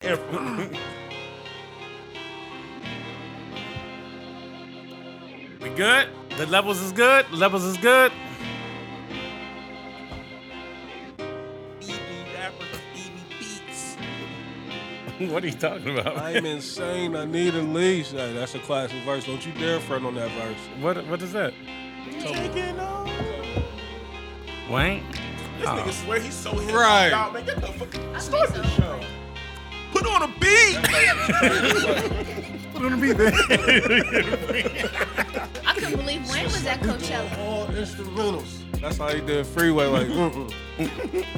Careful. we good? The levels is good? Levels is good? what are you talking about? I'm insane. I need a leash. Hey, that's a classic verse. Don't you dare front on that verse. What what is that? Taking on. Wayne? This Oh. nigga swear he's so hip. Right. Y'all, man, get the fuck. I Start think the so. show. Put on a beat. Put on the beat, man. I couldn't believe Wayne was at Coachella. All instrumentals. That's how he did Freeway. Like, mm-mm.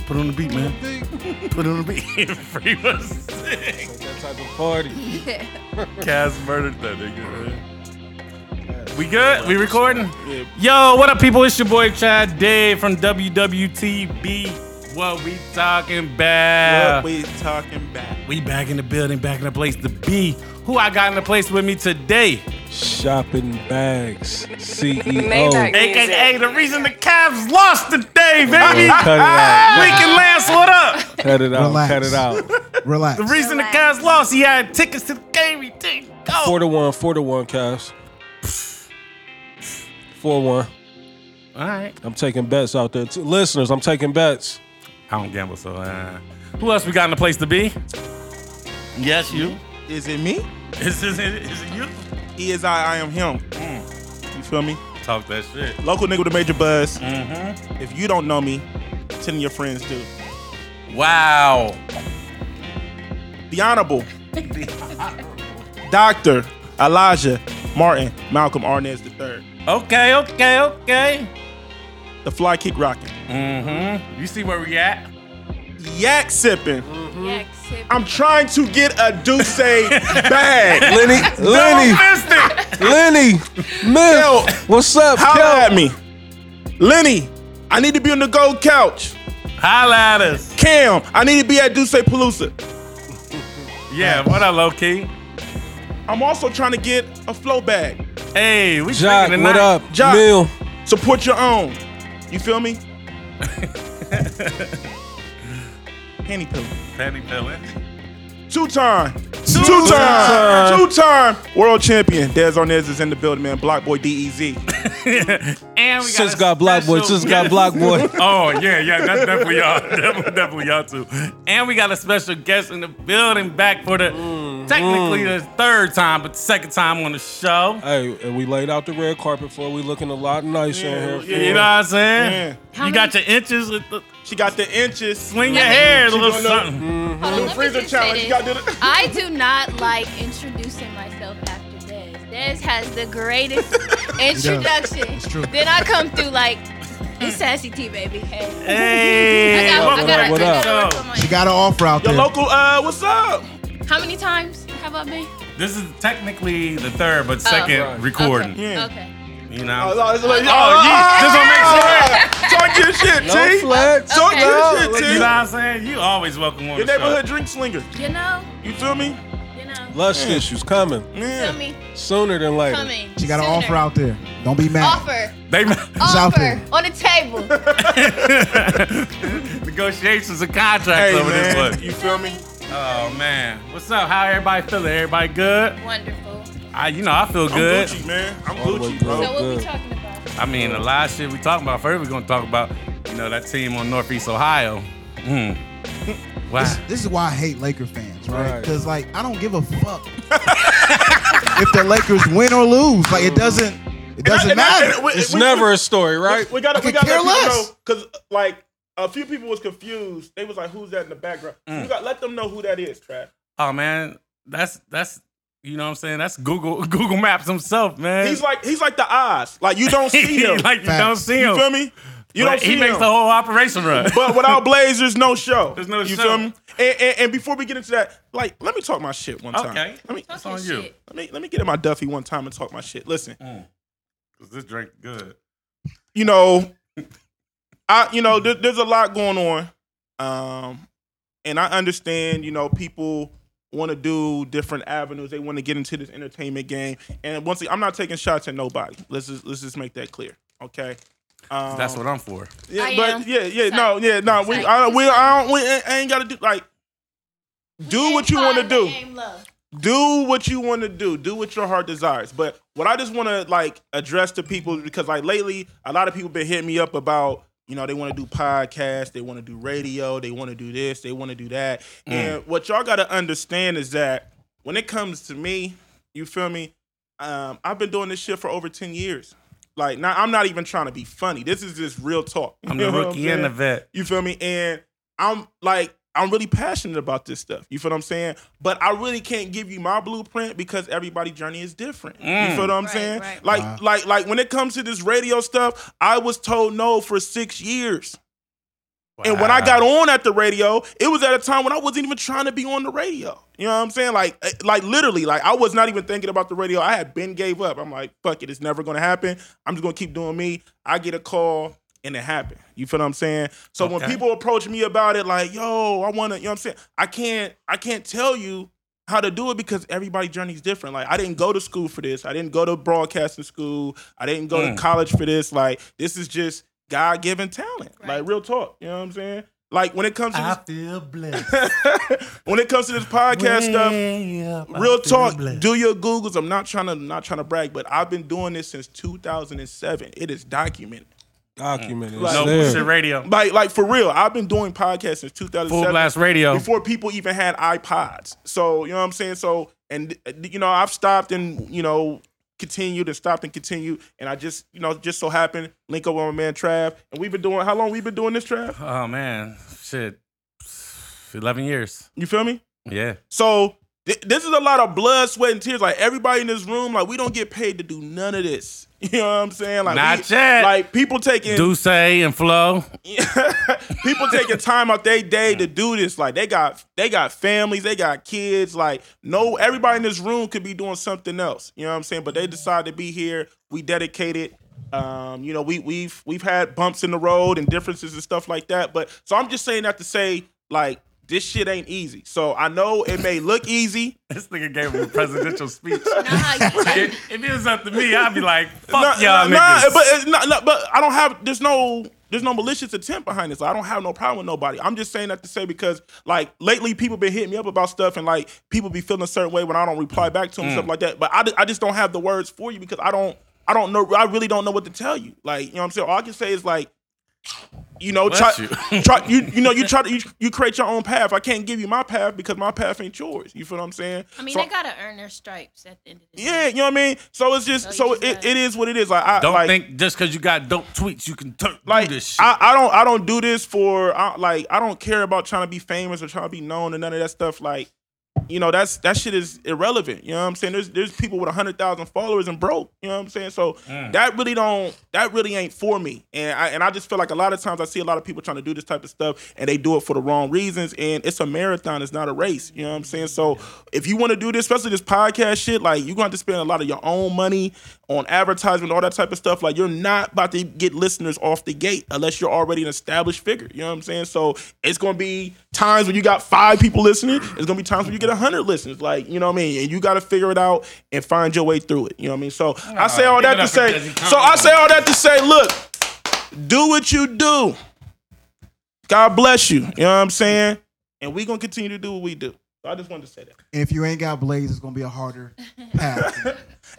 Put on the beat, man. Put on the beat. Free was sick. that type of party. Yeah. Cass murdered that nigga, man. We good? We recording? Yo, what up, people? It's your boy Chad Dave from WWTB. What we talking about? What we talking about? We back in the building, back in the place to be. Who I got in the place with me today? Shopping bags. E CEO. Maybach. AKA the reason the Cavs lost today, baby. Yeah, cut it out. Lincoln Lance, what up? Cut it out. Relax. Cut it out. Relax. The reason the Cavs lost, he had tickets to the game. He didn't go. Four to one. Four to one, Cavs. Four one. All right. I'm taking bets out there. too. Listeners, I'm taking bets. I don't gamble, so uh, who else we got in the place to be? Yes, you. Is it me? Is, is, is it you? He is I. I am him. Mm. You feel me? Talk that shit. Local nigga with a major buzz. If you don't know me, ten of your friends do. Wow. The Honorable Doctor Elijah Martin Malcolm Arnez III. Okay, okay, okay. The fly kick rocking. Mm-hmm. You see where we at? Yak sipping. Yeah, except- I'm trying to get a Duce bag. Lenny, Lenny, Don't miss it. Lenny, Yo, Myth. What's up, Holler Kel? at me. Lenny, I need to be on the gold couch. Holla at us. Cam, I need to be at Duce Palooza. Yeah, what up, low key? I'm also trying to get a flow bag. Hey, we Jock, drinking what tonight. up? Jock. Mill. Support your own. You feel me? Penny pillow. Patty Pillin. Two time. Two time. Two time world champion. Dez Arnez is in the building, man. Block boy E DEZ. And we got Sis a got Block Boy. special Sis got guest. Block Boy. Oh yeah, yeah, that's definitely y'all, definitely, definitely y'all too. And we got a special guest in the building back for the Mm-hmm. technically the third time, but the second time on the show. Hey, and we laid out the red carpet for her. We looking a lot nicer in here. You know what I'm saying? How you many- got your inches. With the, She got the inches. swing your hair a She little gonna know- Mm-hmm. something. Hold on, Do let me freezer just challenge. say You this. gotta do the- I do not like introducing myself after Dez. Dez has the greatest introduction. true. Then I come through like, it's Sassy T, baby. Hey. Hey, I got, welcome I got back a to what the up? show. good one. She got an offer out Your there. local, uh, what's up? How many times have I been? This is technically the third, Oh. but second Right. recording. Okay. Yeah. okay. You Oh, know. no, it's like- Oh, yeah, just wanna make Oh, Talk your shit, No T. flex. Talk your Okay. You know shit, what T. I'm saying? You always welcome on Your the neighborhood drink slinger. You know, You feel me? you know. Lust issues coming Tell Yeah. me, sooner than later. coming. She got an sooner. offer out there. Don't be mad. Offer. show. They It's out Offer. there. On the table. Negotiations and contracts Hey, over man. this one. You feel me? Oh man, what's up? How everybody feeling? Everybody good? Wonderful. I, you know, I feel I'm good. Gucci, man. I'm All the way Gucci, bro. Oh, So what we good. talking about? I mean, a lot of shit we talking about. First, we're gonna talk about, you know, that team on Northeast Ohio. Hmm. Wow. This, this is why I hate Laker fans, right? Right. Because like I don't give a fuck if the Lakers win or lose. Like it doesn't. It doesn't And I- matter. and I- we- It's we- never a story, right? We got to I we could got to care let people know less. because like a few people was confused. They was like, "Who's that in the background?" Mm. You got let them know who that is, Trap. Oh man, that's that's you know what I'm saying. That's Google Google Maps himself, man. He's like he's like the eyes. Like you don't see him. like you Facts. don't see him. you feel me? You Like, don't see he makes him. the whole operation run. but without Blaze, there's no show. There's no you show. feel me? And, and, and before we get into that, like, let me talk my shit one time. Okay. Let me That's Talking on you. shit. let me let me get in my Duffy one time and talk my shit. Listen, Cause this drink good. you know, I you know, there, there's a lot going on, um, and I understand. You know, people want to do different avenues. They want to get into this entertainment game. And once again, I'm not taking shots at nobody. Let's just let's just make that clear, okay? Um, That's what I'm for. Yeah, I but am. yeah, yeah, no, yeah, no. We, I, we, I don't. We I ain't got to do like. do what you want to do. Love. do what you want to do do what your heart desires but what i just want to like address to people because like lately a lot of people been hitting me up about you know they want to do podcasts they want to do radio they want to do this they want to do that Mm. and what y'all got to understand is that when it comes to me you feel me um, i've been doing this shit for over 10 years like now i'm not even trying to be funny this is just real talk You I'm the know what rookie and the saying? vet. You feel me? And I'm like, I'm really passionate about this stuff. You feel what I'm saying? But I really can't give you my blueprint because everybody's journey is different. You Mm. feel what I'm Right, saying? right. Like, Wow. like, like when it comes to this radio stuff, I was told no for six years. And when I Wow. got on at the radio, it was at a time when I wasn't even trying to be on the radio. You know what I'm saying? Like, eh, like literally, like I was not even thinking about the radio. I had been gave up. I'm like, fuck it, it's never gonna happen. I'm just gonna keep doing me. I get a call and it happened. You feel what I'm saying? So when Okay. people approach me about it, like, yo, I wanna, you know what I'm saying? I can't, I can't tell you how to do it because everybody's journey is different. Like I didn't go to school for this. I didn't go to broadcasting school. I didn't go Mm. to college for this. Like this is just God given talent. Right. Like real talk. You know what I'm saying? Like when it comes to feel blessed. this, when it comes to this podcast stuff, Way up, I real feel talk. blessed. Do your googles. I'm not trying to not trying to brag, but I've been doing this since 2007. It is documented. Documented. Like- No It's bullshit there. radio. Like like for real, I've been doing podcasts since 2007. Full blast radio. before people even had iPods. So you know what I'm saying. So and uh, you know I've stopped and you know continued and stopped and continued, and I just you know just so happened link up with my man Trav, and we've been doing how long we've been doing this Trav? Oh man, shit, eleven years. You feel me? Yeah. So th- this is a lot of blood, sweat, and tears. Like everybody in this room, like we don't get paid to do none of this. You know what I'm saying? Like Not we- yet. Like people taking Duce and Flo. people taking time out their day to do this. Like they got they got families, they got kids. Like no, everybody in this room could be doing something else. You know what I'm saying? But they decide to be here. We dedicated. Um, you know, we we've we've had bumps in the road and differences and stuff like that. But so I'm just saying that to say like this shit ain't easy. So I know it may look easy. This nigga gave him a presidential speech. Nah, you if, if it was up to me, I'd be like, fuck No, y'all no, niggas. no, but it's not, no, but I don't have. There's no. There's no malicious intent behind this. I don't have no problem with nobody. I'm just saying that to say because like lately people been hitting me up about stuff and like people be feeling a certain way when I don't reply back to them and Mm. stuff like that. But I, di- I just don't have the words for you because I don't I don't know I really don't know what to tell you. Like you know what I'm saying. All I can say is like you know try Bless you. you. try you you know you try to you, you create your own path. I can't give you my path because my path ain't yours. You feel what I'm saying? I mean, So- they gotta earn their stripes at the end of the day. yeah, you know what I mean. So it's just No, so you it, just gotta- it is what it is. Like I don't like, think just because you got dope tweets, you can turn like do this shit. I, I don't I don't do this for I, like I don't care about trying to be famous or trying to be known and none of that stuff. Like you know that's that shit is irrelevant. You know what I'm saying? There's there's people with hundred thousand followers and broke. You know what I'm saying? So Mm. that really don't that really ain't for me. And I and I just feel like a lot of times I see a lot of people trying to do this type of stuff and they do it for the wrong reasons. And it's a marathon, it's not a race. You know what I'm saying? So if you want to do this, especially this podcast shit, like you're gonna have to spend a lot of your own money on advertisement, all that type of stuff. Like you're not about to get listeners off the gate unless you're already an established figure. You know what I'm saying? So it's gonna be times when you got five people listening. It's gonna be times when you get a hundred listeners. Like you know what I mean? And you gotta figure it out and find your way through it. You know what I mean? So I say all give that it to up for say. Desi. Come So I on. say all that to say, look, do what you do. God bless you. You know what I'm saying? And we gonna continue to do what we do. So I just wanted to say that. And if you ain't got blades, it's gonna be a harder path.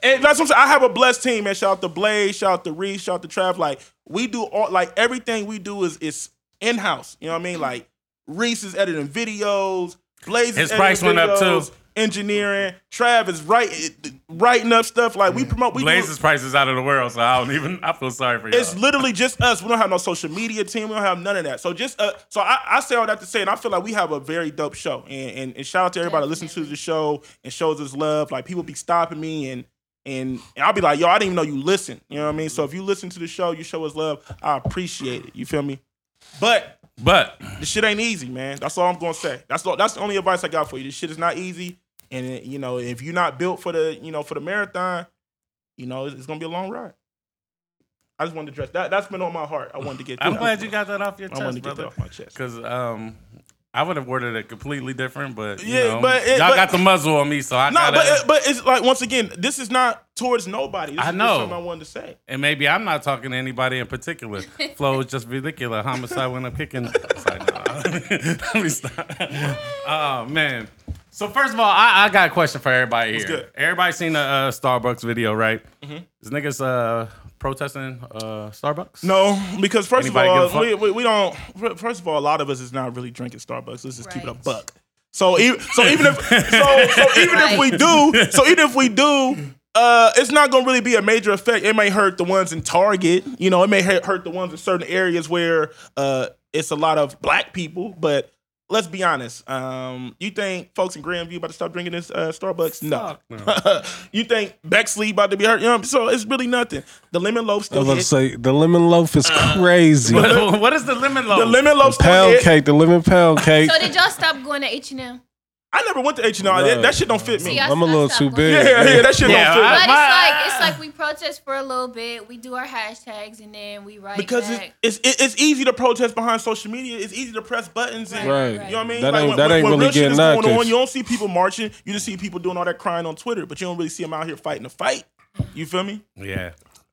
And that's what I'm saying. I have a blessed team, man. Shout out to Blaze, shout out to Reed, shout out to Trav. Like we do all like everything we do is is in house. You know what I mean? Like Reese is editing videos. Blaze is His editing price went up, too. videos, Engineering. Trav is writing writing up stuff. Like we promote. We do- Blaze's price is out of the world, so I don't even. I feel sorry for you. It's literally just us. We don't have no social media team. We don't have none of that. So just uh, so I, I say all that to say, and I feel like we have a very dope show. And and, and shout out to everybody that listens to the show and shows us love. Like people be stopping me and. And, and I'll be like, yo, I didn't even know you listen. You know what I mean? So if you listen to the show, you show us love, I appreciate it. You feel me? But But this shit ain't easy, man. That's all I'm gonna say. That's all, that's the only advice I got for you. This shit is not easy, and it, you know if you're not built for the you know for the marathon, you know it's, it's gonna be a long ride. I just wanted to address that. That's been on my heart. I wanted to get. I'm that glad off you my- got that off your I wanted to chest, get that brother. off my chest. Because um, I would have worded it completely different, but you Yeah, know, but it- y'all but- got the muzzle on me, so I No, gotta. but it- but it's like once again, this is not towards nobody. This I is just know. something I wanted to say. and maybe I'm not talking to anybody in particular. Flo is just ridiculous. Homicide when I'm kicking. It's like, nah. Let me stop. Oh man. So first of all, I, I got a question for everybody here. good? Mm-hmm. Everybody seen the uh, Starbucks video, right? This nigga's uh, protesting uh, Starbucks. No, because first Anybody give of a fuck? all, we, we, we don't. fir- First of all, a lot of us is not really drinking Starbucks. Let's just keep it a Right. buck. So even so even if so, so even if we do so even if we do, uh, it's not gonna really be a major effect. It may hurt the ones in Target. You know, it may hurt hurt the ones in certain areas where uh, it's a lot of black people. But let's be honest. Um, you think folks in Grandview about to stop drinking this uh, Starbucks? No. you think Bexley about to be hurt? You know, so it's really nothing. The lemon loaf I still was about to hit. say the lemon loaf is Uh, crazy. what is the lemon loaf? The lemon loaf still pound hit. cake, the lemon pound cake. So did y'all stop going to H and M? I never went to H and R. That, that shit don't fit me. See, Yeah, I- I'm a little I too stopped going. big. yeah, yeah, that shit Yeah, don't fit. I- me. But it's my- like it's like we protest for a little bit, we do our hashtags, and then we write because back. it, it's it, it's easy to protest behind social media. It's easy to press buttons. And, Right. You know what I mean? That ain't- when- that when- when ain't really real shit getting is that, going on, 'cause- You don't see people marching. You just see people doing all that crying on Twitter, but you don't really see them out here fighting a fight. You feel me? Yeah,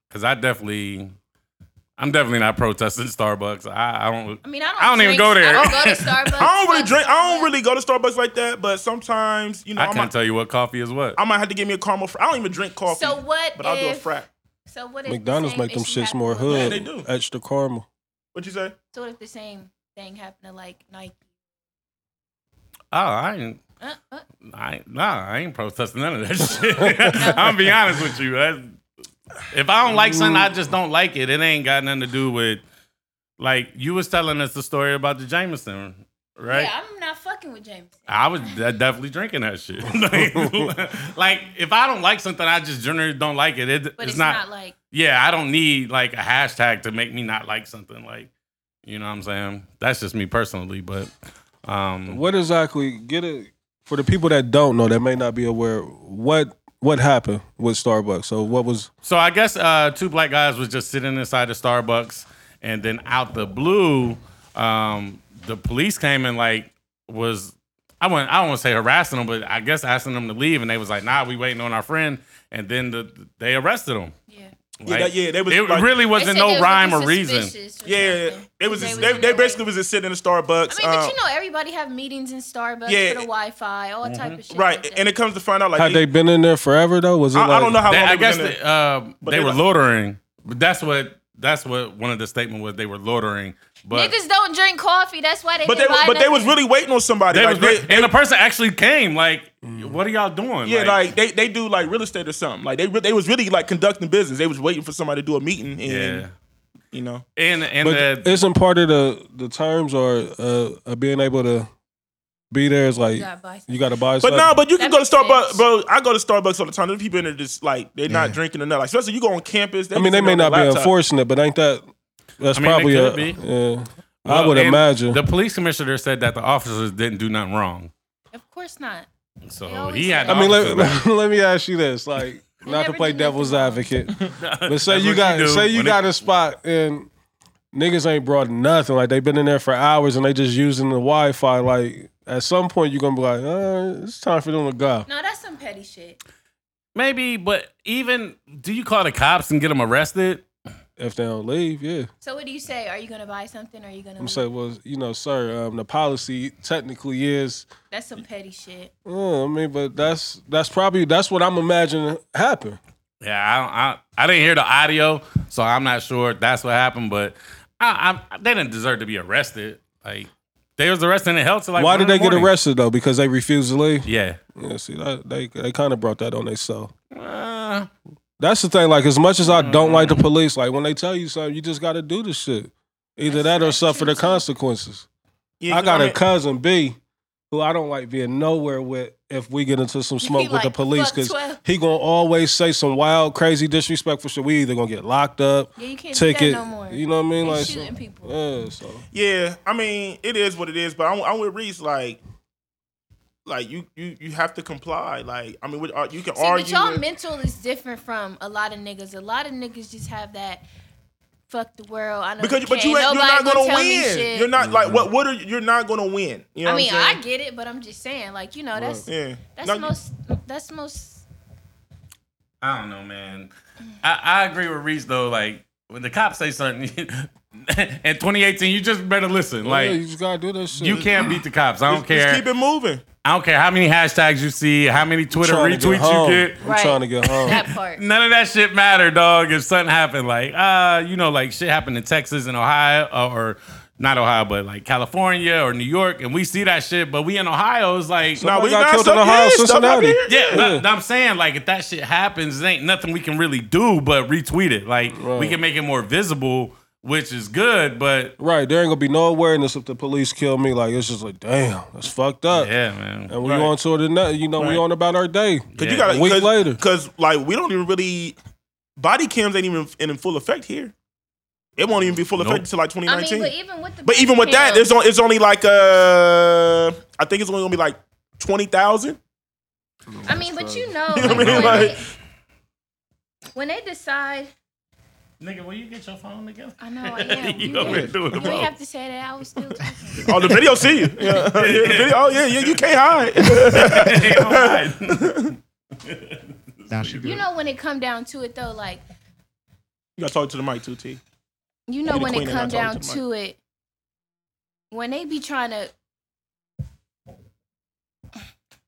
because I definitely, I'm definitely not protesting Starbucks. I, I don't. I mean, I don't. I don't even drink- go there. I don't go to Starbucks. I don't really drink. I don't really go to Starbucks like that. But sometimes, you know, I I, can't might, tell you what coffee is what. I might have to give me a caramel. Fr- I don't even drink coffee. So what But I'll do a if- frat. So what? If the McDonald's same make them issue shits happened more with- hood. they do. Extra caramel. What you say? So what if the same thing happened to like Nike? Oh, I ain't. Uh, uh, I nah, I ain't protesting none of that shit. I'm gonna be honest with you. That's- if I don't like something, I just don't like it. It ain't got nothing to do with like you was telling us the story about the Jameson, right? Yeah, I'm not fucking with James. I was de- definitely drinking that shit. like, like, if I don't like something, I just generally don't like it. It- But it's, not, like yeah, I don't need like a hashtag to make me not like something. Like, you know what I'm saying? That's just me personally, but um What exactly? Get it for the people that don't know that may not be aware. What what happened with Starbucks? So what was So I guess uh, two black guys was just sitting inside of Starbucks, and then out the blue, um, the police came and like was I wouldn't I don't want to say harassing them, but I guess asking them to leave, and they was like, "Nah, we waiting on our friend," and then the, they arrested them. yeah. Yeah, that- yeah, they was it like- really They said wasn't they no was rhyme or looking reason. suspicious or Yeah, something. it was. They Just, was they, they in their basically way. was just sitting in the Starbucks. I mean, um, but you know, everybody have meetings in Starbucks Yeah. Mm-hmm. for the Wi-Fi, all type of shit. right? like that. And it comes to find out, like had they been in there forever though? Was it I, like I don't know how They- long I they guess was in there. they, uh, they, they were like- loitering, but that's what that's what one of the statement was. They were loitering, but. niggas don't drink coffee. That's why they. But they, didn't buy but they was nothing. really waiting on somebody. They like, was, they- Mm. and the person actually came. Like, what are y'all doing? yeah, like they, they do like real estate or something. Like they re- they was really like conducting business. They was waiting for somebody to do a meeting. And, yeah. you know. And and But the, isn't part of the the terms or uh, uh, being able to be there is like You gotta buy something. you got to buy. But something? no, but you can That go to Starbucks, makes bro. I go to Starbucks all the time. There's people in there just like they're not drinking or nothing. Like, especially you go on campus. I mean, they just sit may on not their be laptop. enforcing it, but ain't that that's I mean, they probably a could be. yeah. I would and imagine. the police commissioner said that the officers didn't do nothing wrong. Of course not. They So always he had. say the I mean, let, officers- let me ask you this: like, not to never play do nothing devil's wrong. advocate, but say That's you what got you do say you when got it- a spot and niggas ain't brought nothing. Like they've been in there for hours and they just using the Wi-Fi. Like at some point you're gonna be like, uh, it's time for them to go. No, that's some petty shit. maybe, but even do you call the cops and get them arrested? If they don't leave, yeah. So what do you say? Are you gonna buy something? Or are you gonna? I'm leave? say, well, you know, sir, um, the policy technically is. That's some petty shit. uh, I mean, but that's that's probably that's what I'm imagining happen. Yeah, I don't, I, I didn't hear the audio, so I'm not sure if that's what happened. But I, I they didn't deserve to be arrested. Like they was arrested and held to like. Why one did in they the get morning. arrested though? Because they refused to leave. Yeah. Yeah, see, that, they they kind of brought that on themselves. Uh, That's the thing. Like, as much as I don't like the police, like when they tell you something, you just got to do the shit. Either that or suffer the consequences. Yeah, I 'cause got mean- a cousin B, who I don't like being nowhere with. If we get into some smoke with the like, police, "Fuck because 12." he gonna always say some wild, crazy, disrespectful shit. We either gonna get locked up, Yeah, you can't do that ticket. no more. You know what I mean? They Like, uh, shooting so- people. yeah. So Yeah, I mean, it is what it is. But I'm, I'm with Reese. Like, like you you you have to comply. Like, I mean, with, uh, you can See, argue. but y'all with- mental is different from a lot of niggas. A lot of niggas just have that fuck the world. I know because you you- but you can't. ain't, you're Nobody not gonna gonna, tell me win. shit. You're not Mm-hmm. like what what are you, you're not gonna win. You know I mean, what I'm I get it, but I'm just saying, like you know, that's saying? yeah. that's No, most that's most. I don't know, man. I, I agree with Reese though. Like when the cops say something, in 2018, you just better listen. Oh, yeah, you Like just gotta do that shit. you can't beat the cops. I don't care. Just keep it moving. I don't care how many hashtags you see, how many Twitter Trying to retweets get home. you get. I'm Right. trying to get home. That part. None of that shit matter, dog. If something happened, like uh, you know, like shit happened in Texas and Ohio, uh, or not Ohio, but like California or New York, and we see that shit, but we in Ohio is like, Nah, Somebody we got not killed so in Ohio, yeah, stuff up Cincinnati. here. yeah. but- but I'm saying like if that shit happens, it ain't nothing we can really do but retweet it. Like we Right. can make it more visible, which is good, but Right, there ain't gonna be no awareness if the police kill me. Like it's just like, damn, that's fucked up. yeah, man. And we Right. on to the next. You know, Right. we on about our day. Cause Yeah. you gotta A week cause, later. Cause like we don't even really body cams ain't even in full effect here. It won't even be full effect Nope. until like I mean, 2019. but even with the but even with that, it's, on, it's only like uh, I think it's only gonna be like twenty thousand. I mean, but you know, You know like, what I mean? when, Like- they, when they decide, Nigga, will you get your phone together? I know I am. You You, over here doing you the most. have to say that I was still talking. Oh, the video see you. Yeah. Yeah, the video- oh yeah, yeah, you can't hide. Now she good. you know, when it come down to it, though, like you gotta talk to the mic too, T. you know the when queen it and I come down talk to the to it when they be trying to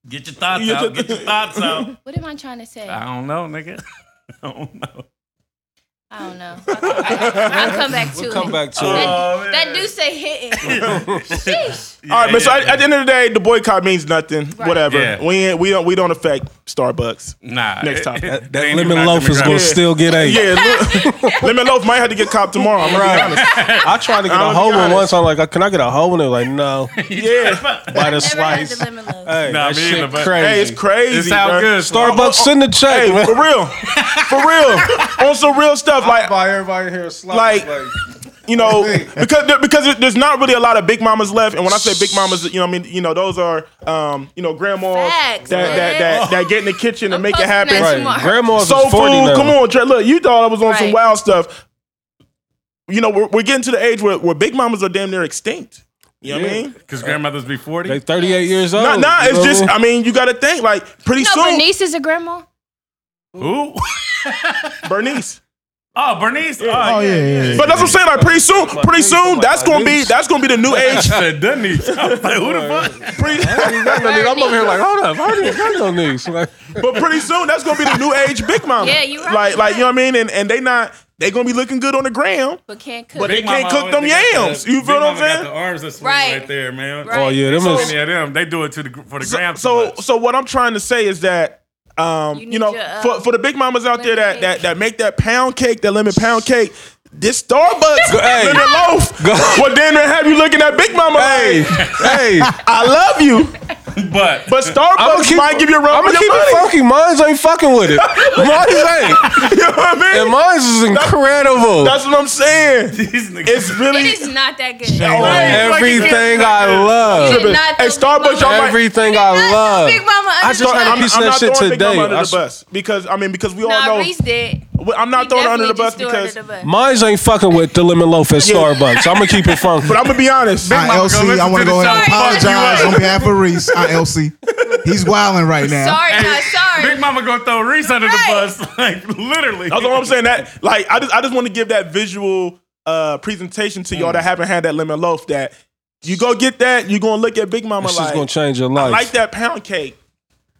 Get your thoughts You out. just- Get your thoughts out. what am i trying to say I don't know, nigga. I don't know. i don't know i'll come back, I'll come back to it Come back to it. Oh, man. that, that do say hitting sheesh All right, but so at, at the end of the day, the boycott means nothing. Right. Whatever. Yeah. We ain't, we don't we don't affect Starbucks. Nah. Next topic. It- it- That it ain't lemon even our loaf is gonna demographic. still get eight. Yeah, look, Lemon Loaf might have to get copped tomorrow. I'm right. I tried to get a I'm gonna be whole one honest. once. I'm like, can I get a whole one? They're like, no. Yeah. By the never had the slice. lemon loaf Uh, Hey, Nah, that me shit either, but- crazy. Hey, it's crazy. It sound bruh. good. Starbucks send the check, Hey, man. for real, for real, on some real stuff like buy everybody here a slot. Like- you know because there- because there- there's not really a lot of big mamas left, and when I say big mamas, you know what I mean you know those are um you know grandmas Facts, that, that man. that that get in the kitchen and make it posting happen. that right. tomorrow. Grandma's So is 40 food, now. come on, Trey. Look, you thought I was on some Right. wild stuff. You know, we're, we're getting to the age where, where big mamas are damn near extinct. You know what I Yeah. mean? Oh, Cause grandmothers be forty. They 38 years old. Nah, nah, you it's know just, what I mean, you got to think, like, pretty you know soon, bernice is a grandma Who? Bernice. Oh, Bernice. Oh yeah, yeah. yeah. But that's what I'm saying. Like pretty soon, pretty soon, that's gonna be that's gonna be the new age. said Denise. I was like, who the fuck? Pretty, I mean? I'm over here like, hold up, I didn't got no knees. Like, but pretty soon, that's gonna be the new age Big Mama. Yeah, you right, Like, you like you know what right. I mean? And and they not they gonna be looking good on the ground. but can't cook But they Big Mama can't cook always- them they got yams. the- You feel Big what I'm Mama got saying? The arms that swing Right. right. there, man. Right. oh yeah, them So is. many of them. They do it to the gr- for the So, grams. so so what I'm trying to say is that um You you, need know your, uh, for for the big mamas out there that lemon that cake. that make that pound cake, that lemon pound cake. This Starbucks hey. lemon loaf. Go- Well, damn near have you looking at Big Mama. Hey, Hey, hey, I love you, but but I'ma Starbucks keep- might give you a run I'm for gonna your keep it money. funky. Mines ain't fucking with it. Mines ain't. You know what I mean? And mines is incredible. That's what I'm saying. these niggas. It's really it is not that good Right. Everything I You love. did not Hey, throw Big Starbucks, Mama- y'all might- Everything You did I not throw love. Big Mama under I the started- bus. I'm- piece of I'm that not shit throwing Big Mama today. under I the s- bus because I mean because we all Nah, know Reese did. Well, I'm He not throwing it under definitely the bus just threw her under because. the bus. Mines ain't fucking with the lemon loaf at Starbucks. I'm gonna keep it funky. But I'm gonna be honest. All right, Mama, go LC, I listen want to the to go ahead and show. apologize Sorry. on behalf of Reese. All right, LC, he's wilding right now. sorry not Big sorry Mama gonna throw Reese under Right. the bus, like literally. That's all I'm saying. That like I just I just want to give that visual uh presentation to y'all Mm. that haven't had that lemon loaf. That you go get that, you gonna look at Big Mama This is like gonna change your I life. like that pound cake,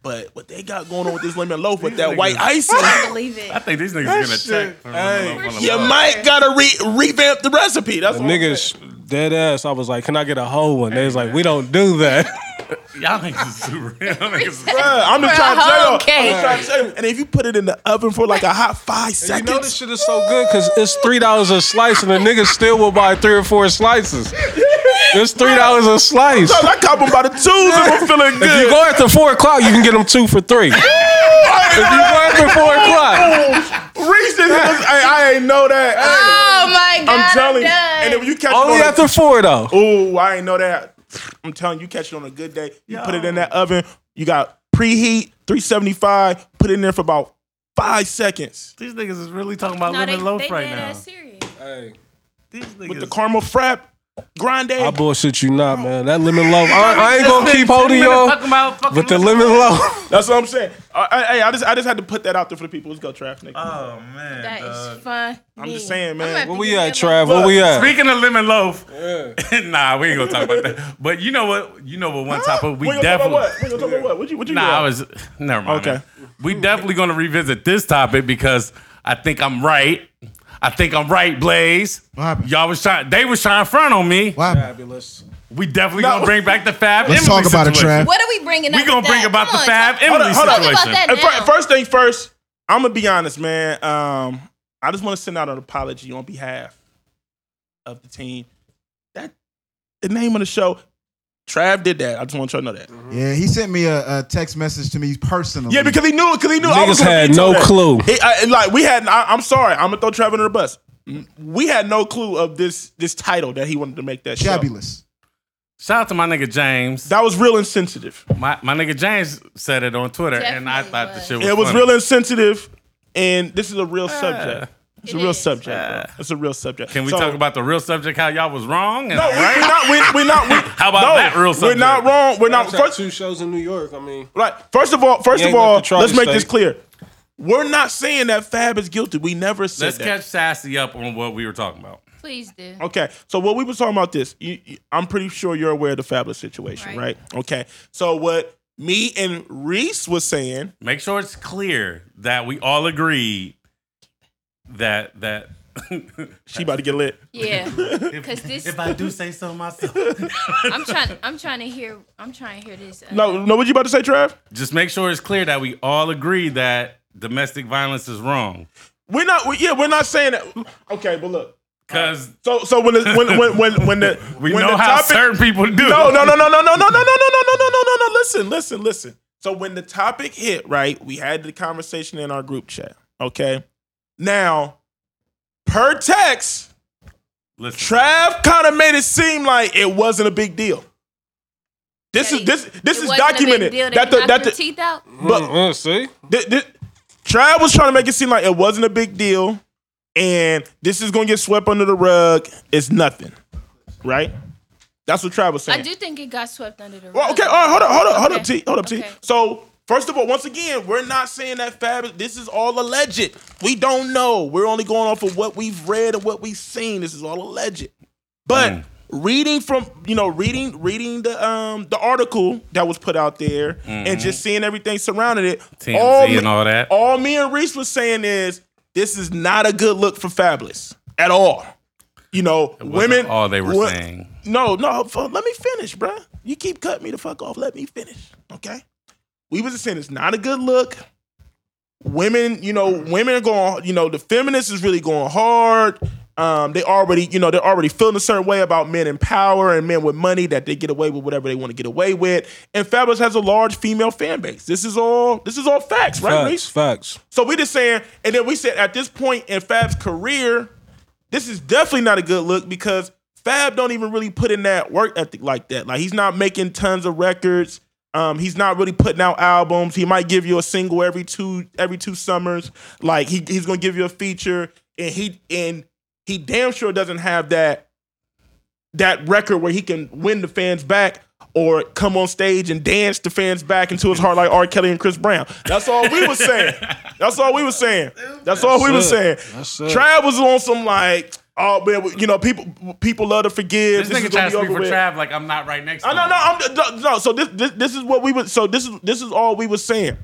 but what they got going on with this lemon loaf with that niggas- white icing. i believe it I think these niggas gonna check. shit- for Hey. Lemon Loaf on the You bus. might gotta re- revamp the recipe. That's all I'm saying. Niggas dead ass. I was like, can I get a whole one? They was like, we don't do that. Y'all niggas is super. Y'all niggas is Bruh, I'm just For a trying to tell whole y'all. I'm cake. just trying to tell you. And if you put it in the oven for like a hot five You seconds, know this shit is so good because it's three dollars a slice, and the niggas still will buy three or four slices. It's three dollars a slice. Cause I cop them by the twos and I'm feeling good. If you go after four o'clock, you can get them two for three. If you go after four o'clock, Reese's, I, I ain't know that. Hey, oh my god I'm telling you. done. And if you catch only it on after four though. a, ooh, I ain't know that. I'm telling you, catch it on a good day. You put it in that oven. You got preheat 375. Put it in there for about five seconds These niggas is really talking about no, they, lemon loaf they right dead now. ass serious. These niggas. with the caramel frap, grande. I bullshit you not, man. That lemon loaf. I, I ain't gonna keep holding Minutes y'all, talking about fucking but the lemon loaf. That's what I'm saying. I, I, I just I just had to put that out there for the people. Let's go, Trav. Nigga. Uh, Oh man. That is dog. fun. I'm just saying, man. Where we at, Trav? Where we at? Speaking of lemon loaf, nah, we ain't gonna talk about that. But you know what? You know what? One topic we we gonna definitely. talk about what? We gonna talk about what? What you what you Nah, do? I was never mind. Okay. Okay. We definitely gonna revisit this topic because I think I'm right. I think I'm right, Blaze. What happened? Y'all was trying. They was trying front on me. Wow. Fabulous. We definitely No. gonna bring back the Fab. Let's Emily talk about it, situation. Trav. What are we bringing up? We gonna with bring that? about the Come on, Fab talk- Emily Hold on, hold on. situation. Talk about And fir- now. first thing first, I'm gonna be honest, man. Um, I just want to send out an apology on behalf of the team. That the name of the show, Trav did that. I just want y'all to know that. Yeah, he sent me a, a text message to me personally. Yeah, because he knew, because he knew I was Niggas gonna had veto no that. clue. He- I- and like we had, I, am sorry, I'm gonna throw Trav under the bus. We had no clue of this this title that he wanted to make that show. Fabulous. Shout out to my nigga James. That was real insensitive. My, my nigga James said it on Twitter, and I Definitely thought the was. shit was. It was funny. Ah. real insensive, and this is a real subject. It's a It real is. subject. bro. It's a real subject. Can we So- talk about the real subject? How y'all was wrong? And No, we, right? we're not. We, we're not. We, How about no, that real We're subject? not wrong. We're I not. shot First, two shows in New York. I mean, right. First of all, first of You ain't got all, to try let's to make this say. clear. We're not saying that Fab is guilty. We never said Let's that. catch Sassy up on what we were talking about. Please do. Okay, so what we was talking about this, you, you- I'm pretty sure you're aware of the fabulous situation, right. Right. Okay, so what me and Reese was saying, Make sure it's clear that we all agreed that that. she about to get lit. Yeah, because this. If I do say so myself, I'm trying. I'm trying to hear. I'm trying to hear this. uh, No, no, what you about to say, Trav? Just make sure it's clear that we all agree that domestic violence is wrong. We're not. We, yeah, we're not saying that. Okay, but look. Because So, so when the, when when when when the we Uh, when know the how topic, certain people do. No, no, no, no, no, no, no, no, no, no, no, no, no, no, no, no. Listen, listen, listen. So when the topic hit, right, we had the conversation in our group chat. Okay. Now, per text, Listen, Trav kind of made it seem like it wasn't a big deal. This that is he- this this it is wasn't a big documented. deal That he the knocked that her the teeth out. But- Mm, mm, see, thi- thi- Trav was trying to make it seem like it wasn't a big deal, and this is gonna get swept under the rug. It's nothing, right? That's what Trav was saying. I do think it got swept under the rug. Well, okay, all right, hold up, hold up, hold up, Okay. T, hold up, T. Okay. So, first of all, once again, we're not saying that Fab. This is all alleged. We don't know. We're only going off of what we've read and what we've seen. This is all alleged. But Mm. reading from you know reading reading the um the article that was put out there Mm-hmm. and just seeing everything surrounding it, TMZ me- and all that. all me and Reese was saying is this is not a good look for Fabulous at all. You know, wasn't women. all they were wo- saying. No, no. f- Let me finish, bruh. You keep cutting me the fuck off. Let me finish, okay? We was just saying it's not a good look. Women, you know, women are going. You know, the feminists is really going hard. Um, they already, you know, they're already feeling a certain way about men in power and men with money that they get away with whatever they want to get away with. And Fabulous has a large female fan base. This is all. This is all facts, right, Reese? facts, facts. So we just saying, and then we said at this point in Fab's career, this is definitely not a good look because Fab don't even really put in that work ethic like that. Like he's not making tons of records. Um, he's not really putting out albums. He might give you a single every two every two summers. Like he, he's gonna give you a feature, and he and he damn sure doesn't have that that record where he can win the fans back or come on stage and dance the fans back into his heart like R. Kelly and Chris Brown. That's all we were saying. That's all we were saying. That's all we were That's it. saying. That's it. Trav was on some like, oh man, you know, people people love to This, forgive. This, is nigga gonna trying be to speak over for with. Trav like I'm not right next to Oh, him. no, no, I'm, no, no. So this, this this is what we was. So this is this is all we was saying.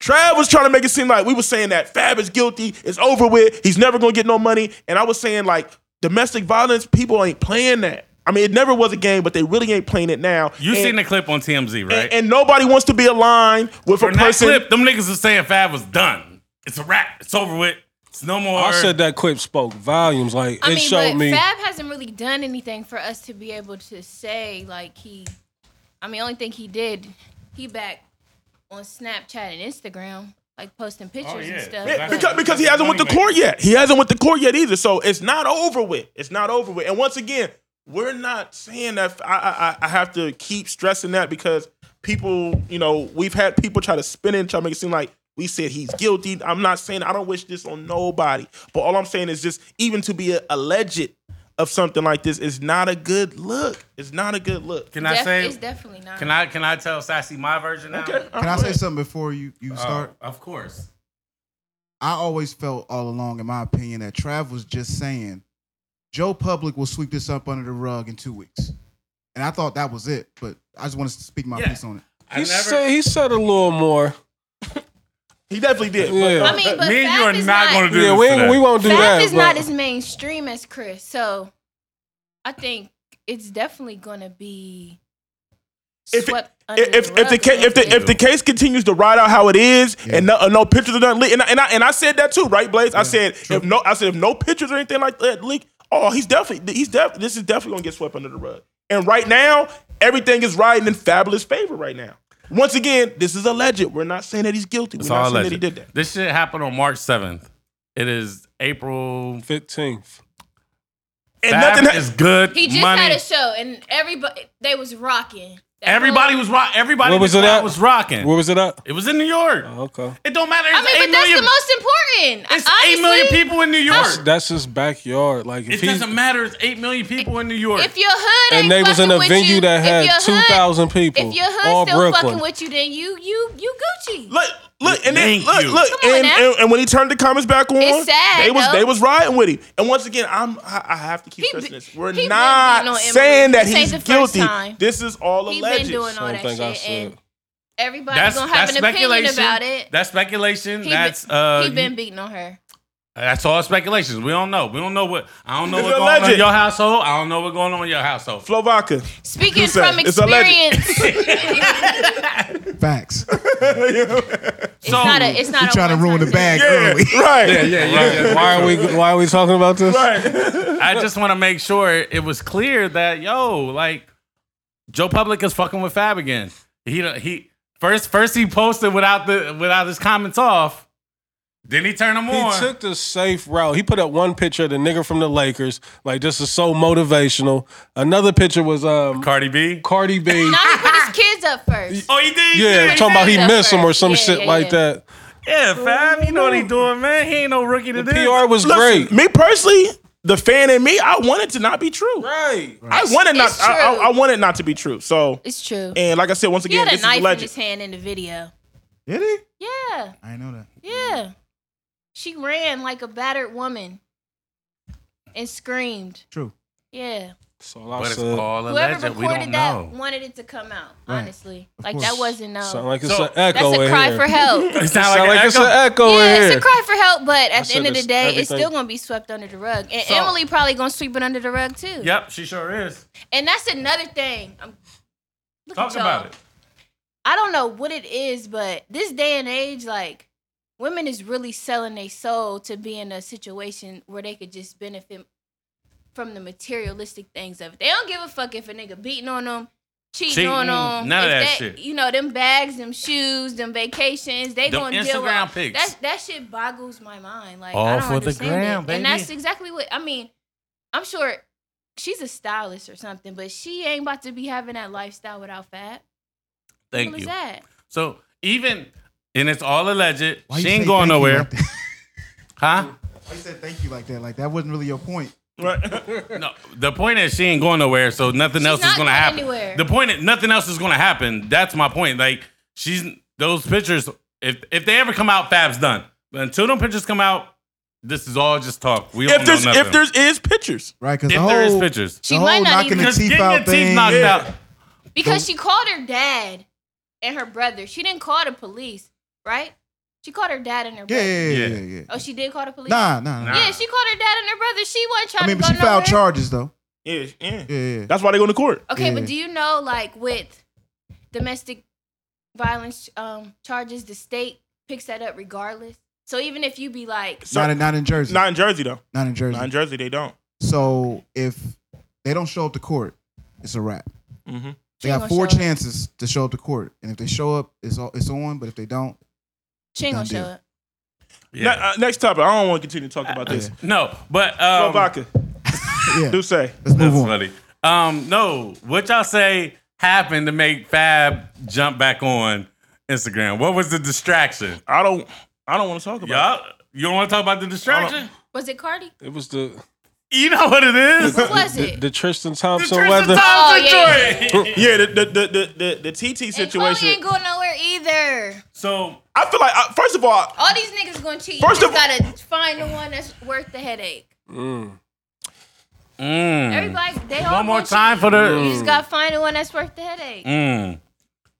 Trav was trying to make it seem like we were saying that Fab is guilty. It's over with. He's never gonna get no money. And I was saying like domestic violence. People ain't playing that. I mean, it never was a game, but they really ain't playing it now. You and, seen the clip on TMZ, right? and, and nobody wants to be aligned with a From that person. clip, them niggas was saying Fab was done. It's a wrap. It's over with. It's no more. I said that clip spoke volumes. Like I it mean, showed but me. Fab hasn't really done anything for us to be able to say like he. I mean, only thing he did, he back on Snapchat and Instagram, like posting pictures Oh, yeah. and stuff. Yeah, but- because because he hasn't went to court yet. He hasn't went to court yet either. So it's not over with. It's not over with. And once again, we're not saying that. I I, I- I have to keep stressing that because people, you know, we've had people try to spin it, try to make it seem like we said he's guilty. I'm not saying I don't wish this on nobody, but all I'm saying is just even to be a alleged of something like this is not a good look. It's not a good look. Can I Def- say? it's definitely not. Can I can I tell Sassy my version now? Okay, Can I alright. say something before you, you Uh, start? of course. I always felt all along, in my opinion, that Trav was just saying, Joe Public will sweep this up under the rug in two weeks. And I thought that was it, but I just want to speak my Yeah. piece on it. I He never. said he said a little more. He definitely did. but, Yeah. uh, I mean, but me and Fab you are is not going to do Yeah, this. we today. ain't- we won't do Fab that. is but- not as mainstream as Chris, so I think it's definitely gonna be If it- swept under if the if the rug case, a if the little if the case continues to ride out how it is, and no, uh, no pictures are done leaked, and I, and I and I said that too, right, Blaze? I said if no, I said if no pictures or anything like that leak, oh, he's definitely he's def, this is definitely gonna get swept under the rug. And right now, everything is riding in fabulous favor right now. Once again, this is alleged. We're not saying that he's guilty. It's We're all not saying alleged. that he did that. This shit happened on March 7th. It is April. Fifteenth. And Fab nothing ha- is good. He just money. had a show, and everybody they was rocking. That Everybody whole- was rock. Everybody Where was was, it at? was rocking. Where was Oh. it at? it was in New York. Okay. It don't matter. It's I mean, 8 but that's million the most important. It's Honestly, eight million people in New York. That's, that's his backyard. Like if it he doesn't matter. It's eight million people in New York. If your hood ain't and they was in fucking a with venue you, that if had your two hood- thousand people, If your all hood still Brooklyn. fucking with you, then you you you Gucci. Look, look, and then Thank look, you. look, Come on and, now. and, and when he turned the comments back on, It's sad, they was though. they was riding with him. And once again, I'm I, I have to keep He stressing be- this. We're he been not beating on Emily. saying that This he's ain't the first guilty. time. This is all He alleged. been doing all I that don't think I shit, said. and everybody that's gonna have that's an opinion speculation. about it. That's speculation. He that's been, uh, he been beating on her. that's all speculation. We don't know. We don't know what. I don't know It's what's going on alleged. in your household. I don't know what's going on in your household. Slovaka. Speaking said from it? It's a legend. experience, it's Facts. You So- not a. It's not a. trying to ruin one-time the bag Yeah, early. right. Why are we Why are we talking about this? I just want to make sure it was clear that yo, like Joe Public is fucking with Fab again. He he first first he posted without the without his comments off. Then he turned them on. He took the safe route. He put up one picture of the nigga from the Lakers, like this is so motivational. Another picture was um Cardi B. Cardi B. Now he put his kids up first. Oh, he did. he yeah, did. talking about he that missed him or first. some Yeah, shit yeah, like yeah. that. Yeah, Fab. You know what he doing, man. He ain't no rookie to The this. PR was Listen, great. me personally, the fan in me, I want it to not be true. Right. I want it not. It's I, I, true. I want it not to be true. So, It's true. and like I said, once He again, had a this is knife in alleged. his hand in the video. Did he? Yeah, I didn't know that. yeah. She ran like a battered woman and screamed. True. Yeah. That's all I But it's said. all Whoever alleged. We don't recorded that know. wanted it to come out. Right. Honestly, Of like course. that wasn't no. Sound like it's So- an echo That's a in cry here. for help. It's not Sound like, like an it's echo. an echo Yeah, in here. it's a cry for help, but at the said end of the it's day, it's everything. still gonna be swept under the rug, and So- Emily probably gonna sweep it under the rug too. Yep, she sure is. And that's another thing. I'm look Talk at y'all. about it. I don't know what it is, but this day and age, like women is really selling their soul to be in a situation where they could just benefit from the materialistic things of it. They don't give a fuck if a nigga beating on them, cheating, Cheating, on them, none of if that shit. You know them bags, them shoes, them vacations. They Them gonna deal Instagram with pics. that. That shit boggles my mind. Like All I don't for the understand gram, it. baby. and that's exactly what I mean. I'm sure she's a stylist or something, but she ain't about to be having that lifestyle without fat. Thank what you. is that? So even and it's all alleged. Why you she say ain't going thank you nowhere, like that? huh? Why you said thank you like that? Like that wasn't really your point. No, the point is she ain't going nowhere, so nothing else is not gonna going happen. anywhere. The point is nothing else is gonna happen. That's my point. Like she's those pictures. If if they ever come out, Fab's done. But until them pictures come out, this is all just talk. We don't If there's know nothing. if there's is pictures, Right? Because the if whole there is pictures, She The might whole not knocking even the just teeth getting out your teeth thing. knocked Yeah. out. because she called her dad and her brother. She didn't call the police, right? She called her dad and her Yeah, brother. yeah, Yeah. yeah, yeah, yeah. Oh, she did call the police. Nah, nah, nah. Nah. Yeah, she called her dad and her brother. She wasn't trying I mean, to but go she nowhere. filed charges though. yeah, yeah. Yeah, yeah. That's why they go to court. Okay, Yeah. but do you know, like with domestic violence um, charges, the state picks that up regardless. So even if you be like, not, in, not in Jersey. Not in Jersey though. not in Jersey. Not in Jersey, they don't. So if they don't show up to court, it's a wrap. Mm-hmm. They She ain't gonna got four show up. chances to show up to court, and if they show up, it's all, it's on. But if they don't, she ain't gonna Done show deal. up. Yeah. uh, next topic. I don't want to continue to talk about this. no, but um, Slovaka, yeah, do say. let's move that's on. funny. Um, no, what y'all say happened to make Fab jump back on Instagram? What was the distraction? I don't. I don't want to talk about. Y'all, you don't want to talk about the distraction? Was it Cardi? It was the You know what it is? What was The, it? the Tristan Thompson Tristan weather. Thompson Oh, joint. Yeah, the the the the, the, the TT And Chloe situation. ain't going nowhere either. So I feel like I, first of all, All these niggas gonna cheat. First you of just gotta find the one that's worth the headache. Mm. Everybody, they all Mm. one more gonna time cheat. for You the. just gotta find the one that's worth the headache. Mm.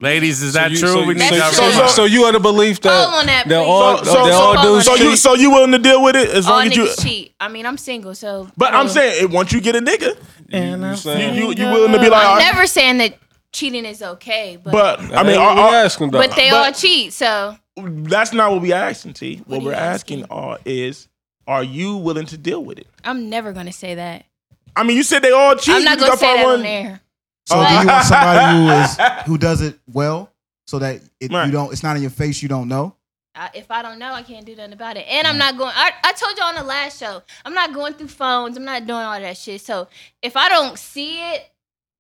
Ladies, is So that you- true? So, we you- need so, y'all That's so, true. so, you are the belief that All on that, they're please. all, So- so- they're all so- dudes so you cheat. so you willing to deal with it as All long as you. niggas cheat. I mean, I'm single, so. But I'm Yeah. saying eh, once you get a nigga, you, you saying, you you willing to be like, I'm all right, never saying that cheating is okay, but but, uh, but I mean, Hey, all- we all- asking though. uh, they but- all cheat. So that's not what we asking. T. What, are we're you asking, asking? are is, are you willing to deal with it? I'm never gonna say that. I mean, you said they all cheat. I'm not you gonna gotta say find that one- on air. So do you want somebody who is who does it well, so that it, Right. you don't it's not in your face, you don't know. I, if I don't know, I can't do nothing about it. And Mm. I'm not going. I, I told you on the last show, I'm not going through phones. I'm not doing all that shit. So if I don't see it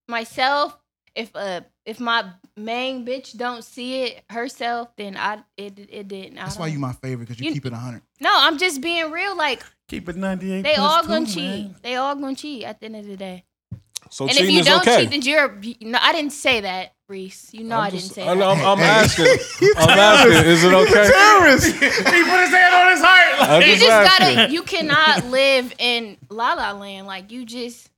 myself, if uh if my main bitch don't see it herself, then I it it didn't. I That's why don't- you my favorite because you, You- keep it hundred. No, I'm just being real. Like Keep it 98. they plus all two, gonna man. cheat. They all gonna cheat at the end of the day. so and if cheating you is don't okay. cheat, then you're. you- No, I didn't say that, Reese. You know I didn't say I know, that. I'm, I'm Hey. asking. I'm asking. Is it okay? He put his hand on his heart. like- I'm You just asking. gotta. You cannot live in la la land. Like you just.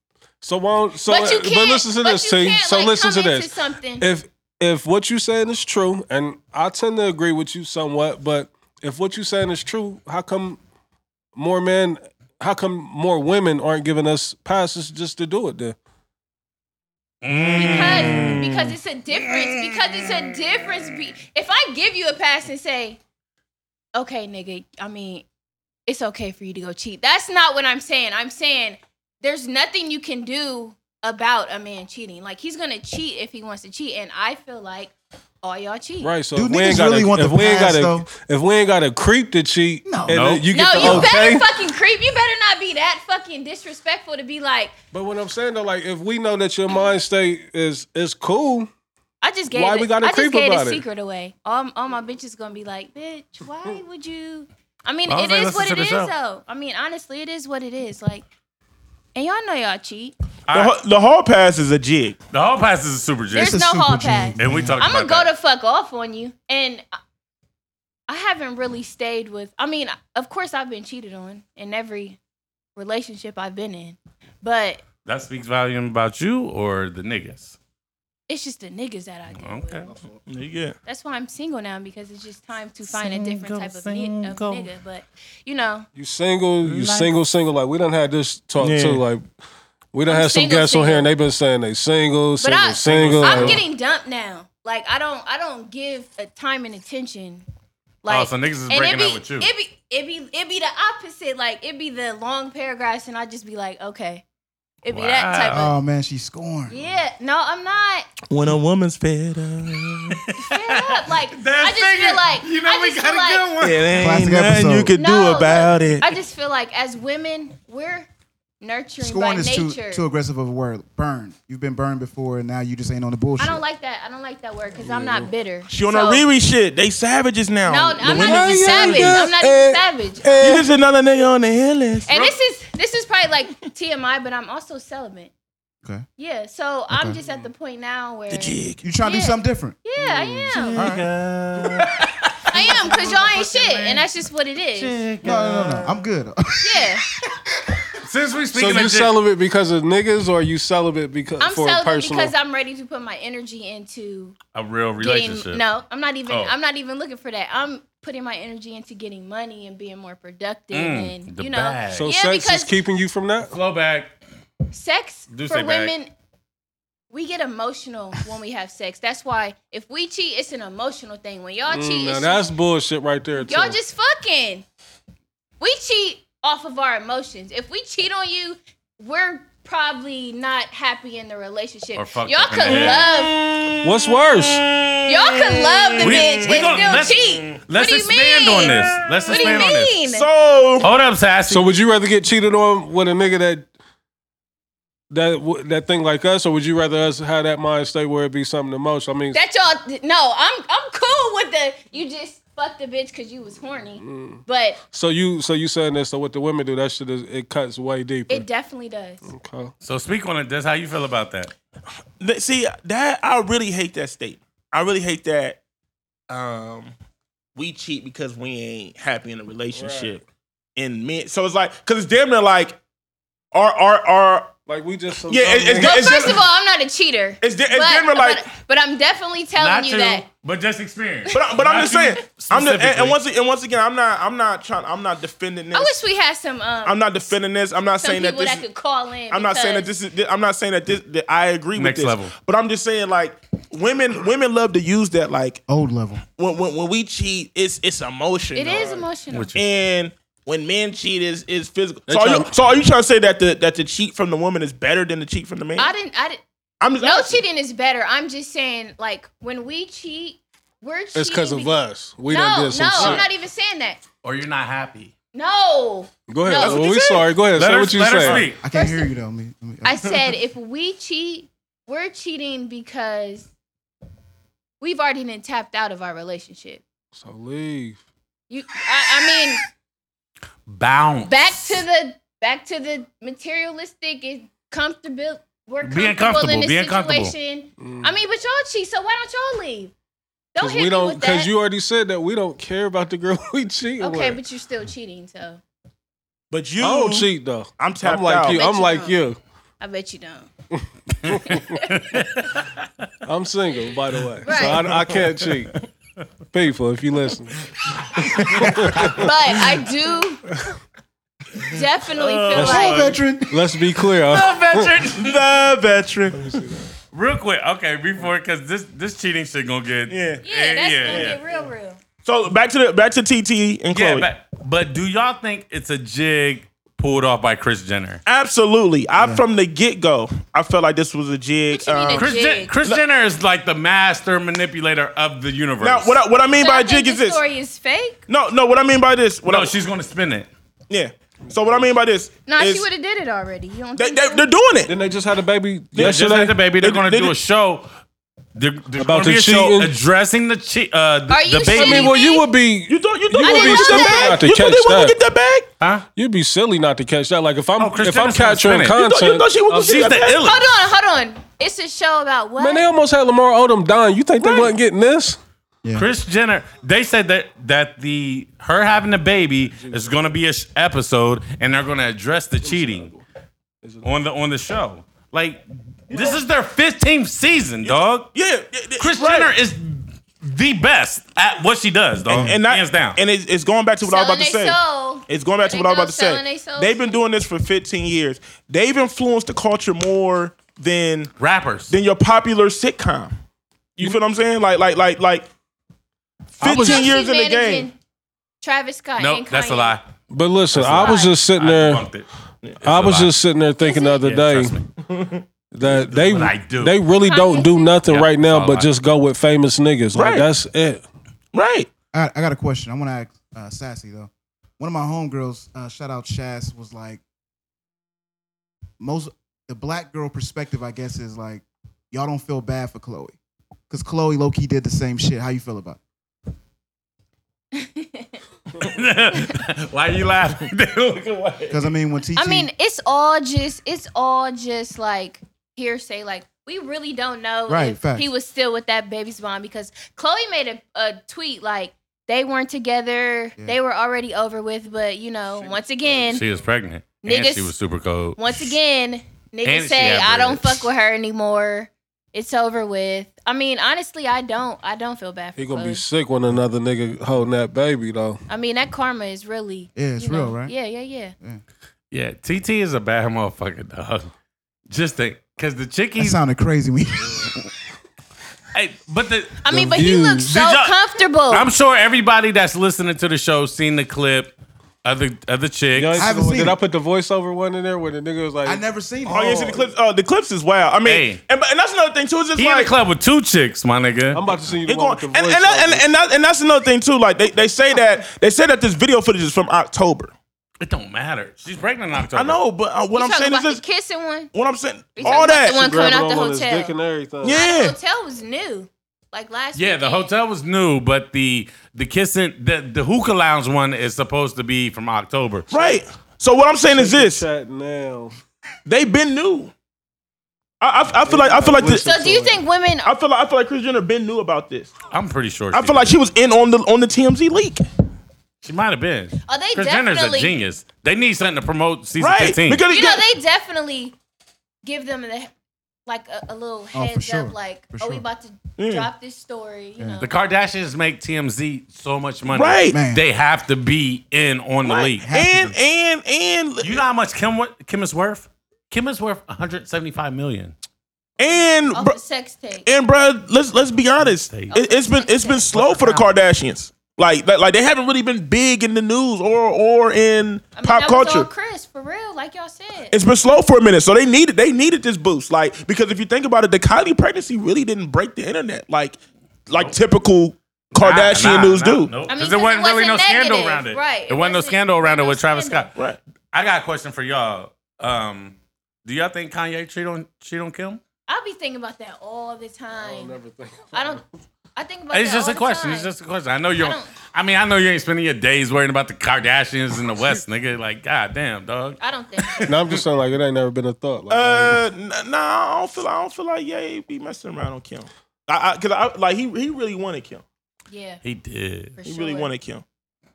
So why don't, so but you but can't. listen to but this. you see? can't, so like, listen to come into this. Something. If if what you saying is true, and I tend to agree with you somewhat, but if what you saying is true, how come more men? How come more women aren't giving us passes just to do it? Then because because it's a difference. Because it's a difference. Be, if I give you a pass and say, "Okay, nigga," I mean, it's okay for you to go cheat. That's not what I'm saying. I'm saying there's nothing you can do about a man cheating. Like he's gonna cheat if he wants to cheat, and I feel like all y'all cheat. right? So Do if we ain't niggas got really want if the we ain't pass, got though? if we ain't got to creep to cheat, No. and then you No, get you the okay. better fucking creep. You better not be that fucking disrespectful to be like, But what I'm saying though, like if we know that your mind state is is cool, I just gave Why it, we gotta I just creep gave about the it? secret away. All, all my bitches gonna be like, bitch, why would you? I mean, Long as it they is listen what to it the is, show. though. I mean, honestly, it is what it is. Like, and y'all know y'all cheat. The, ho- the hall pass is a jig. The whole pass is a super jig. There's a no super hall G, pass. And we man. talked I'm gonna about go that. to fuck off on you, and I- I haven't really stayed with. I mean, of course, I've been cheated on in every relationship I've been in, but That speaks volume about you or the niggas. it's just the niggas that I deal with. Okay. Yeah. That's why I'm single now because it's just time to find a different type of, ni- of nigga. But you know, you single, you single, single. Like we done had this talk Yeah. too. Like we done I'm had some single, guests on here and single. they been saying they single, single, I- single. I'm like- getting dumped now. Like I don't, I don't give a time and attention. Like, oh, so niggas is and breaking it be, up with you. It be, it be, it be the opposite. Like it be the long paragraphs, and I just be like, okay, it be that type of. Oh man, she's scoring. Yeah, no, I'm not When a woman's fed up. fed up. Like That I just figure. feel like you know I we just got feel like, a good one. It ain't Classic nothing you episode. could No, do look, about it. I just feel like as women, we're nurturing Scoring by is too, nature. too aggressive of a word. Burn. You've been burned before, and now you just ain't on the bullshit. I don't like that. I don't like that word because I'm not bitter. she on her Riri shit. They savages now. No, The I'm women- not even savage. I'm not even savage. you just another nigga on the hit list. And this is this is probably like TMI, but I'm also celibate. Okay. Yeah, so I'm just at the point now where The jig. You trying to do Yeah. something different? yeah, I Mm. am, All right. I am, cause y'all ain't shit, and that's just what it is. No, no, no, no. I'm good. Yeah, Since we So speaking you of jig- celibate because of niggas, or you celibate because I'm for celibate personal? because I'm ready to put my energy into a real getting. relationship. No, I'm not even. Oh. I'm not even looking for that. I'm putting my energy into getting money and being more productive, Mm, and the you know, bag. so yeah, sex because is keeping you from that. Flow back. sex Do say for bag. women we get emotional when we have sex that's why if we cheat it's an emotional thing when y'all Mm, cheat now it's that's bullshit right there. Too. y'all just fucking we cheat off of our emotions if we cheat on you we're probably not happy in the relationship Or y'all fucked could up in the love What's worse? y'all could love the bitch and gonna- still let's, cheat Let's What do you expand mean? on this. Let's what do you expand on this. mean So Hold up, Sassy. So would you rather get cheated on with a nigga that that w- that think like us, or would you rather us have that mind state where it be something to most? I mean, That y'all no, I'm I'm cool with the you just fucked the bitch because you was horny. Mm. But so you so you saying this? So what the women do? That shit is it cuts way deeper. it definitely does. Okay. So speak on it. That's how you feel about that. Th- See that I really hate that statement. I really hate that. Um, we cheat because we ain't happy in a relationship, and men. So it's like because it's damn near like, our our our. Like we just Yeah, it- it's Well, It's first just- of all, I'm not a cheater. It's di- it's but, different, like- but, but I'm definitely telling Not you you, that but just experience. But I, but I'm Not just you saying. I'm just, and, specifically. and once and once again, I'm not I'm not trying. I'm not defending this. I wish we had some um I'm not defending this. I'm not some saying that people this. that could call in. I'm not saying that because- this is. I'm not saying that this. That I agree Next with this. level. But I'm just saying like women. Women love to use that like Old level. when when, when we cheat, it's it's emotional. It is emotional. What you- And when men cheat, is is physical. They So are, you, tryna- so are you trying to say that the that the cheat from the woman is better than the cheat from the man? I didn't I didn't I'm just no asking. cheating is better. I'm just saying like when we cheat, we're cheating. It's because of because- us. We done No, did no, some I'm shit. not even saying that. or you're not happy. No. Go ahead. No. That's what well, you we said. sorry. Go ahead. Let say her, what you let her say. speak. I can't First hear of- you though. Let me, let me- I said if we cheat, we're cheating because we've already been tapped out of our relationship. So leave. You, I, I mean, Bounce. back to the back to the materialistic is comfortable. We're comfortable Being in comfortable, this being comfortable. situation. I mean, but y'all cheat, so why don't y'all leave? Don't Because hit we me don't. with that. Because you already said that we don't care about the girl we cheat okay, with. but you're still cheating, so But you, I don't cheat though. I'm tapped Oh, I'm like out. you. Bet I'm you like don't. you. I bet you don't. I'm single, by the way. Right. So I, I can't cheat. People, if you listen, But I do definitely Uh, feel Hello, like veteran. let's be clear. the veteran. Real quick, okay, before because this this cheating shit gonna get Yeah. yeah, that's gonna yeah. get real, real. So back to the back to TT and Yeah, Chloe. but, but do y'all think it's a jig pulled off by Chris Jenner? Absolutely. I from the get go, I felt like this was a jig. What you mean um, a Chris, Jen- Jig. Chris Jenner is like the master manipulator of the universe. now, what I, what I mean So by I a jig think is the this. story is fake. No, no. What I mean by this. What no, I, she's gonna spin it. yeah. So what I mean by this. Nah, is she would have did it already. You don't They, think they, so? they're doing it. Then they just had a baby Just like yesterday. the baby, they're They- gonna they do a did- show. They're, About about to the a show cheating? addressing the cheat. Uh, the, Are you the baby. I mean, well, you would be. You thought you thought You they would didn't be know silly that. not to You thought catch they wouldn't that. get that bag? Huh? You'd be silly not to catch that. Like if I'm Oh, Chris if I'm Jenner's gonna capturing spin it. You You content, thought, you thought she Oh, was she's the illest. Hold on, hold on. It's a show about what? man, they almost had Lamar Odom dying. You think they Right. wasn't getting this? Chris Jenner. They said that that the her having a baby is gonna be a sh- episode, and they're gonna address the cheating on the on the show. Like this is their 15th season, dog. Yeah, yeah, yeah, Chris right. Jenner is the best at what she does, dog. and not, hands down. And it's, it's going back to what I was about to say. Selling they soul. It's going back to They what I was know about to selling say. they soul. They've been doing this for 15 years. They've influenced the culture more than Rappers. than your popular sitcom. You feel what I'm saying? Like like like like. I was- 15 years She in the managing game. Travis Scott. no, and Kanye. that's a lie. But listen, I was lie. just sitting I there. debunked it. It's I a was lie. just sitting there thinking the other Yeah, day trust me. that they what I do. they really don't do nothing Yeah, right now it's all but I- just go with famous niggas. Like Right. that's it. Right. I got, I got a question. I want to ask uh, Sassy though. One of my homegirls, uh, shout out Shaz, was like, most the black girl perspective, I guess, is like, y'all don't feel bad for Chloe, because Chloe low key did the same shit. How you feel about? It? Why are you laughing? They look away. Because I mean, when TT, I mean, it's all just it's all just like hearsay. Like we really don't know Right, if facts. he was still with that baby's mom because Chloe made a, a tweet like they weren't together. Yeah. They were already over with. But you know, once again, She was pregnant. Niggas- and she was super cold. once again, And niggas she say had I don't breasts. fuck with her anymore. It's over with. I mean, honestly, I don't. I don't feel bad for He gonna Chloe. be sick when another nigga holding that baby though. I mean, that karma is really. Yeah, it's you real, know, right? Yeah, yeah, yeah. Yeah, TT is a bad motherfucker, dog. Just think, cause the that chickies. sounded crazy. When hey, but the I mean, The but he looks views. so Did y'all- comfortable. I'm sure everybody that's listening to the show seen the clip of the of the chick. Y'all ain't I haven't seen- seen did it. I put the voiceover one in there where the nigga was like, I never seen it. Oh, yeah, see the clips. Uh, the clips is wild. I mean, Hey. and, and that's another thing too. It's just He in the like club with two chicks, my nigga. I'm about to see you the It one going, with the and, and, voiceover. that- and, and, that, and that's another thing too. Like they, they say that they say that this video footage is from October. It don't matter. She's pregnant in October. I know, but uh, what You I'm talking saying is about this. the kissing one? What I'm saying, You talking all about the that. one coming Grabbing out the on one of his dick hotel. and everything. The Yeah. hotel was new, like last. Yeah, the weekend. hotel was new, but the the kissing the the hookah lounge one is supposed to be from October. Right. So what I'm saying is this: Chat now. they've been new. I, I, I feel like I feel like this. So do you think women? I feel like I feel like Chris Jenner been new about this. I'm pretty sure. I she feel like she was in on the on the TMZ leak, she might have been. Are they Chris Jenner's a definitely- genius. They need something to promote season right? 15. Because You know, they definitely give them the like a, a little Oh, for heads sure. up, like, For "Are we sure. about to Yeah. drop this story?" You know, the Kardashians make TMZ so much money. Right. Man. They have to be in on the league. Have to and be. and and You know how much Kim wa- Kim is worth? Kim is worth 175 million. and off bro, the sex tape. and bruh, let's let's be honest. It, it's been it's been slow for the Kardashians. Like, like like they haven't really been big in the news or or in I mean, pop that was on culture. Chris, for real, like y'all said. It's been slow for a minute, so they needed they needed this boost. Like because if you think about it, the Kylie pregnancy really didn't break the internet. Like like typical Kardashian Nah, nah, news nah, do. no. 'Cause there mean, 'cause wasn't it really no wasn't scandal negative, around it. right. It There wasn't no wasn't- scandal around it no with Travis scandal. Scott. Right. I got a question for y'all. Um, do y'all think Kanye cheat on cheat on Kim? I be thinking about that all the time. I don't. Everything. I, think about. It's that just all a the question. time. It's just a question. I know you. I don't don't- I mean, I know you ain't spending your days worrying about the Kardashians in the West, nigga. Like, goddamn, dog. I don't think. so. No, I'm just saying like it ain't never been a thought. Like, Uh, n- nah, I don't feel I don't feel like Ye be messing around on Kim. I, I cause I like he he really wanted Kim. Yeah, He did. for He sure. really wanted Kim.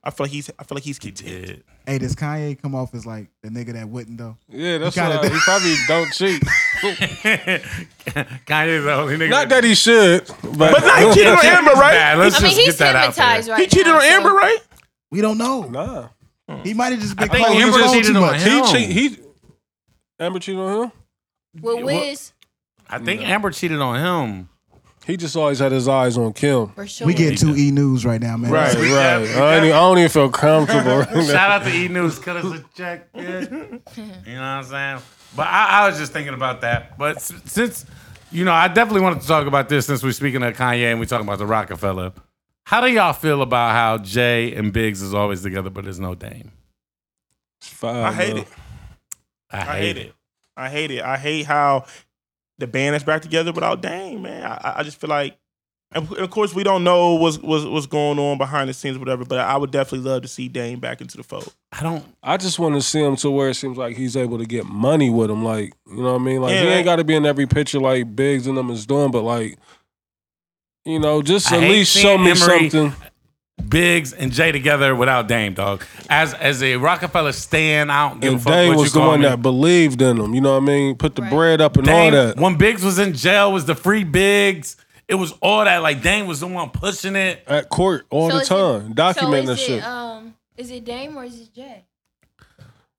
I feel like he's I feel like he's content. Did. Hey, does Kanye come off as like the nigga that wouldn't though? yeah, that's You why gotta do- he probably don't cheat. Kanye's the only nigga. Not that he should, but, But not he cheated on Amber, right? Nah, let's I mean, just he's get that out there. hypnotized right He cheated now, on so- Amber, right? We don't know. Nah, He might have just been I think calling his Amber phone cheated too on much. him. he No. cheat. He Amber cheated on him. With Wiz, I think Amber cheated on him. He just always had his eyes on Kim. for sure. We get two E News right now, man. Right, We right. definitely- I, ain't, even- I don't even feel comfortable right now. Shout out to E News, cut us a check. bitch. you know what I'm saying? But I, I was just thinking about that. But s- since you know, I definitely wanted to talk about this since we're speaking of Kanye and we're talking about the Rockefeller. How do y'all feel about how Jay and Biggs is always together, but there's no Dame? I hate it. I hate, I hate it. it. I hate it. I hate how the band is back together without Dame, man. I- I, I just feel like, and of course, we don't know what's, what's what's going on behind the scenes, whatever. But I would definitely love to see Dame back into the fold. I don't. I just want to see him to where it seems like he's able to get money with him. Like, you know what I mean? Like, Yeah, he right. ain't got to be in every picture like Biggs and them is doing, but like, you know, just I at hate least show seeing me Emery- something. Biggs and Jay together without Dame, dog. As as a Rockefeller stand, I don't give a And fuck Dane what you was the call one me. that believed in him. You know what I mean? Put the Right. bread up and Dame- all that. When Biggs was in jail, was the free Biggs. It was all that. Like Dame was the one pushing it. At court all So the is it- time, documenting so that is shit. It, um, is it Dame or is it Jay?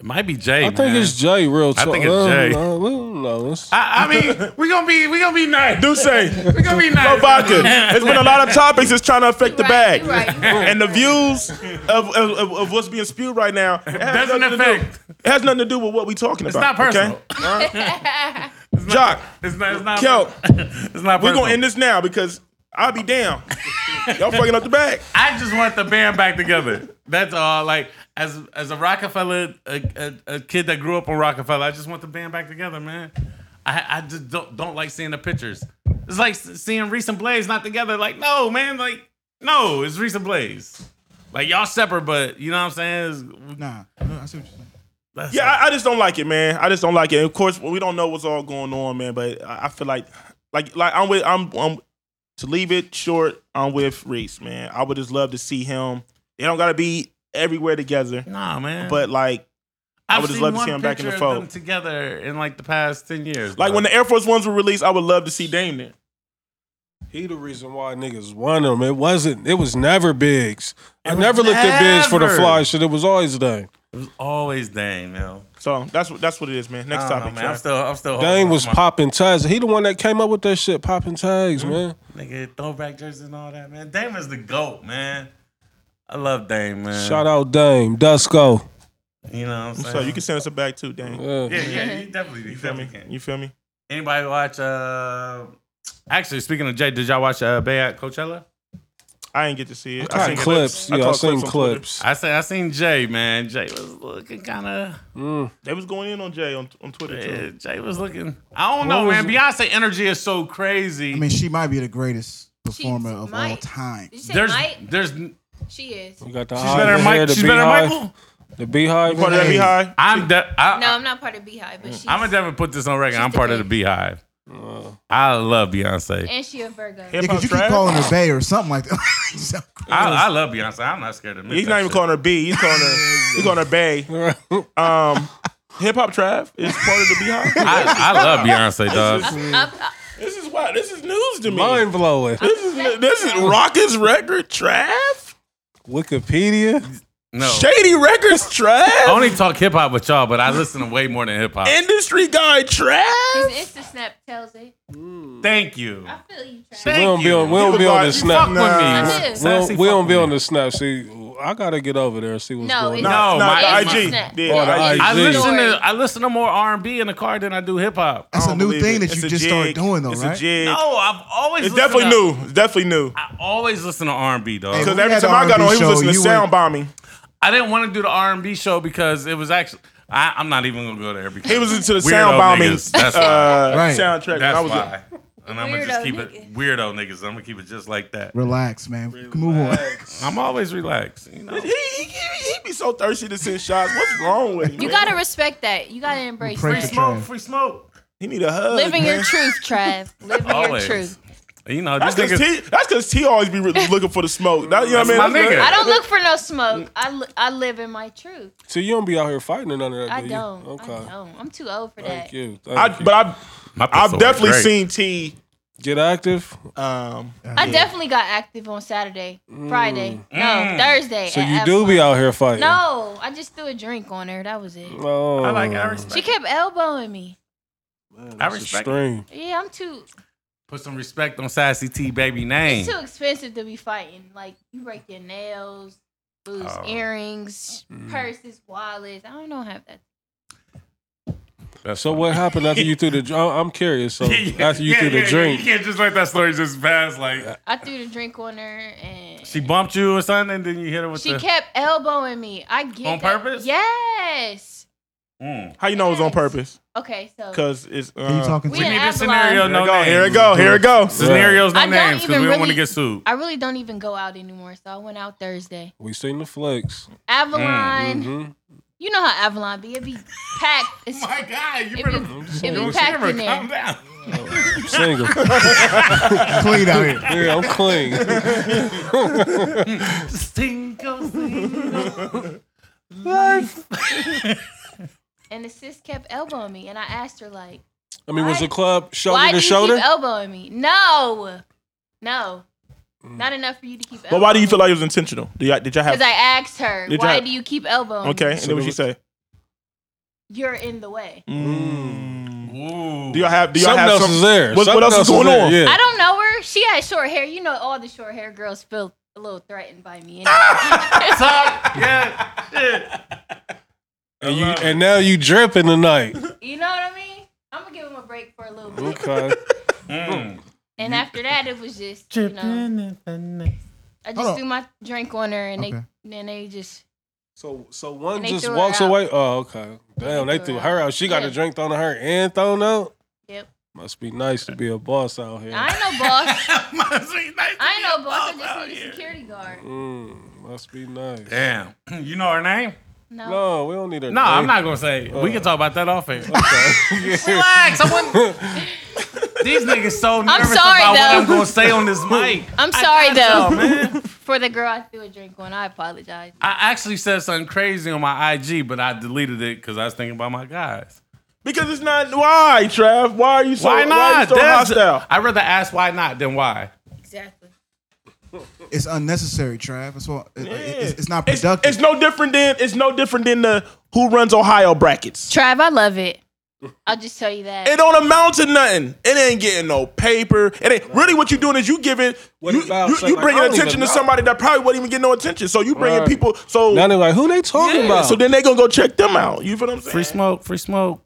It might be Jay. I think it's Jay real I talk. think it's Uh, Jay. uh, we don't know. It's- I, I mean, we gonna be we gonna be nice. Do say We gonna be nice. vodka. It's been a lot of topics that's trying to affect the Right, bag, you're right, you're right. and the views of, of, of, of what's being spewed right now it has Doesn't nothing to do- affect. It has nothing to do with what we're talking It's about. not personal. Okay? Jock, It's not. It's not. Kel, it's not. we're Personal. gonna end this now because I'll be down. Y'all fucking up the bag. I just want the band back together. That's all. Like as as a Rockefeller, a, a, a kid that grew up on Rockefeller, I just want the band back together, man. I, I just don't don't like seeing the pictures. It's like s- seeing Reese and Blaze not together. Like no, man. Like no, it's Reese and Blaze. Like y'all separate, but you know what I'm saying. It's- Nah, No, I see what you're saying. that's- Yeah, I, I just don't like it, man. I just don't like it. And of course, we don't know what's all going on, man. But I, I feel like, like, like I'm with, I'm, I'm to leave it short. I'm with Reese, man. I would just love to see him. They don't gotta be everywhere together, nah, man. but like, I I've would just seen love to one see 'em back in the picture of fold. them together in like the past ten years. like when the Air Force Ones were released, I would love to see Dame there. He the reason why niggas won him. It wasn't. It was never Biggs. I never looked at Biggs for the never. fly shit. It was always Dane. it was always Dame, yo. So that's what that's what it is, man. Next I don't know, topic, man. I'm man. still, I'm still. holding Dane on was to Oh, my- popping tags. He the one that came up with that shit, popping tags, Mm-hmm. man. Nigga, throwback jerseys and all that, man. Dame is the GOAT, man. I love Dame, man. Shout out Dame, Dusko. You know what I'm saying? So you can send us a bag too, Dame. Yeah. Yeah, yeah, you definitely, you You feel me? definitely can. You feel me? Anybody watch, uh, actually, speaking of Jay, did y'all watch uh, Bay at Coachella? I didn't get to see it. I seen clips. Yeah, I caught seen on clips. I say I seen Jay, man. Jay was looking kind of. Mm. Twitter. They was going in on Jay on, on Twitter too. Jay was looking. I don't know, man. Beyonce energy is so crazy. I mean, she might be the greatest performer of all might. time. Did you say there's, Mike? there's. She is. You got the She's better than hive in Mike. here, the She's better than beehive. Michael. The Part beehive. in of that here. be high. I'm. De- I, No, I'm not part of Beehive, but she's Mm, I'm gonna definitely put this on record. She's I'm the part of the queen. Beehive. I love Beyonce. and she a Virgo. Hip Because hop you keep trash? calling her Bay or something like that. So- I, I love Beyonce. I'm not scared of. He's not even calling her B. He's calling her. he's calling her Bay. Um, hip hop Trav is part of the Beehive. I, I love Beyonce, dog. Up, up. this is why. This is news to me. Mind blowing. This is this is Rockets record Trav. Wikipedia. No, Shady Records Trav. I only talk hip hop with y'all, but I listen to way more than hip hop. Industry guy His Trav. Insta snap tells it. Thank you. I feel you, We Trav. Thank don't be you. on. We don't be on the You Fuck snap. with We me. Nah. Sassy don't, fuck we don't be with on me. the snap. See, I gotta get over there and see what's No, going it's- on. No, no, my- the it's IG. Snap. Yeah, Oh, the IG. IG. I Jay. listen Story. to I listen to more R and B in the car than I do hip hop. That's a new Believe thing it. that It's you a just started jig. doing, though, it's right? A jig. No, I've always It's listened definitely to- new. It's definitely new. I always listen to R and B, dog. Hey, Because we every had time I got on, R&B he was show, listening to you went- sound bombing. I didn't want to do the R and B show because it was actually I, I'm not even gonna go there because He was into the Weirdo sound bombing niggas. That's why. uh, Right. soundtrack. when That's I was a- why. and I'm gonna just Weirdo keep it niggas. weirdo niggas. I'm gonna keep it just like that. Relax, man. Move on. I'm always relaxed. You know. He, he, he be so thirsty to send shots. What's wrong with him? You man? gotta respect that. You gotta embrace Pray Free for that. smoke, Trav. free smoke. He need a hug. Living your man. truth, Trav. Living your Always. truth. You know, That's these niggas. because T. That's because T. Always be re- looking for the smoke. That, you know what I That's mean? my nigga. I don't look for no smoke. I, li- I live in my truth. So you don't be out here fighting or none of that. I do don't. You? Okay. I don't. I'm too old for that. Thank you. Thank I, you. but I've My I've pistol was definitely great. seen T. Get active. Um, I definitely got active on Saturday, Friday, no Mm. Thursday. Mm. So at you F do one. be out here fighting. No, I just threw a drink on her. That was it. Oh, I like. I uh, respect. She kept elbowing me. I it's respect. it. extreme. Yeah, I'm too Put some respect on Sassy T baby name. it's too expensive to be fighting. Like you break your nails, lose Oh. earrings, Mm. purses, wallets. I don't know have that. That's So fine. what happened after you threw the? dr- I- I'm curious. So after you yeah, threw yeah, the yeah. drink, you can't just let that story just pass. Like I threw the drink on her and she bumped you or something, and then you hit her with she the. kept elbowing me. I get On that. purpose? Yes. Mm. how you know it was on Yes. purpose? Okay, so Because it's. Uh, Are you talking to We We in need me? this Avalon. scenario. Here No it go. names. Here it go. Here it go. Scenarios, no I don't names, because even we don't want to really- get sued. I really don't even go out anymore, so I went out Thursday. we seen the flicks. Mm. Avalon, Mm-hmm. you know how Avalon be. It be packed. It's My God, you If better. you- you if better you packed in Calm there. down. Single. Clean out here. yeah, I'm clean. Cinco, cinco. And the sis kept elbowing me, and I asked her like, I mean, was Why- the club shoulder "Why do to you shoulder? keep elbowing me?" No, no, Mm. not enough for you to keep. But why do you feel like it was intentional? Did y'all, did y'all Because have? I asked her, Did "Why y'all- do you keep elbowing?" me? Okay, and then what she say? you're in the way. Mm. Ooh. Do y'all have? Do y'all Something have else some? is there. What, what Something else, is going there, on? Yeah. I don't know her. She had short hair. You know, all the short hair girls feel a little threatened by me. Talk. Yeah. Shit. And you and now you dripping tonight. you know what I mean? I'm gonna give him a break for a little bit, Okay. Mm. and after that, it was just you know, I Hold just on. threw my drink on her, and Okay. they and they just so so one And they just threw her walks out. away. Oh, okay. Damn, They they threw threw her her out. She got Yeah. a drink thrown at her and thrown out. yep. Must be nice to be a boss out here. I ain't no boss. I I ain't no boss. I just need a security guard. Mm, must be nice. Damn. You know her name? No. No, we don't need her. No, name. I'm not gonna say. we can talk about that off air. Okay. Yeah. Relax. I wouldn't. These niggas so nervous sorry, about what though. I'm gonna say on this mic. I'm sorry Oh though. man, For the girl I threw a drink on, I apologize. I actually said something crazy on my IG, but I deleted it because I was thinking about my guys. Because it's not. Why, Trav? Why are you so? why Why are you not? so That's- hostile? I'd rather ask why not than why. Exactly. It's unnecessary, Trav. That's what. it- it's, it's not It's, productive. it's no different than it's no different than the who runs Ohio brackets. Trav, I love it. I'll just tell you that. It don't amount to nothing. It ain't getting no paper. It ain't really what you doing is you giving What you, it's about, you, say, you like, bringing I don't attention even to know. somebody that probably wouldn't even get no attention. So you bringing Right. people. So Now they're like, who they talking Yeah, about? so then they gonna go check them out. You feel what I'm saying? Free smoke, free smoke.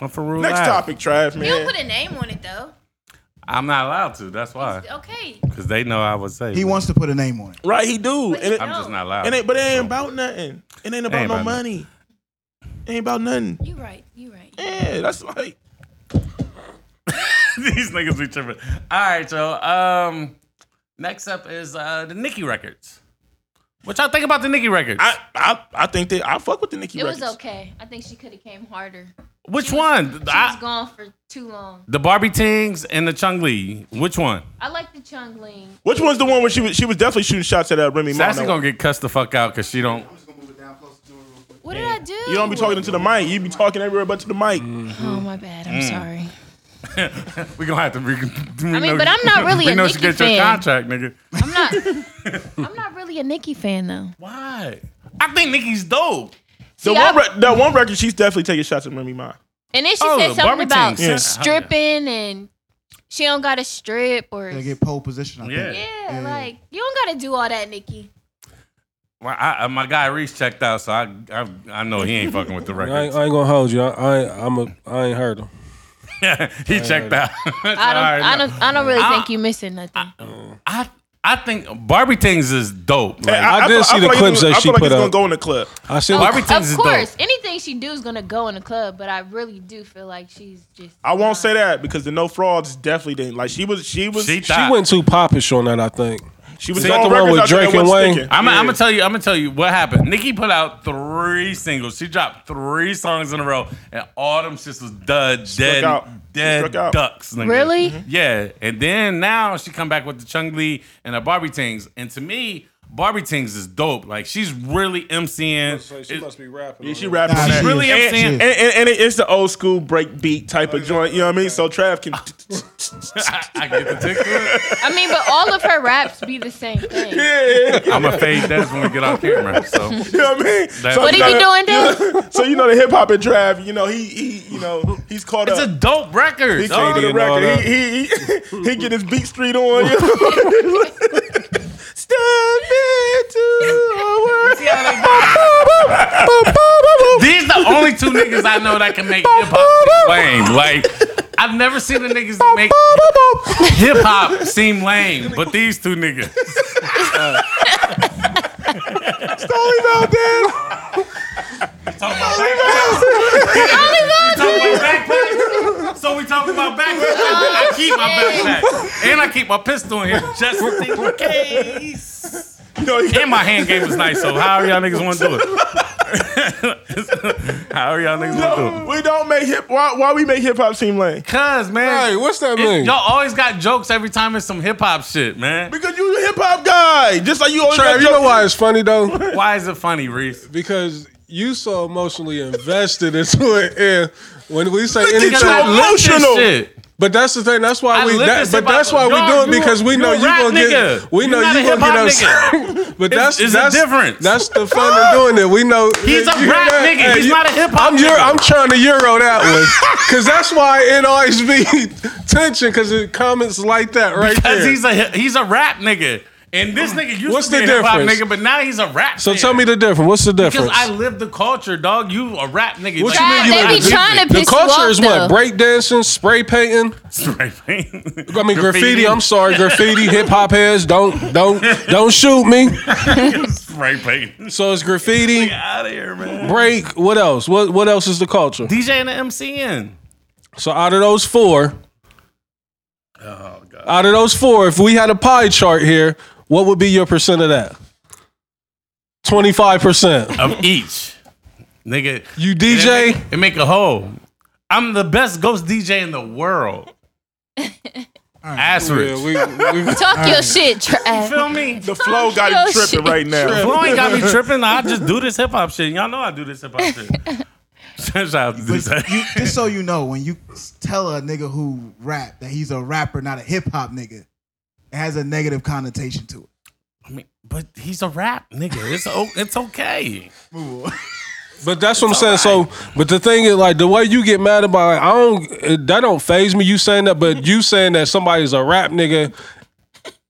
I'm for real. Next live. topic, Trav you don't man. put a name on it though. I'm not allowed to. That's why. Okay. Because they know I would say. He wants to put a name on it. Right, he do. But And it, I'm just not allowed. and it, but it ain't about nothing. It ain't about Ain't no about money. It ain't about nothing. You right. You right. Yeah, that's like These niggas be tripping. All right, y'all. Um, next up is uh the Nicki records. What y'all think about the Nicki records? I I, I think that I fuck with the Nicki It records. was okay. I think she could have came harder. Which one? She was I- gone for too long. the Barbie Tings and the Chung Lee. Which one? I like the Chung Ling. Which one's the one where she was she was definitely shooting shots at uh, Remy Ma? Sassy gonna get cussed the fuck out because she don't. What did I do? You don't be talking into the mic. You be talking everywhere but to the mic. Oh my bad. I'm sorry. We gonna have to. Re- I mean, but I'm not really we a know she Nicki get your fan. contract, nigga. I'm not. I'm not really a Nicki fan though. Why? I think Nicki's dope. The See, one, I- re- the one record, she's definitely taking shots at Remy Ma. And then she Oh, said the something Barbie about tanks. Oh, Yeah. stripping and she don't got to strip or They get pole position. I think. Yeah. yeah, like you don't got to do all that, Nikki. Well, I, I- my guy Reese checked out, so I, I I know he ain't fucking with the I ain't, records. I ain't gonna hold you. I, I ain't, I'm a, I ain't heard him. he checked out. I don't, I don't, I don't really I- think you missing nothing. I I think Barbie Tings is dope. Like, I did feel- see the feel like clips it's- that I she feel like put it's gonna up. go in the clip. I see. Barbie The, Tings is of course, dope. anything she do is gonna go in the club, but I really do feel like she's just. I won't say that because the no frauds definitely didn't. Like she was, she was, She she, she thought- went too popish on that. I think. was Is that the on one records with out there Drake that and wasn't Wayne? sticking. I'm Yeah. I'm gonna tell you. I'm gonna tell you what happened. Nicki put out three singles. She dropped three songs in a row, and all them shits was dud, dead, out. dead Struck out. Mm-hmm. ducks. nigga. Really? Yeah. And then now she come back with the Chung Lee and the Barbie Tings, and to me, Barbie Tings is dope. Like she's really MCing. It's- be rapping. Yeah, she rapping Nah, on that. she really is. am saying- and, and, and it's the old school break beat type of joint. You know what I mean? So Trav can. I, I get the tickle. I mean, but all of her raps be the same thing. I'm gonna fade that when we get off camera. So You know what I mean? So What you know he be the- doing there? So you know the hip hop and Trav. You know he he you know he's caught it's a up. dope record. He dog. caught up the and all record. that. He he he, he get his beat street on. You know? Step into a world. These the only two niggas I know that can make hip hop lame. Like I've never seen the niggas that make hip hop seem lame, but these two niggas. Only about that. Talking about backpacks? You talking about backpacks? So we talking about backpacks. Oh, I I keep my backpack and I keep my pistol in here just in case. You know, he, And my hand game was nice. So how are y'all niggas want to do it? how are y'all niggas want to do it? we don't make hip. Why, why we make hip hop seem lame? Cause man, Hey, what's that It- mean? y'all always got jokes every time it's some hip hop shit, man. Because you a hip hop guy, just like you always. Trav, got you know your- why it's funny though? Why is it funny, Reese? Because you so emotionally invested into it, and when we say at anything, you. I live this emotional. shit. but that's the thing. That's why I we. live That, this but about that's the- why we Y'all, do it you a- because we you know a you rap gonna nigga. get. We You know not a you gonna get hip-hop upset. But that's it's a that's difference. That's the fun of doing it. We know He's a you- rap nigga. He's you- not a hip-hop I'm nigga. I'm trying to euro that one because that's why it always be tension because it comments like that right Cause there. he's a hi- he's a rap nigga, and this nigga used What's to be the a hip hop difference? nigga, but now he's a rap. so tell me the difference. What's the because difference? I live the culture, dog. You a rap nigga. What Like, you mean you They live be the music. trying to The piss you culture off is though. what breakdancing, spray painting. I mean graffiti. I'm sorry, graffiti. Hip hop heads, don't don't don't shoot me. spray painting. So it's graffiti, Out of here, man. break. What else? What what else is the culture? DJ and the MCN. So out of those four, Oh god. out of those four, if we had a pie chart here, what would be your percent of that? Twenty five percent. Of each, nigga. You It DJ. make, it make a hole. I'm the best ghost DJ in the world. Ass rich. Yeah, we, we, Talk your shit, Trav. Feel me? The flow got Oh, you tripping shit. right now. Flo ain't got me tripping. I just do this hip hop shit. Y'all know I do this hip hop shit. Shout out to this. But you, just so you know, when you s- tell a nigga who rap that he's a rapper, not a hip hop nigga, it has a negative connotation to it. I mean, but he's a rap nigga. It's o- it's okay. But that's what I'm saying. So, but the thing is, like the way you get mad about it, I don't. It, that don't phase me. You saying that, but you saying that somebody's a rap nigga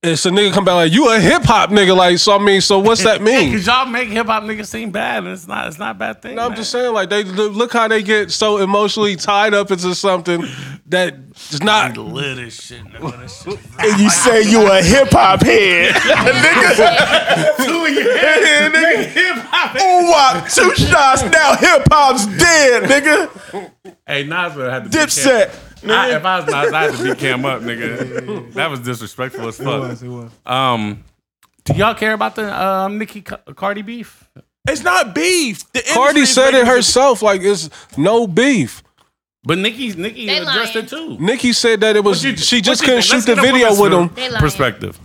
It's a nigga come back like you a hip hop nigga like so. I mean, so what's that mean? Cause y'all make hip hop niggas seem bad, and it's not. It's not a bad thing. No, I'm man. just saying like they look how they get so emotionally tied up into something that is not. Lit as shit, nigga. That shit is And you say you a hip hop head, nigga. Two in your Yeah, head, nigga. nigga. Hip hop. Ooh, wop, two shots. Now hip hop's dead, nigga. Hey, Nas would have had to beat Cam- Dipset. I, if Nigga. I was Nas, I had to beat Cam up, nigga. That was disrespectful as fuck. was, it was. Um, do y'all care about the um, Nicki Ca- Cardi beef? It's not beef. The industry Cardi is said it making- herself like it's no beef. But Nicki, Nicki They addressed lying. it too. Nikki said that it was What you- she what just you couldn't think? Let's shoot the get a video woman's with him. They lying. Perspective.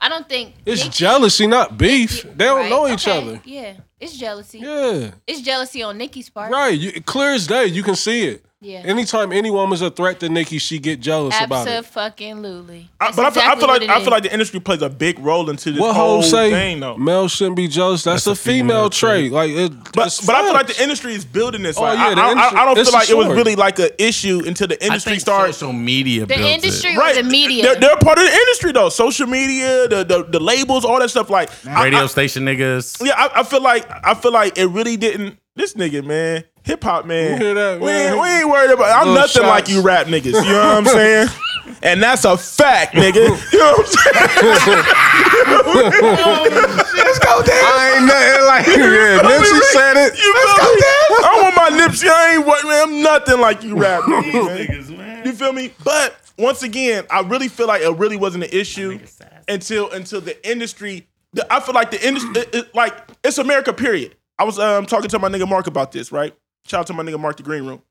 I don't think It's Nicki- jealousy, not beef. Nicki- They don't right, know each okay, other. Yeah, it's jealousy. Yeah, It's jealousy on Nikki's part. right. You, clear as day, you can see it. Yeah. Anytime any woman's a threat to Nikki, she get jealous about it. Absolutely. I- That's but I feel, exactly I what feel it like I is. feel like the industry plays a big role into this What whole hoes say? thing, though. Male shouldn't be jealous. That's, a female, trait. Like, it, But it's but I feel like facts. the industry is building this. Oh, Like, yeah, the I, I- I, industry- don't it's feel a like it was sword. really like an issue until the I industry think starts. social media. the built it. industry Right, was the media. They're, they're part of the industry though. Social media, the the, the labels, all that stuff. Like I- radio I- station niggas. yeah, I, I feel like I feel like it really didn't. This nigga, man, hip hop man. You hear that, we, man? Ain't, we ain't worried about. I'm Little nothing like shots. you rap niggas. You know what I'm saying? And that's a fact, nigga. You know what I'm saying? Let's go, Dan. I ain't nothing like yeah. Nipsey said it. You feel me? I'm on my Nipsey. I ain't what man. I'm nothing like you rap niggas, man. You feel me? But once again, I really feel like it really wasn't an issue until until the industry. The, I feel like the industry, it, it- like it's America. Period. I was um, talking to my nigga Mark about this. Right. Shout out to my nigga Mark the Green Room.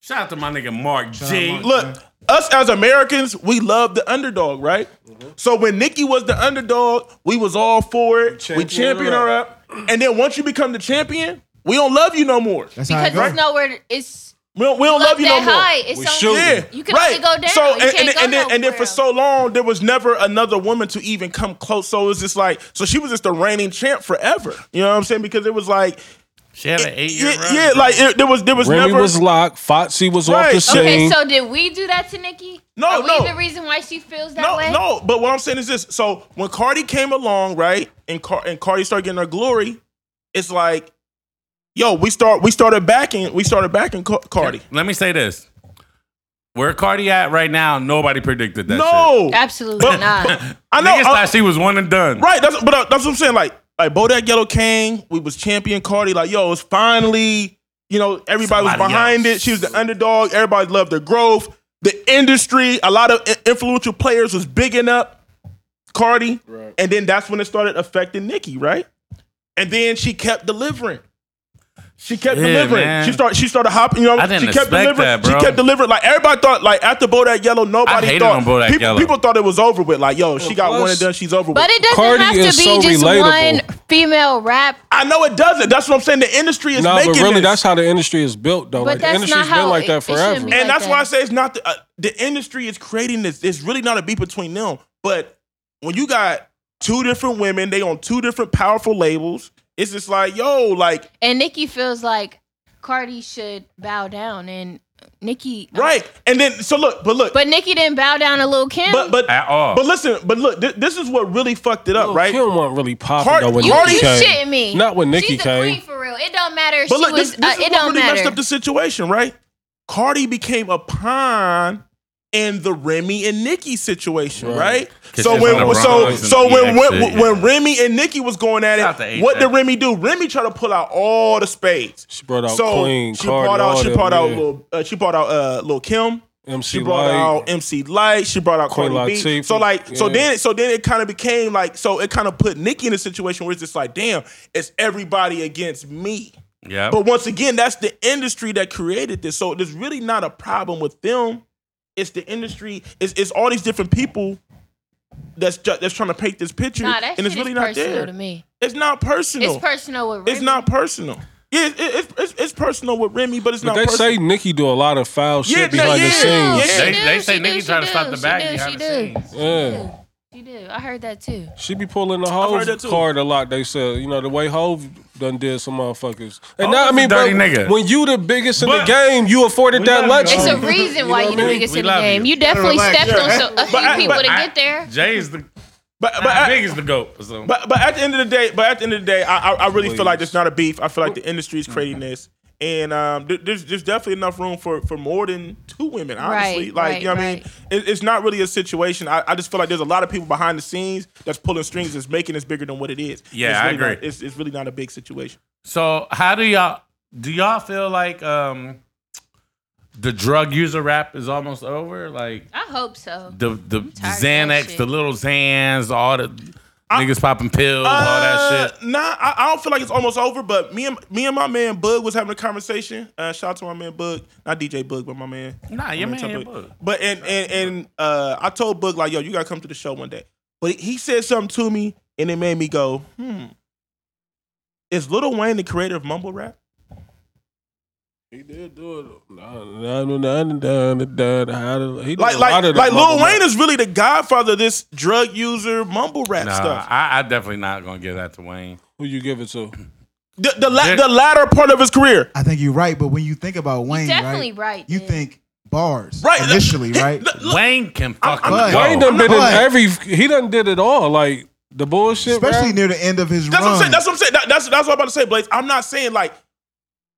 Shout out to my nigga Mark out G. Mark. Look, Mm-hmm. us as Americans, we love the underdog, right? Mm-hmm. So when Nikki was the underdog, we was all for it. we Champion champion her her up. And then once you become the champion, we don't love you no more. That's how because it it's goes. nowhere. It's We don't, we don't up love you that no more. high. It's We only- shooting. Yeah, You can only go down. So You and, can't and, go and then and then nowhere for so long there was never another woman to even come close. So it's just like so she was just the reigning champ forever. You know what I'm saying? Because it was like She had an eight year yeah, yeah, like it, there was there was Remy never was locked. Foxy was off Right. the Okay, scene. Okay, so did we do that to Nikki? No, Are we no. the reason why she feels that no way? no. But what I'm saying is this: so when Cardi came along, right, and Car- and Cardi started getting her glory, it's like. Yo, we start we started backing we started backing Car- Cardi. Let me say this. Where Cardi at right now, nobody predicted that shit. No, Absolutely not. I know. Niggas I- thought she was one and done. Right. That's but uh, that's what I'm saying. Like like Bodak Yellow King, we was champion Cardi. Like yo, it's finally you know everybody was Somebody behind else. it. She was the underdog. Everybody loved her growth. The industry, a lot of i- influential players was bigging up Cardi, and then that's when it started affecting Nicki, right? And then she kept delivering. She kept Shit, delivering. man. She started. She started hopping. You know, I didn't she kept expect delivering. that, bro. She kept delivering. Like everybody thought. Like after Bodak Yellow, nobody hated thought. on Bodak people, Yellow. people thought it was over with. Like yo, she got plus- one and done. She's over with. But it doesn't Cardi have to be is so just relatable. one female rap. I know it doesn't. That's what I'm saying. The industry is no, making but really, this. that's how the industry is built, though. But Like, the that's industry's not been how like it- that it shouldn't forever. be. and like that's why I that. say it's not the uh, the industry is creating this. It's really not a beef between them. But when you got two different women, they on two different powerful labels. It's just like yo, like And Nikki feels like Cardi should bow down, and Nikki. right. And then so look, but look, but But Nikki didn't bow down to Lil Kim. but but, At all. listen, but look, thi- this is what really fucked it up, Lil' right? Kim wasn't really popping Cardi- though when you, Cardi- you Nicki came. shitting me. Not when Nicki She's a queen came. for real. It don't matter. if But she look, was. this, this uh, is it what don't really messed matter. up the situation, right? Cardi became a pawn in the Remy and Nicki situation, right? So she's on when the so Bronx and so when EX when, shit, yeah. when Remy and Nicki was going at Shout out to it, what did Ajax. Remy do? Remy tried to pull out all the spades. She brought out so Queen, she Cardi, brought out all she them, brought out yeah. little uh, she brought out uh, Lil Kim. MC She brought Lyte. out MC Light. She brought out Queen Cardi B. Latifah, So like, so yeah. then, so then it kind of became like, so it kind of put Nicki in a situation where it's just like, damn, it's everybody against me. Yeah. But once again, that's the industry that created this. So there's really not a problem with them. It's the industry. It's, it's all these different people that's ju- that's trying to paint this picture, Nah, that and it's shit really is not personal there. to me. It's not personal. It's personal with. It's Remy. not personal. Yeah, it, it, it's, it's it's personal with Remy, but it's But not. they personal. say Nicki do a lot of foul Yeah, shit behind yeah, the scenes. yeah. they, She they do, say she Nicki do, tried to she stop do, the she bag do, behind she the do. scenes. Yeah. You do. I heard that too. She be pulling the heard that Hove too. card a lot. They said, you know, the way Hove done did some motherfuckers. And Hov now, is I a mean, dirty but nigga. when you the biggest in But- the game, you afforded We that love you, luxury. It's a Hov. reason You why know what I you the mean? biggest We in the love game. you. You definitely relax, stepped yeah. on some, a few But I- people but to I- get there. Jay is the But but But at, Big is the goat. So. but but at the end of the day, but at the end of the day, I I, I really feel like there's not a beef. I feel like the industry is creating this, and um, there- there's there's definitely enough room for for more than two women. Honestly, Right, like right, you know what I mean, right. it, it's not really a situation. I, I just feel like there's a lot of people behind the scenes that's pulling strings, that's making this bigger than what it is. Yeah, It's I really agree. not- it's it's really not a big situation. So how do y'all do y'all feel like um the drug user rap is almost over? Like I hope so. the the, the tired of that Xanax, shit. the little Xans, all the niggas popping pills, all that shit. Uh, Nah, I, I don't feel like it's almost over. But me and me and my man Bug was having a conversation. Uh, shout out to my man Bug, not DJ Bug, but my man. Nah, your my man, Tub Bug. But and and and uh, I told Bug like, yo, you gotta come to the show one day. But he said something to me, and it made me go, hmm. Is Lil Wayne the creator of mumble rap? He did do it. Nah, nah, nah, nah, nah, nah, nah, how did- he did Like a like lot of the like Lil mumble Wayne rap. is really the godfather of this drug user mumble rap Nah, stuff. I, I definitely not gonna give that to Wayne. Who you give it to? The the, la- There- the latter part of his career. I think you're right, but when you think about Wayne, definitely right, right, you yeah. think bars Right, the- initially, right? Wayne can fucking I'm- go. Wayne done been in But- every. He done did it all. Like the bullshit. Especially rap. near the end of his That's run. what I'm saying. That's what I'm saying. That- that's that's what I'm about to say, Blaze. I'm not saying like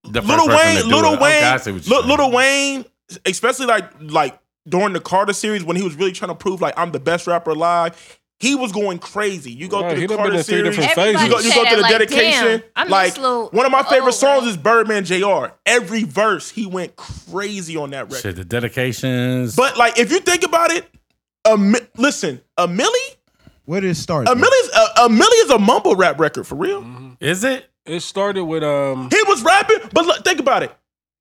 The first Little person to Wayne, do Little it. Okay, I see Wayne, what you're Lil saying. Little Wayne, especially like like during the Carter series when he was really trying to prove like I'm the best rapper alive. He was going crazy. You go Right, through he the done been Carter in three series, you different go, phases. you go You said through the it like, dedication. damn, I miss like Lil- one of my favorite old songs Wayne. is Birdman Jr. Every verse he went crazy on that record. Shit, the dedications. But like if you think about it, a mi- listen, a Millie, Where did it start? a Mm-hmm. though? Millie's a, a Millie is a mumble rap record for real. is it? It started with um. He was rapping, but look, think about it.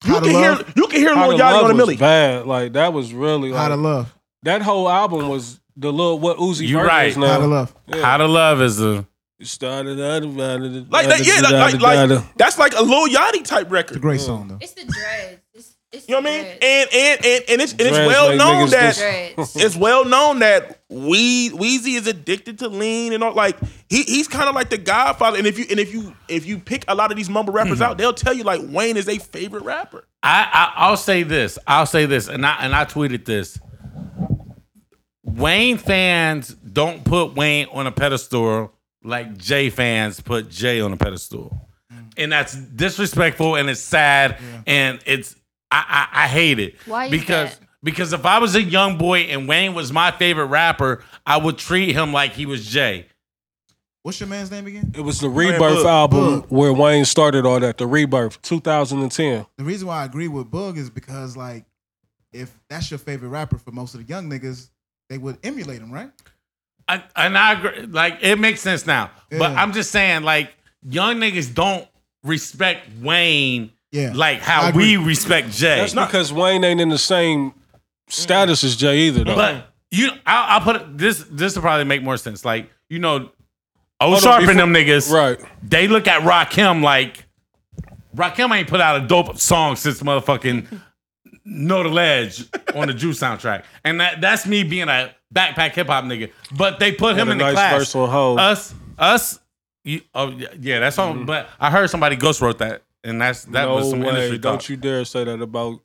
You How to can hear Love? you can hear How Lil to Yachty Love on a was Millie. Bad. Like that was really How to like love. that whole album was the little what Uzi. You Vert right. is How to Now. love. How to love is the It Started out of- out of- Like out that, of- yeah, out like, of- like, out like of- that's like a Lil Yachty type It's a record. great song though. It's the dreads. It's, it's You know what the I mean? dreads. And and and, and it's and it's Dreads well make known niggas that just- dreads. it's well known that Wee Weezy is addicted to lean and all like he he's kind of like the godfather. And if you and if you if you pick a lot of these mumble rappers out, they'll tell you like Wayne is a favorite rapper. I, I I'll say this. I'll say this, and I and I tweeted this. Wayne fans don't put Wayne on a pedestal like Jay fans put Jay on a pedestal, Mm. and that's disrespectful and it's sad and it's I, I I hate it Why is because. that? Because if I was a young boy and Wayne was my favorite rapper, I would treat him like he was Jay. What's your man's name again? It was the Rebirth Bug, album where Wayne started all that. The Rebirth, 2010. The reason why I agree with Bug is because like if that's your favorite rapper for most of the young niggas, they would emulate him, right? I, and I agree. Like it makes sense now, but Yeah. I'm just saying, like young niggas don't respect Wayne Yeah. like I how agree. we respect Jay. That's because Wayne ain't in the same status as Jay either, though. but you, I'll, I'll put it, this. This will probably make more sense. Like you know, O on, Sharp before- and them niggas, right. They look at Rakim like Rakim ain't put out a dope song since motherfucking Know the Ledge on the Juice soundtrack, and that that's me being a backpack hip hop nigga. But they put him a in the nice class. verse on Hov. Us, us. You, oh yeah, yeah, that's on. But I heard somebody ghost wrote that, and that's that Mm-hmm. no was some way. industry Don't talk. you dare say that about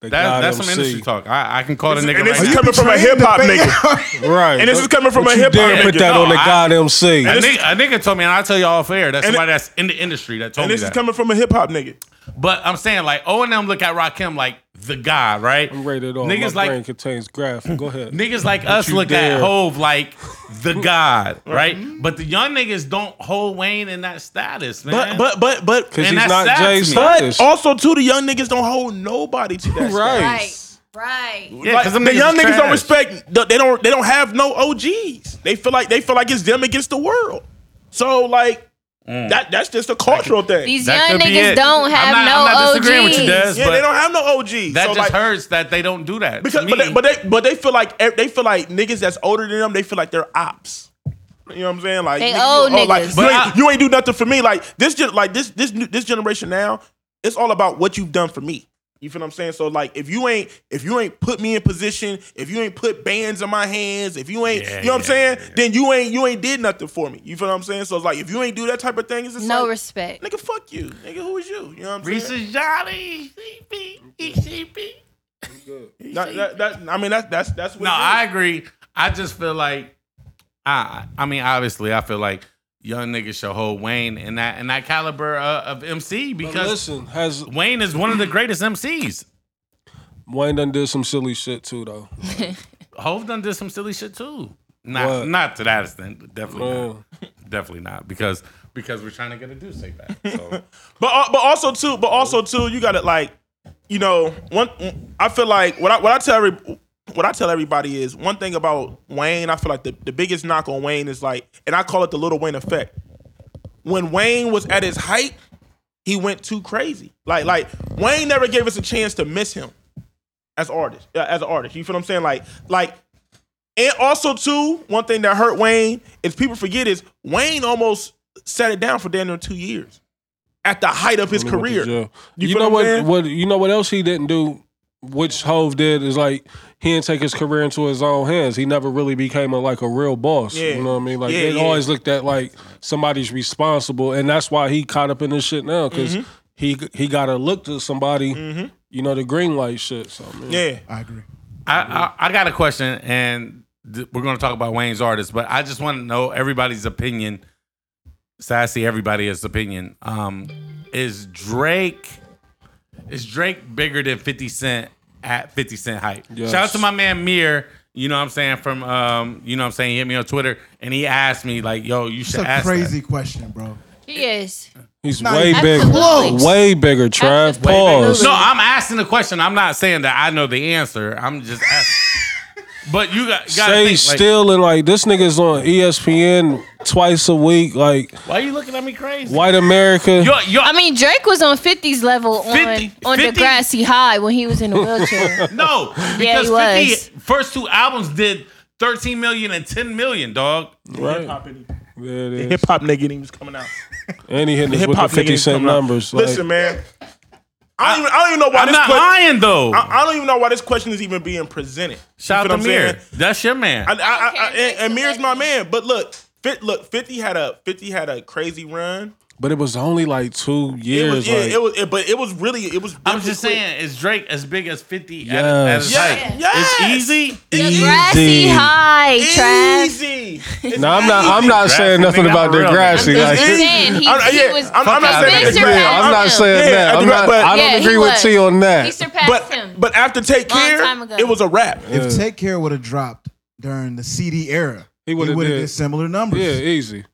the That, guy that's some MC. industry talk. I, I can call the nigga and right this now. is coming from a betraying the hip-hop fa- nigga. Right. And this is coming from Don't a you hip-hop dare nigga. Put that No, on the I- God MC. A nigga, a nigga told me, and I'll tell you all fair. That's And somebody that's in the industry that told And me this is that. coming from a hip hop nigga. but I'm saying, like, O and M look at Rakim like the guy, right? I'm rated on. Niggas My like brain contains graph. Go ahead. niggas like us you look dare. at Hove like the god, right? But the young niggas don't hold Wayne in that status, man. But but but but Because And that's he's not sad to Jay's me. status. also too the young niggas don't hold nobody to that. Right. right, right. yeah, Like, because them the young is niggas don't trash. respect. th- They don't. They don't have no OGs. They feel like they feel like it's them against the world. So like Mm. that. That's just a cultural thing. These That young could be niggas it. don't I'm have not- I'm not no disagreeing with you, OGs. Des. yeah, but they don't have no OGs. That so just like, hurts that they don't do that. Because to but me. they, but they but they feel like ev- they feel like niggas that's older than them. They feel like they're ops. You know what I'm saying? Like They niggas, old you- oh, like, niggas. you, But ain't, I- you ain't do nothing for me. Like this gen- like this this new- this generation now. It's all about what you've done for me. You feel what I'm saying? So like, if you ain't if you ain't put me in position, if you ain't put bands in my hands, if you ain't Yeah, you know what I'm yeah, saying, yeah, yeah. then you ain't you ain't did nothing for me. You feel what I'm saying? So it's like, if you ain't do that type of thing, it's just No like, respect. nigga, fuck you, nigga. Who is you? You know what I'm saying? Reese's Johnny, CP. That- that- that- I mean, that's that's that's what No, it is. I agree. I just feel like I I mean, obviously, I feel like young niggas should hold Wayne in that in that caliber uh, of MC But because listen, has Wayne is one of the greatest MCs. Wayne done did some silly shit too though. Hove done did some silly shit too. Not What? not to that extent, definitely Oh. not, definitely not because because we're trying to get a dude say back. So But al- but also too, but also too, you got to like, you know, one. I feel like what I what I tell every, what I tell everybody is one thing about Wayne. I feel like the, the biggest knock on Wayne is like, and I call it the little Wayne effect. When Wayne was at his height, he went too crazy. Like like Wayne never gave us a chance to miss him as artists. uh, As an artist, you feel what I'm saying? Like like. And also too, one thing that hurt Wayne is people forget is Wayne almost set it down for damn near two years at the height of his He went to career. jail. You You, feel what know I'm what, saying? what? You know what else he didn't do, which Hove did is like he didn't take his career into his own hands. He never really became a, like a real boss. Yeah. You know what I mean? Like Yeah, they yeah. always looked at like somebody's responsible, and that's why he caught up in this shit now because he he got to look to somebody. You know the green light shit. So man. Yeah. I agree. Mm-hmm. I, I I got a question, and th- we're going to talk about Wayne's artist, but I just want to know everybody's opinion. Sassy, everybody has opinion. Um, is Drake is Drake bigger than Fifty Cent at Fifty Cent height? Yes. Shout out to my man Mir. You know what I'm saying from um, you know what I'm saying. He hit me on Twitter, and he asked me like, "Yo, you It's should a ask." crazy question, bro. Yes. he's Not way even bigger, close. way bigger. Trav, Absolutely. that. pause. No, I'm asking the question. I'm not saying that I know the answer. I'm just asking. but you got gotta Say think, like, still and like this nigga's on E ESPN twice a week. Like Why you looking at me crazy? white America. Yo, yo, I mean, Drake was on 50's level on 50 on 50? Degrassi High when he was in a wheelchair. no, Yeah, because he was. 50 first two albums did 13 million and 10 million, dog. right. Hip-hop There it is. Hip hop nigga he was coming out. And he hitting us Hip with the hop nigga 50 was cent coming out. numbers. Listen, like, man. I don't even I don't even know why I'm this not que- lying though. I, I don't even know why this question is even being presented. You Shout feel out what to I'm Mir. saying? That's your man. I, I, I, I, Okay, and, and Mir's so my let- man, but look, fit, look, Fifty had a Fifty had a crazy run. but it was only like two It years. was, yeah, like, it was, it, but it was really, it was. I'm just definitely quick. saying, is Drake as big as 50 at, at his Yes. height? Yeah. Yes. It's easy. Degrassi Easy. High, Trav. Easy. It's no, I'm not. I'm easy. not saying Degrassi, nothing nigga, about I'm a real Degrassi. Like, nigga. I'm yeah, just saying, he- I'm, he yeah, was I'm, I'm not fucking saying big that. surpassed Yeah, I'm not him. saying Yeah, that. I'm Degra- not. but- I don't Yeah, he agree with was. T on He that. surpassed him. But but after Take Long Care, time ago. it was a rap. Yeah. If Take Care would have dropped during the CD era, He he would would've have did. did similar numbers. Yeah, easy.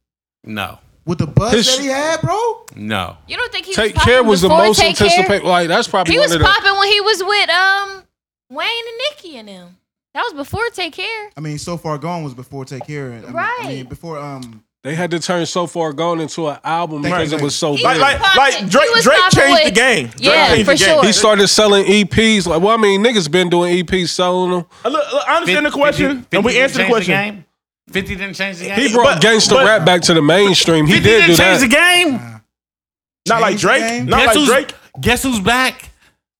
No, With the buzz His- that he had, bro. no. you don't think he Take was care was the most anticipated? anticipated. Like that's probably He one was of the. popping when he was with um Wayne and Nicki and them. That was before Take Care. I mean, so far gone was before Take Care. I mean, I Right. mean, before um, They had to turn so far gone into an album Thank because you. it was so He big. Like was like popping- like he Drake was Drake popping changed the with- game. Drake Yeah, changed the for game. sure. he started selling EPs. Like, well, I mean, niggas been doing EPs, selling them. Uh, Look, look, I understand the 50 question, and we 50 answered the didn't change question. game? 50 didn't change the game. He brought But- gangster but- rap back to the mainstream. He 50 did do didn't change that. the game. Not like Change the Drake. game? Not guess, like who's, Drake. guess who's back?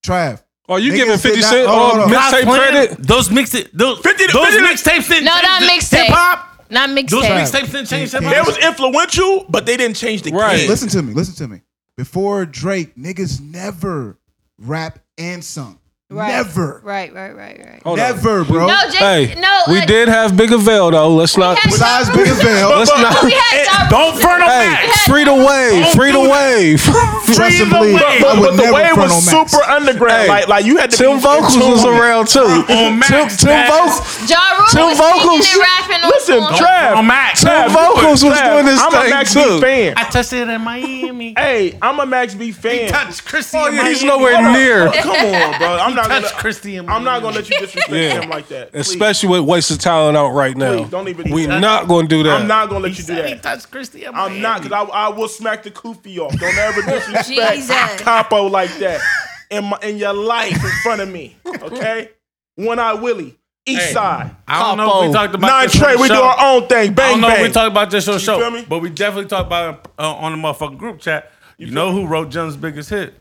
Trav. Are you Niggas giving did 50 not- Cent hold on, all hold on. Not mixtape playing. credit? Those mixtape, those, 50 those didn't- mixtapes didn't No, change not the- mixtape. Hip hop. Not Those mixtape. mixtapes didn't change hip They hip was They hop. was influential, but they didn't change the Right. game. Listen to me. Listen to me. Before Drake, niggas never rap and sung. Right. Never. Right, right, right, right. Hold on. Never, bro. No, Jay. Hey, no, we uh, did have Big Avail though. Let's not. had- Besides Big as hell, Let's not. We had Dar- Don't front on Hey, back. free the wave, free the wave. trust and believe. way. I But, would but the never way front on was Max. super underground. Hey, like like you had to. Tim be Vocals in tune was with it. around too. On Tim, Max, Tim Max. Vocals, Ja Rule Tim was Vocals. singing and rapping on Listen, on- Trav. On Mac. Tim Trav, Vocals was Trav, doing this I'm a Max B thing too. fan. I touched it in Miami. Hey, I'm a Max B fan. Touch Christy. Oh, in yeah, he's Miami. nowhere near. Come on, bro. I'm not Touch gonna. Christy. in I'm Miami. not gonna let you disrespect Yeah. him like that. Please. Especially with wasted talent out right now. Please, don't even- We not gonna do that. I'm not gonna let He you do said He that. touched Christy. in I'm Miami. not because I, I will smack the koofy off. Don't ever disrespect Jesus. Capo like that in my in your life in front of me. Okay, one eye Willie, East Hey, Side, I don't know if we Capo. talked about Nine this on Trey. the We do show. our own thing. I Bang don't know if we bang. talked about this on the feel show, me? but we definitely talked about it uh, on the motherfucking group chat. You, know who wrote Jim's biggest hit?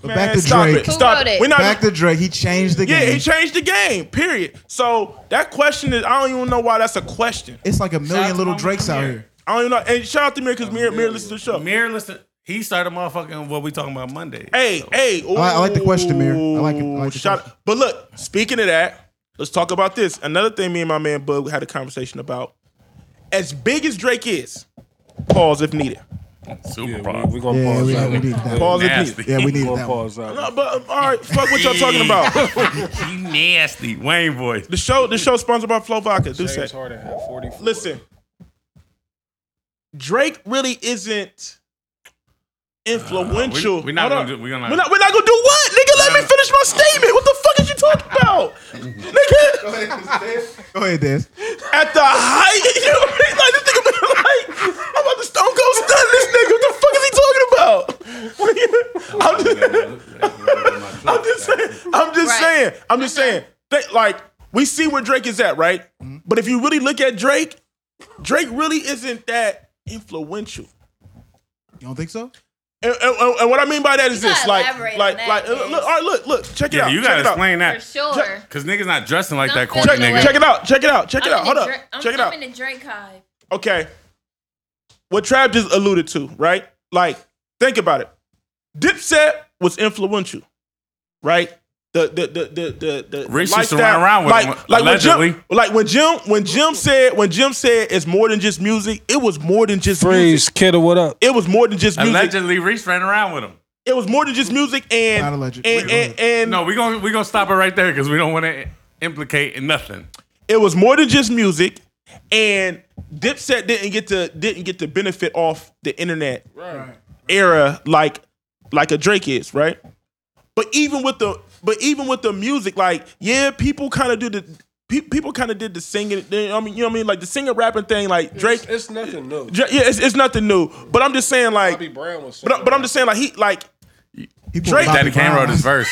But Man, back to stop Drake. It. Stop wrote it. it? We're not. Back to Drake. He changed the yeah, game. he changed the game. Period. So that question is, I don't even know why that's a question. it's like a Shout out to million little my Drakes man out Mir. here. I don't even know. And shout out to Mir because Mir, Mir listens to the show. Amir, listen, he started motherfucking what we talking about Monday. Hey, hey. I- I like the question, Mir. I like it. I like the Shout- question. But look, speaking of that, let's talk about this. Another thing me and my man Bug had a conversation about as big as Drake is, pause if needed. Super Yeah, pause. we, we gonna Yeah, pause. we- that we one. need that. Pause if Nasty. needed. Yeah, we We need gonna that. One. pause that. No, one. but um, all right, fuck what y'all talking about. you nasty. Wayne voice. The show, the show sponsored by Flow Vodka. Do James say. Harden had 44. Listen, Drake really isn't influential. Uh, we- we're not Hold gonna on. do- we're gonna- we're not, we're not gonna do what, nigga? Let me finish my statement. What the fuck is you talking about, nigga? Go ahead, Des. At the height, you know what I mean? Like this nigga been like, I'm about to stone cold stun this nigga. What the fuck is he talking about? I'm just, I'm just saying. I'm just Right. saying. I'm just saying. Think- like we see where Drake is at, right? Mm-hmm. But if you really look at Drake, Drake really isn't that influential. You don't think so? And, and- and- and what I mean by that is You this, gotta like, elaborate on like, that, like, uh, Dez. look, all right, look, look, check it Yeah, out. you check gotta it out. explain For that. sure. Cause niggas not dressing like No, that fuck corny no nigga. way. Check it out. Check it out. Check it I'm out. in Hold the up. Dra- I'm, Check it I'm out. in the Drake hive. okay, what Trav just alluded to, right? Like, think about it. Dipset was influential, right? The the the the the, the Rich used to lifestyle- run around with like, him, like when allegedly. Jim, like when Jim when Jim said when Jim said it's more than just music. It was more than just music. Freeze, kiddo, what up? It was more than just music. Allegedly, Reese ran around with him. It was more than just music Not and a legend. and and, and No, we gonna we gonna stop it right there because we don't want to implicate in nothing. it was more than just music, and Dipset didn't get to didn't get to benefit off the internet era like like a Drake is, right? But even with the but even with the music, like yeah, people kind of do the pe- people kind of did the singing. they- I mean, you know what I mean, like the singing rapping thing, like Drake. It's, it's nothing new. Dra- yeah, it's, it's nothing new. But I'm just saying, Bobby like, Brown was. but I- but I'm just saying, like he like People Drake- Daddy Bobby Kane wrote Brown. his verse.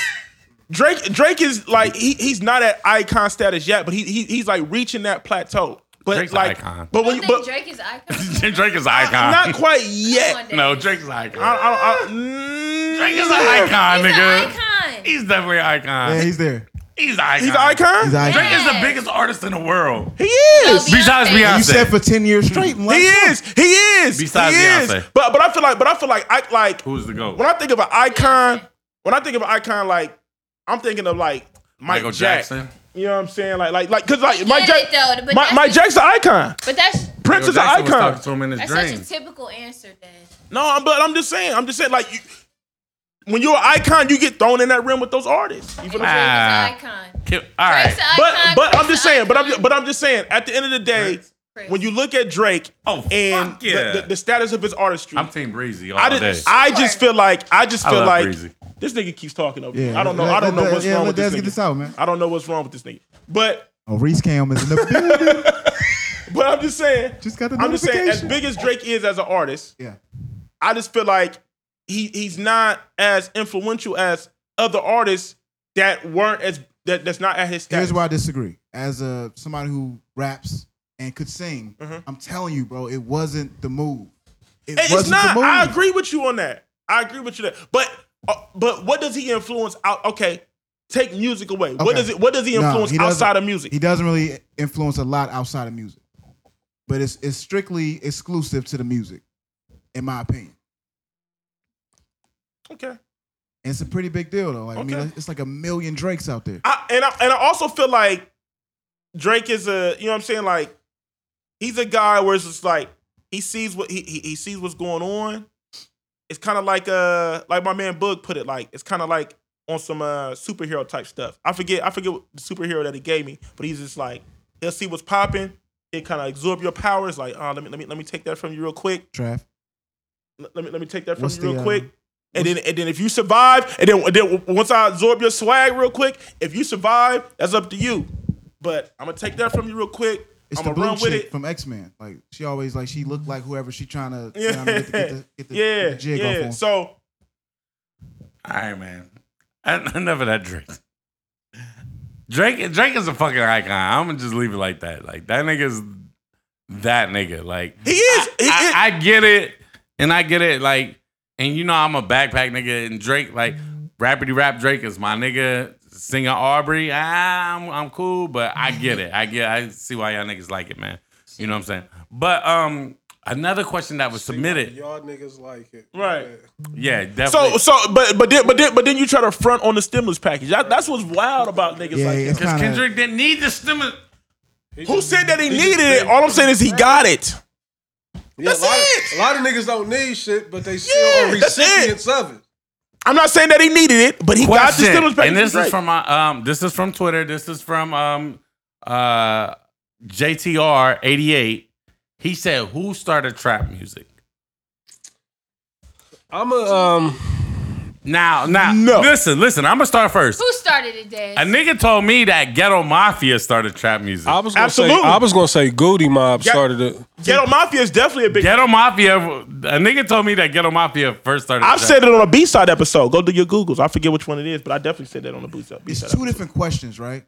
Drake Drake is like he, he's not at icon status yet, but he, he he's like reaching that plateau. But Drake's an like, icon. but when You you think but Drake is icon? Drake is an icon. not quite Come on, yet. Dave. no, Drake is an icon. I, I, I, mm, Drake is an icon, He's an nigga. icon. He's definitely an icon. Yeah, he's there. he's an icon. He's an icon. He's out. Yeah. Drake is the biggest artist in the world. He is. Beyonce. Besides Beyonce. You said for ten years straight. He is. He is. Besides he Beyonce. is. But but I feel like but I feel like I like Who's the GOAT? when I think of an icon, when I think of an icon, like I'm thinking of like Mike Michael Jack. Jackson. You know what I'm saying? Like like like because like Mike get it, Jack. though, but Mike, that's Mike the- Jack's an icon. But that's Prince is an Jackson was icon. talking to him in his that's dream. such a typical answer, Dad. No, but I'm just saying. I'm just saying like you. When you're an icon, you get thrown in that rim with those artists. You feel what I'm Ah. saying? Drake's an icon. Ki- All right. Drake's an But icon. but I'm Drake's just an saying. But I'm icon. but I'm just saying. At the end of the day, Prince. when you look at Drake Oh, fuck and the- yeah. the, the status of his artistry, I'm Team Breezy all I day. didn't. I just feel like I just I feel love like Breezy. this nigga keeps talking over. me. Yeah, I don't know. let- I don't let know Dez- what's yeah, wrong with let this Dez nigga. get this out, man. I don't know what's wrong with this nigga. But Oh, Reese Cam is in the building. but I'm just saying. Just got the I'm just saying, as notification. big as Drake is as an artist, yeah. I just feel like he he's not as influential as other artists that weren't as that that's not at his status. Here's why I disagree. As a somebody who raps and could sing, Mm-hmm. I'm telling you, bro, it wasn't the move. It And it's wasn't not. the move. I agree with you on that. I agree with you there. But uh, but what does he influence out? Okay, take music away. What Okay. does it? What does he No, influence he doesn't. outside of music? He doesn't really influence a lot outside of music, but it's it's strictly exclusive to the music, in my opinion. okay. And it's a pretty big deal though. Like, I Okay. mean, it's like a million Drakes out there. I, and I, and I also feel like Drake is a you know what I'm saying like he's a guy where it's just like he sees what he he, he sees what's going on. It's kind of like uh like my man Boog put it like it's kind of like on some uh superhero type stuff. I forget I forget what the superhero that he gave me, but he's just like he'll see what's popping. It kind of absorb your powers. Like uh, let me let me let me take that from you real quick. Draft. L- Let me let me take that from What's you real the, uh, quick. And then, and then if you survive, and then, and then w- once I absorb your swag real quick, if you survive, that's up to you. But I'm gonna take that from you real quick. It's I'm the gonna blue run chick with it. from X Men. Like she always like she looked like whoever she trying to you know Yeah, what I mean, get the, get the, get the, yeah, get the jig off yeah. on. So All right, man. En- Enough of that Drake. Drake Drake is a fucking icon. I'm gonna just leave it like that. Like that nigga's that nigga. Like he is. He is. I, I get it, and I get it. Like, and you know I'm a backpack nigga, and Drake, like, rappity rap Drake is my nigga. Singer Aubrey, ah, I'm I'm cool, but I get it. I get. I see why y'all niggas like it, man. You know what I'm saying. But um, another question that was submitted, Y'all niggas like it. Right. yeah, so definitely. so, but but then but then but then you try to front on the stimulus package. That, that's what's wild about niggas Yeah, like it's that. Because kinda- Kendrick didn't need the stimulus. Who said that he needed it? All I'm saying is he got it. Yeah, That's a lot, it. A lot of niggas don't need shit, but they still Yeah, are that's it. recipients of it. I'm not saying that he needed it, but he got the stimulus package. and this Drake. is from my um, this is from Twitter. This is from um, uh, JTR eighty eight. He said, "Who started trap music?" I'm a um. Now, now, No. listen, listen. I'm gonna start first. Who started it, Dad? A nigga told me that Ghetto Mafia started trap music. I was gonna Absolutely. say. I was gonna say. Goody Mob Yeah. started it. Ghetto Mafia is definitely a big. Ghetto Mafia. A nigga told me that Ghetto Mafia first started. I've trap. said it on a B side episode. Go do your Googles. I forget which one it is, but I definitely said that on a B side. It's two different questions, right?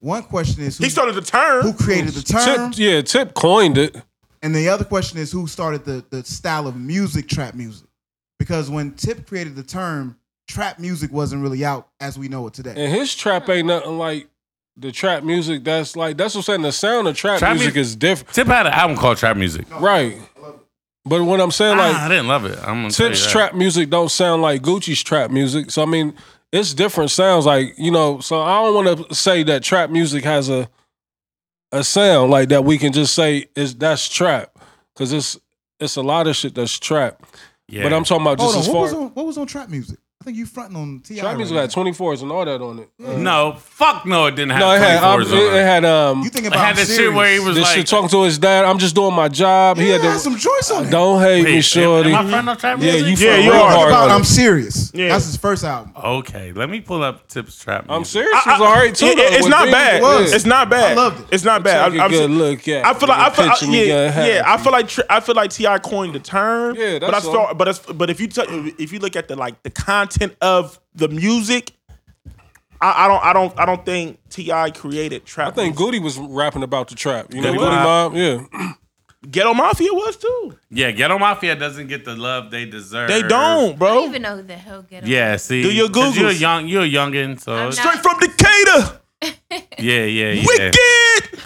One question is who, He started the term. who created the term, Tip, yeah, Tip coined it. and the other question is who started the, the style of music, trap music. Because when Tip created the term, trap music wasn't really out as we know it today. And his trap ain't nothing like the trap music. That's like that's what I'm saying. The sound of trap, Trap music mu- is different, Tip had an album called Trap Music. right? But what I'm saying, Ah, like I didn't love it. I'm gonna tell you Tip's that. trap music don't sound like Gucci's trap music. So I mean, it's different sounds. Like you know, so I don't want to say that trap music has a a sound like that. We can just say is that's trap because it's it's a lot of shit that's trap. Yeah. But I'm talking about just Hold on, as what far was, on, what was on trap music? I think you fronting on Ti. trap right music now. had 24s and all that on it. Uh, no, fuck no, it didn't have. no, it had um, 24s it, on it had um. You think I about had that shit where he was this like, shit talking to his dad. I'm just doing my job. he Yeah, had to, some choice on it. don't hate Wait, me, shorty. Am I front on trap Yeah, music? you Yeah, yeah, you you are. hard. about on I'm it. serious. Yeah. That's his first album. Okay, let me pull up Tip's trap. I'm music. serious. I- I- It's hard too. it- though, it's with not things. bad. was. It's not bad. I loved it. It's not bad. Take a I'm- good I'm- look at I feel me, like I feel picture me I- yeah, getting yeah. I happy. feel like Tri- I feel like Ti coined the term. Yeah, but I that's saw, all. but as, but if you t- if you look at the like the content of the music, I, I don't I don't I don't think Ti created trap. I think Goody was rapping about the trap. You know, Goody Goody Mob. Mob. Yeah, Ghetto Mafia was too. Yeah, Ghetto Mafia doesn't get the love they deserve. They don't, I don't bro. even know who the hell Ghetto. Yeah, see, Do your 'cause You're a Googles. young, you're a youngin, so I'm not- Straight from Decatur, yeah, yeah, yeah. wicked.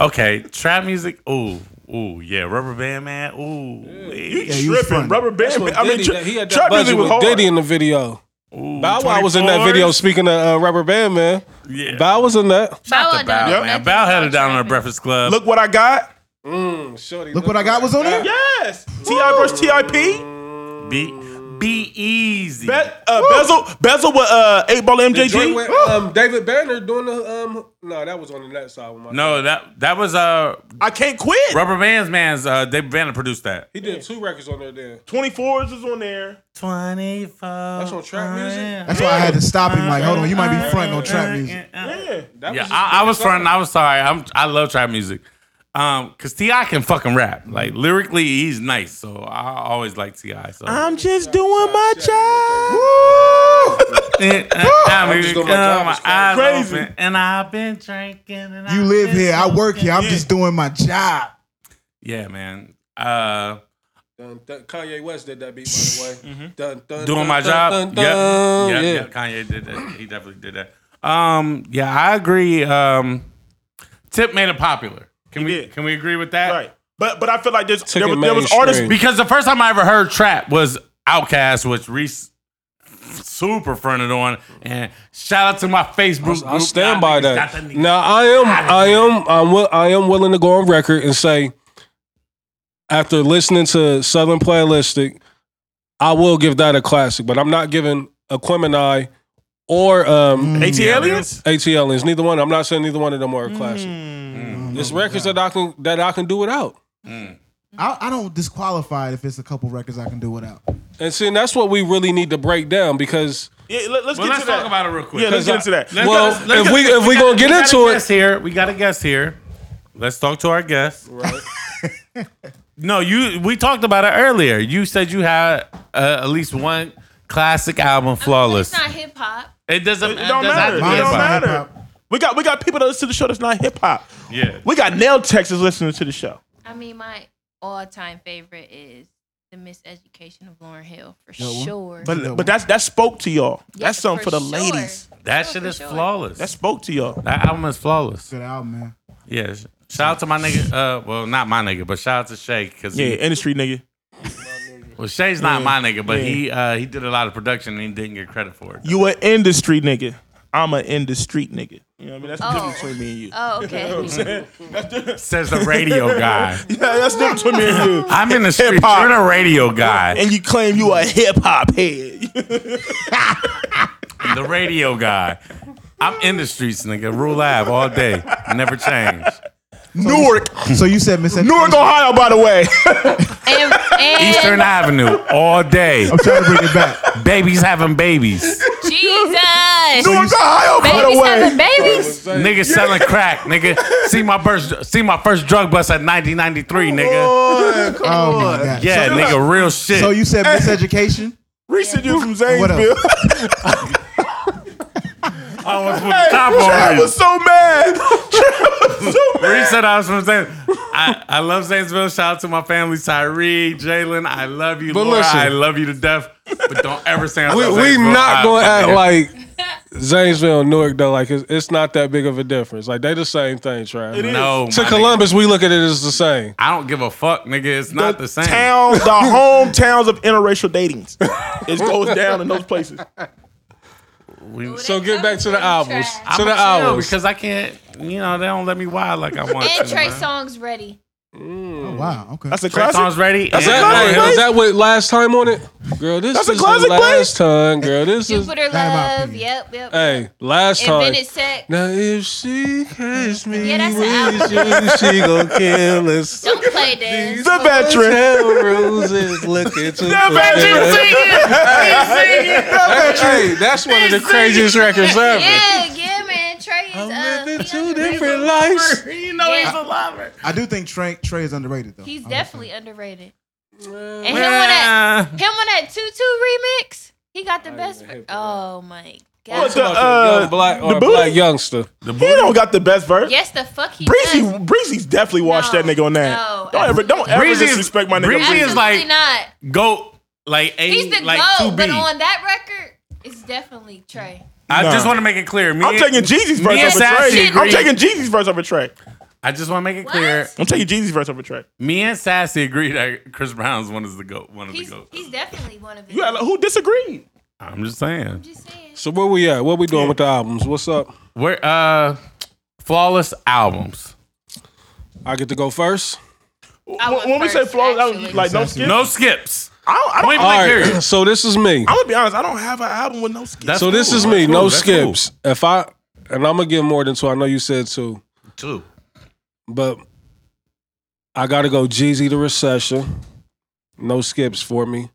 Okay, trap music. Ooh, ooh, yeah, Rubber Band Man. Ooh, You yeah. he was tripping fronting. rubber band? That's what I mean, Diddy- tra- he had that trap music budget was with hard. Diddy in the video. ooh Bow Wow was in that 24s. video. Speaking of uh, Rubber Band Man, Yeah. Bow was in that. Shout out to Bow Wow Bow, done man. nothing Bow had about it down on the trapping. Breakfast Club. Look what I got. Mm, shorty, Look what I got was on there? Yes, Ti versus Tip. be, be easy. Be- uh, Bezel, Bezel with uh, eight ball Did MJG. with, Woo! um, David Banner doing the um. No, that was on the next album. I think. no, that that was uh I can't quit. Rubber Band's man's. Uh, David Banner produced that. he did two records on there. Then Twenty fours is on there. Twenty four. That's on trap music? That's why I had to stop him. Like, hold on, you might be fronting on trap music. Yeah, That Yeah, just I, I one was song. fronting. I was sorry. I'm, I love trap music. Um, cause Ti can fucking rap. Like lyrically, he's nice. So I always like Ti. So I'm just doing my job. I'm just doing my job. It's crazy. and I've been drinking. And You I've live been here, I work smoking. here, I'm just doing my job. Yeah, man. Uh, Dun, dun, Kanye West did that beat, by the way. Dun, dun, Mm-hmm. doing dun, my dun, job. dun, dun. yeah, yeah, yeah. Kanye did that. He definitely did that. Um, yeah, I agree. Um, Tip made it popular. Can we did. can we agree with that? right, but but I feel like there's Took there it was, there was mainstream. artists. be- Because the first time I ever heard trap was Outkast, which Reese super fronted on. And shout out to my Facebook. I group. Y'all stand by niggas got that. the niggas. Now I am, I am, I'm, wi- I am willing to go on record and say, after listening to Southern Playlistic, I will give that a classic. But I'm not giving Aquemini or um, AT aliens. AT Aliens. Neither one. I'm not saying neither one of them are a classic. There's records that I can that I can do without. I, I don't disqualify it if it's a couple records I can do without. And see, and that's what we really need to break down because Yeah, let, us Well, get let's to talk that. about it real quick. Yeah, let's get into that. Let's- Well, let's- let's- if we- if we got- gonna get got a into it- guest here, we got a guest here. Let's talk to our guest. Right. no, you. We talked about it earlier. You said you had uh, at least one classic album, flawless. It's not hip hop. It doesn't. It don't doesn't matter. have It to Mine's be don't about- hip-hop. matter. We got we got people that listen to the show that's not hip hop. Yeah. We got Nail Texas listening to the show. I mean, my all-time favorite is the Miseducation of Lauren Hill for That one? sure. But but that's that spoke to y'all. Yeah, that's something for, the sure. ladies. That Oh, shit for is sure. flawless. That spoke to y'all. that album is flawless. Good album, man. Yeah. sh- Shout out to my nigga. Uh, well, not my nigga, but shout out to Shay because Yeah, industry nigga. well, Shay's not my nigga, but yeah. he uh, he did a lot of production and he didn't get credit for it. You an industry nigga. I'm an industry nigga. You know what I mean? That's Oh. different between me and you. Oh, okay. You know what I'm saying? That's different. Says the radio guy. Yeah, that's different between me and you. I'm in the street. Hip-hop. You're the radio guy. And you claim you a hip hop head. The radio guy. I'm in the streets, nigga. Rule live all day. Never change. Newark, So you said Miss Newark, Ohio, by the way. And, and Eastern Avenue all day. I'm trying to bring it back. Babies having babies. Jesus, Newark, Ohio, by babies the having way. babies. Niggas selling crack, nigga. See my first see my first drug bust at 1993, nigga. Boy, come Oh on. my God. Yeah, nigga, real shit. So you said miseducation? Reese, you from What up? Zanesville. I almost put the top on I you. was so mad. Bree said I was from San. I, I love Zanesville. Shout out to my family, Tyree, Jalen. I love you, But Laura. listen. I love you to death. But don't ever say I'm We from we Zanesville. I- not gonna act yeah. like Zanesville and Newark though. Like it's, it's not that big of a difference. Like they the same thing, Trav. It is. no. my To nigga. Columbus, we look at it as the same. I don't give a fuck, nigga. It's not the same. Town, the hometowns of interracial datings. It goes down in those places. We- So get back to the albums. Trash. I'm To the chill albums. because I can't. You know they don't let me wild like I want. And to, Trey man. songs ready. Oh, wow. Okay. That's a Trey classic. songs ready. Is that, classic, hey, Blaze. is that what last time on it? Girl, this That's a is classic, the Blaze. last time. Girl, this is Jupiter that my Love. opinion. Yep, yep. Uh, hey last time. Invented sex. Now if she catch me Yeah, that's an with you, she gon' kill us. Don't play this. The veteran. Hotel roses looking to The veteran. Hey, that's one of the craziest records ever. Yeah, yeah, man. Trey is I'm uh, living he two underrated. different lives. You know Yeah. he's a lover. I do think Trey, Trey is underrated, though. He's I would definitely say. underrated. Uh, And him on that, him on that tutu remix, he got the best. ver- Oh my What god. the, uh, young black or the booty? black youngster. He don't got the best verse. Yes, the fuck he does. Breezy, Breezy's definitely washed No, that nigga on that. no, don't ever, don't ever Breezy is- disrespect my nigga. Breezy Breezy. is- like- Absolutely not. Goat. Like eighty, He's the like goat, two but B. on that record, it's definitely Trey. I Nah. just want to make it clear. Me I'm and- taking Jeezy's Me verse and over Sassy Trey. I'm agree. taking Jeezy's verse over Trey. I just want to make it What? clear. I'm taking Jeezy's verse over Trey. Me and Sassy agree that Chris Brown's one is the goat. One of He's the goat. he's definitely one of his. You had, who disagreed? I'm just saying. Just saying. So where we at? What we doing with the albums? What's up? We're uh, flawless albums. I get to go first. I went When, when we say first, Florida, I was actually. like no skin. No skips. I don't, I don't, Point All blank right. period. So this is me. I'm gonna be honest. I don't have an album with no skin. That's So this cool. is me. That's No cool. That's cool. skips. If I and I'm gonna give more than two. I know you said two, Two. but I gotta go. Jeezy the recession. No skips for me.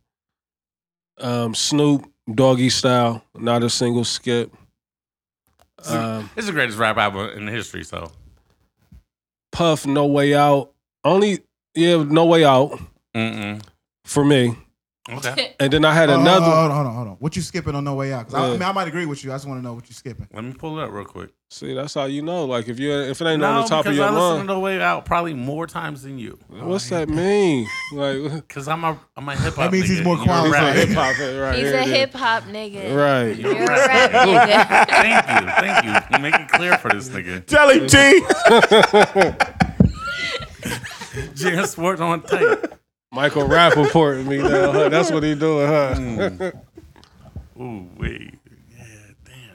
Um, Snoop Doggy Style. Not a single skip. Um, It's the greatest rap album in history. So Puff, No Way Out. Only, yeah, No Way Out Mm-mm. for me. okay. And then I had Hold on, another. Hold on, hold on, hold on. What you skipping on No Way Out? 'Cause I, I Yeah. mean, I might agree with you. I just want to know what you skipping. Let me pull it up real quick. See, that's how you know. Like if you if it ain't no, on the top of because your I listen lung, to the way out probably more times than you. what's that mean? Like Cause I'm a I'm a hip hop. That means he's more qualified. hip hop, right? He's here a it is. hip hop nigga. Right. You're a rap nigga. Thank you, thank you. You make it clear for this nigga. Tell him T. Jam Sports on tight. Michael Rappaport me now. Huh? That's what he doing, huh? Ooh wait. Yeah, damn.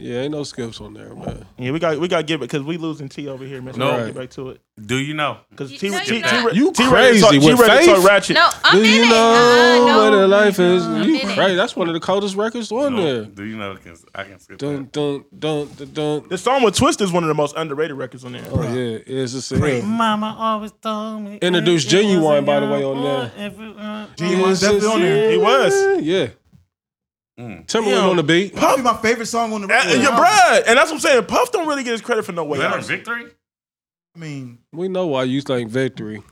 Yeah, ain't no skips on there, man. yeah, we got we got to give it because we losing T over here, man. So No. we gotta get back to it Do you know? because You- T. no, T. you're T. not. T- You T- crazy T- with ready to talk faith? ratchet. No, I'm Do in you it. know Uh, what no. a life is? You I'm in it. crazy. That's one of the coldest records on No. there. Do you know? I can- I can skip Dun that. dun dun dun dun. The song with Twist is one of the most underrated records on there. Oh yeah, it's just yeah. Mama always told me. Introduced Genuine, by the way, on there. Genuine's Yeah, definitely on there. He was. Yeah. Mm. Timberland Damn. on the beat. Probably my favorite song on the Uh, record. Your bruh, and that's what I'm saying. Puff don't really get his credit for no way. Veteran Out. victory. I mean, We know why you think victory.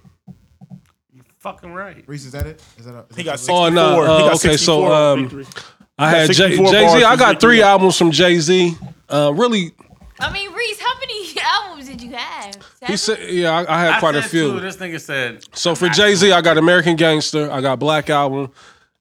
You fucking right. Reese, is that it? Is that a, is He that got a- 64. Oh, no, uh, he got okay, so, 64 on um, Victory. I had Jay Jay 64 Z. bars I is got three ridiculous. albums from Jay Z. Uh, really, I mean, Reese, how many albums did you have? he Seven? said, yeah, I, I had I quite a said few. Two, this nigga said. So for Jay Z, I got American Gangster, I got Black Album,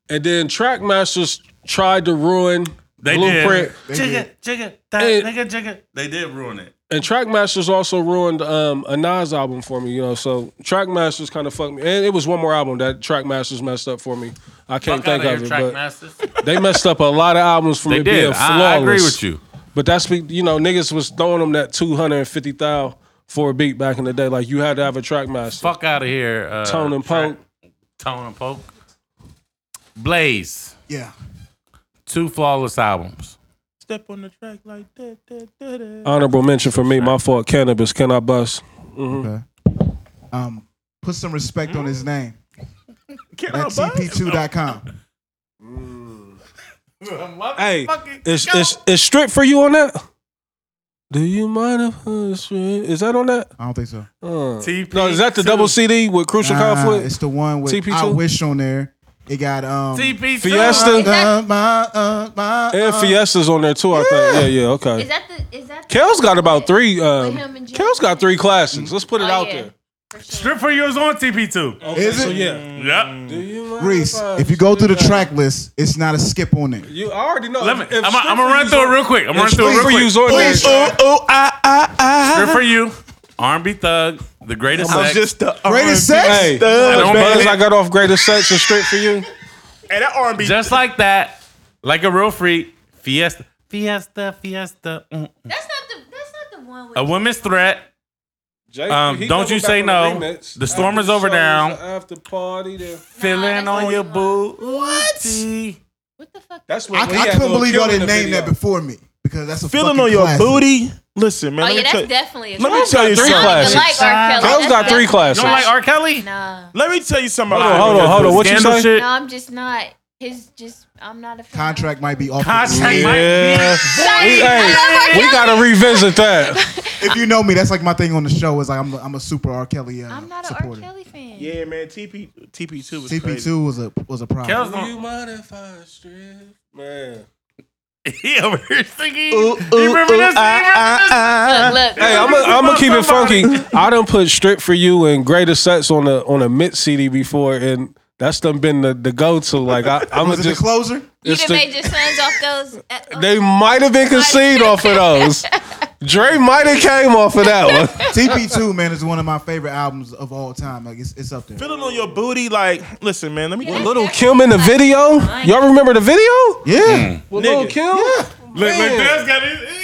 and then Trackmasters tried to ruin They Blueprint, did. Jigga, jigga, that It- nigga, jigga. They did ruin it. and Trackmasters also ruined um, a Nas album for me. You know, so Trackmasters kind of fucked me, and it was one more album that Trackmasters messed up for me. I can't Fuck outta think of here, it, track but masters. they messed up a lot of albums from They it being did. flawless. I, I agree with you. But that's be- you know niggas was throwing them that two hundred and fifty thousand for a beat back in the day. Like you had to have a track master. Fuck out of here. Uh, Tone and Trent. Poke. Tone and Poke. Blaze. Yeah. Two flawless albums. Step on the track like that. that, that, that. Honorable mention for me. My fault. Cannabis. Can I bust? hmm Okay. Um, put some respect on Mm. his name. Can I That's bust? cp2.com. Hey, is is is strip for you on that? Do you mind if I strip? Is that on that? I don't think so. Uh, TP no, is that the double CD with Crucial Nah, Conflict? It's the one with TP2? I wish on there. It got um. TP Fiesta. Is that- uh, my, uh, my, And uh, Fiesta's on there too. I think. Yeah, yeah. Is Okay. that the? Is that? the- Kel's got about three. Um, him and Jay. Kel's got three classics. Let's put it Oh, out yeah, there. for sure. Strip for you is on TP2. Okay, uh, Is so it? Mm. yeah. Yep. Do you mind Reese, I if you go through the strip track list, it's not a skip on it. that? you I already know. Let me. If- if I'm strip gonna for run you's through it on- real quick. I'm if gonna run through it strip for real you's quick. on there. Oh, oh, I, I, I. Strip for you. R&B Thug. The greatest. I'm sex. just the Greatest R&B sex? Hey, thug, I don't baby. Brothers, I got off greatest sets and strip for you. Hey, that R&B. Just like that. Like a real freak. Fiesta. Fiesta. Fiesta. Mm. That's not the. That's not the one with. A woman's threat. Jay, Um, he don't coming you back say on no. remix. The storm After is over shows, now. After party, then- Feeling that's on the your one. boo. What? what the fuck? That's what I, we I had couldn't Lil believe Kim y'all in didn't the name video. that before me because that's a feeling fucking on your classic. booty. Listen, man. Oh let yeah, me tell that's you, definitely. A let me classic. tell you Three I don't even something. classics. like R. Kelly. Kel's That's got three definitely- You classes. don't like R. Kelly? Nah, Let me tell you something. Hold on, about hold Lil on, hold Kim. on. What you Scandal say? shit. no, I'm just not. His just. I'm not a fan. Contract might be off. the Contract grid. might- Yeah. Sorry, We- I love R. hey, we Kelly. gotta revisit that. If you know me, that's like my thing on the show. Is like I'm, a- I'm a super R. Kelly. Uh, I'm not an R. supporter. Kelly fan. Yeah, man. TP TP2 was crazy. CP2 was a was a Kel's problem. on. mind if I strip? Man. He over here singing. you Ooh, ooh, remember ooh, this? You ah, remember this? ah, ah. Look, Hey, I'm gonna I'm keep it funky. I done put strip for you and greatest sets on a on a mid CD before, and that's done been the, the go to. Like I, I'm Was it the just closer? you it's done the- made your sons off those. uh, uh, they might have been conceived off of those. Dre might have came off of that one. TP2 man is one of my favorite albums of all time. Like it's, it's up there. Feeling on your booty, like, listen, man. Let me. Yeah. Little Kim in the video. Y'all remember the video? Yeah, With Lil Kim. Look, look, Man. Dale's got his-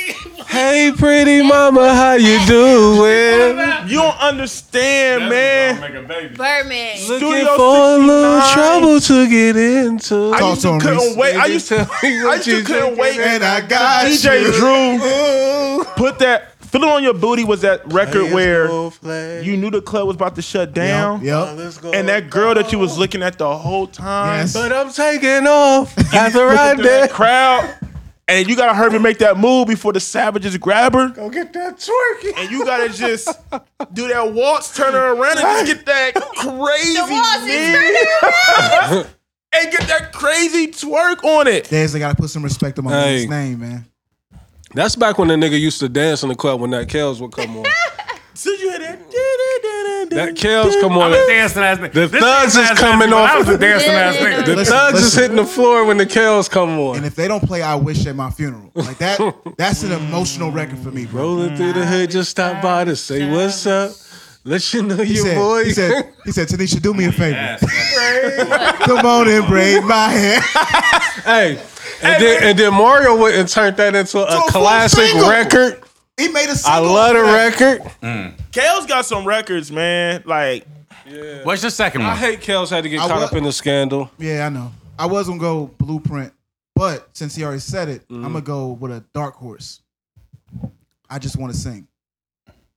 Hey, pretty mama, how you doing? You don't understand, man. Make a baby. Birdman. Looking Studio for a little 69. trouble to get into. I used to Talk to him, couldn't Reese. wait. I Nigga, used tell to. me I what used you to couldn't drinking. wait. and I got DJ Drew you. put that. Feeling on your booty was that record where you you knew the club was about to shut down. Yep. yep. And that girl that you was looking at the whole time. Yes. But I'm taking off after I Look at that did. crowd. And you gotta hurt her make that move before the savages grab her. Go get that twerking. And you gotta just do that waltz, turn her around, and just get that crazy The walls is man, turning and get that crazy twerk on it. There's they gotta put some respect on my Hey. man's name, man. That's back when the nigga used to dance in the club when that Kels would come on. Soon as you hear that, That Kels come I'm on. a dancing ass nigga. The This thugs dancing is ass coming nigga, but I off. was a dancing ass Yeah, nigga. yeah, The Listen, thugs is listen. hitting the floor when the Kels come And on. if they don't play I Wish at my funeral, like that, that's an emotional record for me, bro. Rolling through the hood, just stop by to say what's up. Let you know He your said, boy. he said, he said, Tanisha, do me a favor. hey, Come on and braid my hair. and then and then Mario went and turned that into a a full classic single. record. He made a I single. love the for that. record. Kale's got some records, man. Like What's your second I one? hate Kels had to get I caught wa- up in the scandal. Yeah, I know. I was gonna go Blueprint, but since he already said it, Mm-hmm. I'm gonna go with a dark horse. I just want to sing.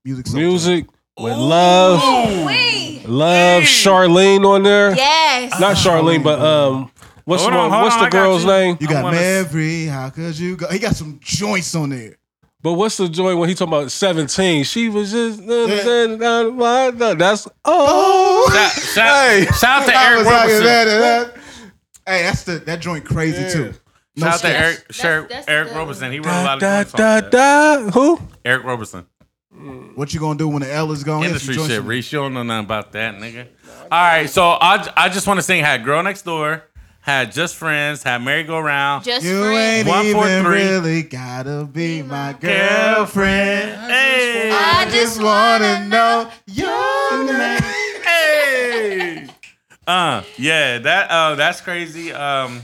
Music. Soul Train. Music with love, Wait. love Charlene on there. Yes. Not Charlene, but um, what's Hold the on, one, hold what's on, the I got girl's you. name? You I got wanna- Mary. How could you go? He got some joints on there. But what's the joy when he talking about seventeen? She was just that's Shout, oh. shout, Hey. shout out to I Eric was like, Wilson. that, that, that. Hey, that's the that joint crazy too. No Shout out to skips. Eric, That's- sure, that's the Eric good Roberson. He wrote a Da, lot da, of da, songs. da. Who? Eric Roberson. Oh, What you gonna do when the L is gone? Industry shit, Reese. You don't know nothing about that, nigga. All right, so I, I just want to sing. Had Girl Next Door, had Just Friends, had Merry Go Round. Just You friends. ain't One, even four, three. really gotta be my girlfriend. Girlfriend. Hey. I just wanna know your name. Hey. Uh, yeah, that uh, that's crazy. Um,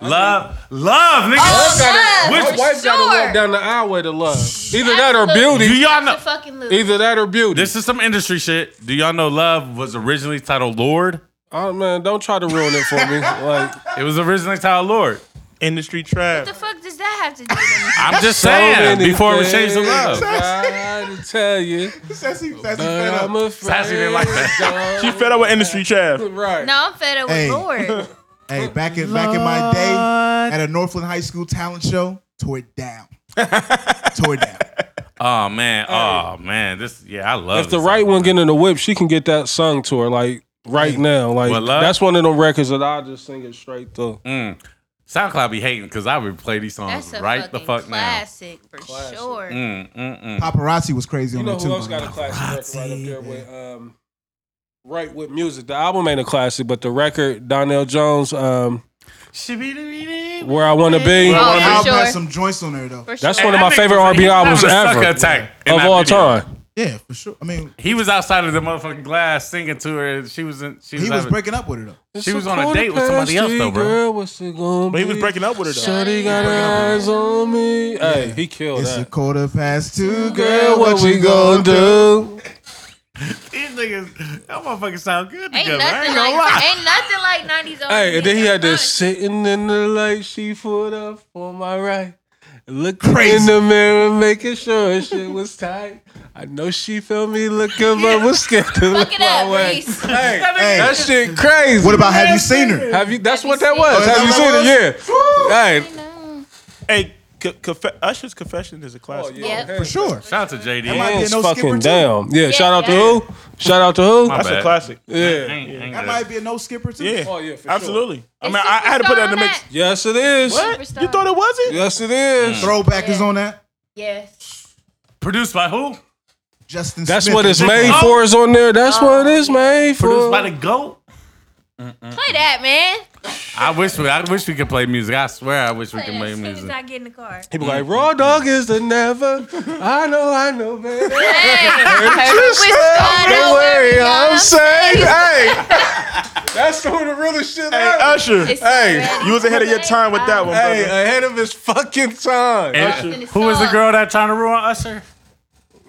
Love, love, nigga. Love, Which for Wife gotta walk sure. down the aisleway to love. Either that or Absolutely. Do beauty. y'all know? To fucking lose. Either that or beauty. This is some industry shit. Do y'all know Love was originally titled Lord? oh man, don't try to ruin it for me. Like It was originally titled Lord. Industry trap. What the fuck does that have to do with I'm just so saying. many Before it was changed to things Love. I tried to tell you, Sassy, sassy but uh, I'm afraid. Sassy didn't like She fed up with industry trap. Right. No, I'm fed up with Hey. Lord. Hey, back in back in my day at a Northland High School talent show, tore it down. tore it down. Oh man. Oh man. This. Yeah, I love. If the this right album. one getting in the whip, she can get that sung to her like right now. Like What, love? that's one of them records that I just sing it straight through. Mm. SoundCloud be hating because I would play these songs That's a right the fucking fuck classic for sure. now. Mm, mm, mm. Paparazzi was crazy You on know that too. who else by got a the way. classic record right up there with um, right with music? The album ain't a classic, but the record Donnell Jones, um, "Where I Want to Be," Oh, Al for had sure. some joints on there though. For That's sure. one of my favorite R&B albums ever of all time. Yeah, for sure. I mean, He was outside of the motherfucking glass singing to her. and She was in. She was. he was having- breaking up with her though. She was on a date with somebody else though, bro. Girl, what's it gonna But he was be? breaking up with her though. Shorty got her eyes on me. Hey, he killed It's a that. quarter past two, Girl, what we gonna do? These niggas, that motherfucker sound good Ain't together. I nothing ain't gonna like lie. ain't nothing like nineties. Hey, and then he had this sitting in the light, she pulled up on my right. Looking Crazy. in the mirror, making sure shit was tight. I know she felt me looking, but was scared to look Look it my up, way. Reese. Hey, Hey. that shit crazy. What about have you seen her? Have you? That's Have what you that seen was. it? Have you Is that seen it? Yeah. Hey. Hey, co- conf- Usher's confession is a classic. Yep. For sure. Shout out to JD. Am Ain't- I- Yeah, Oh, Hands no skipper fucking too. down. Yeah, Shout out to yeah. who? Shout out to who? My That's bad. a classic. Yeah. ain't That good. might be a no skipper too. Yeah. Oh, yeah, for sure. Absolutely. I mean, I, I had to put that in the mix. Yes, it is. What? You Superstar. thought it wasn't? Yes, it is. Throwback is Yeah. on that. Yes. Produced by who? Justin. That's Smith what and it's Drake. made Oh. for. Is on there. That's what it is made for. Produced by the GOAT? Play that, man. I wish we I wish we could play music. I swear I wish we Play could that play as soon as music. I get in the car. People like Mm-hmm. raw dog is the never. I know, I know, man. Hey, perfect Just whisper, I don't know worry, where I'm I'm safe. Hey, that's some of the realest shit. Hey, ever. Usher. It's Hey, already you was ahead of your too time with late. that one. Hey, ahead of his fucking And time. Usher. who is the girl that trying to ruin Usher?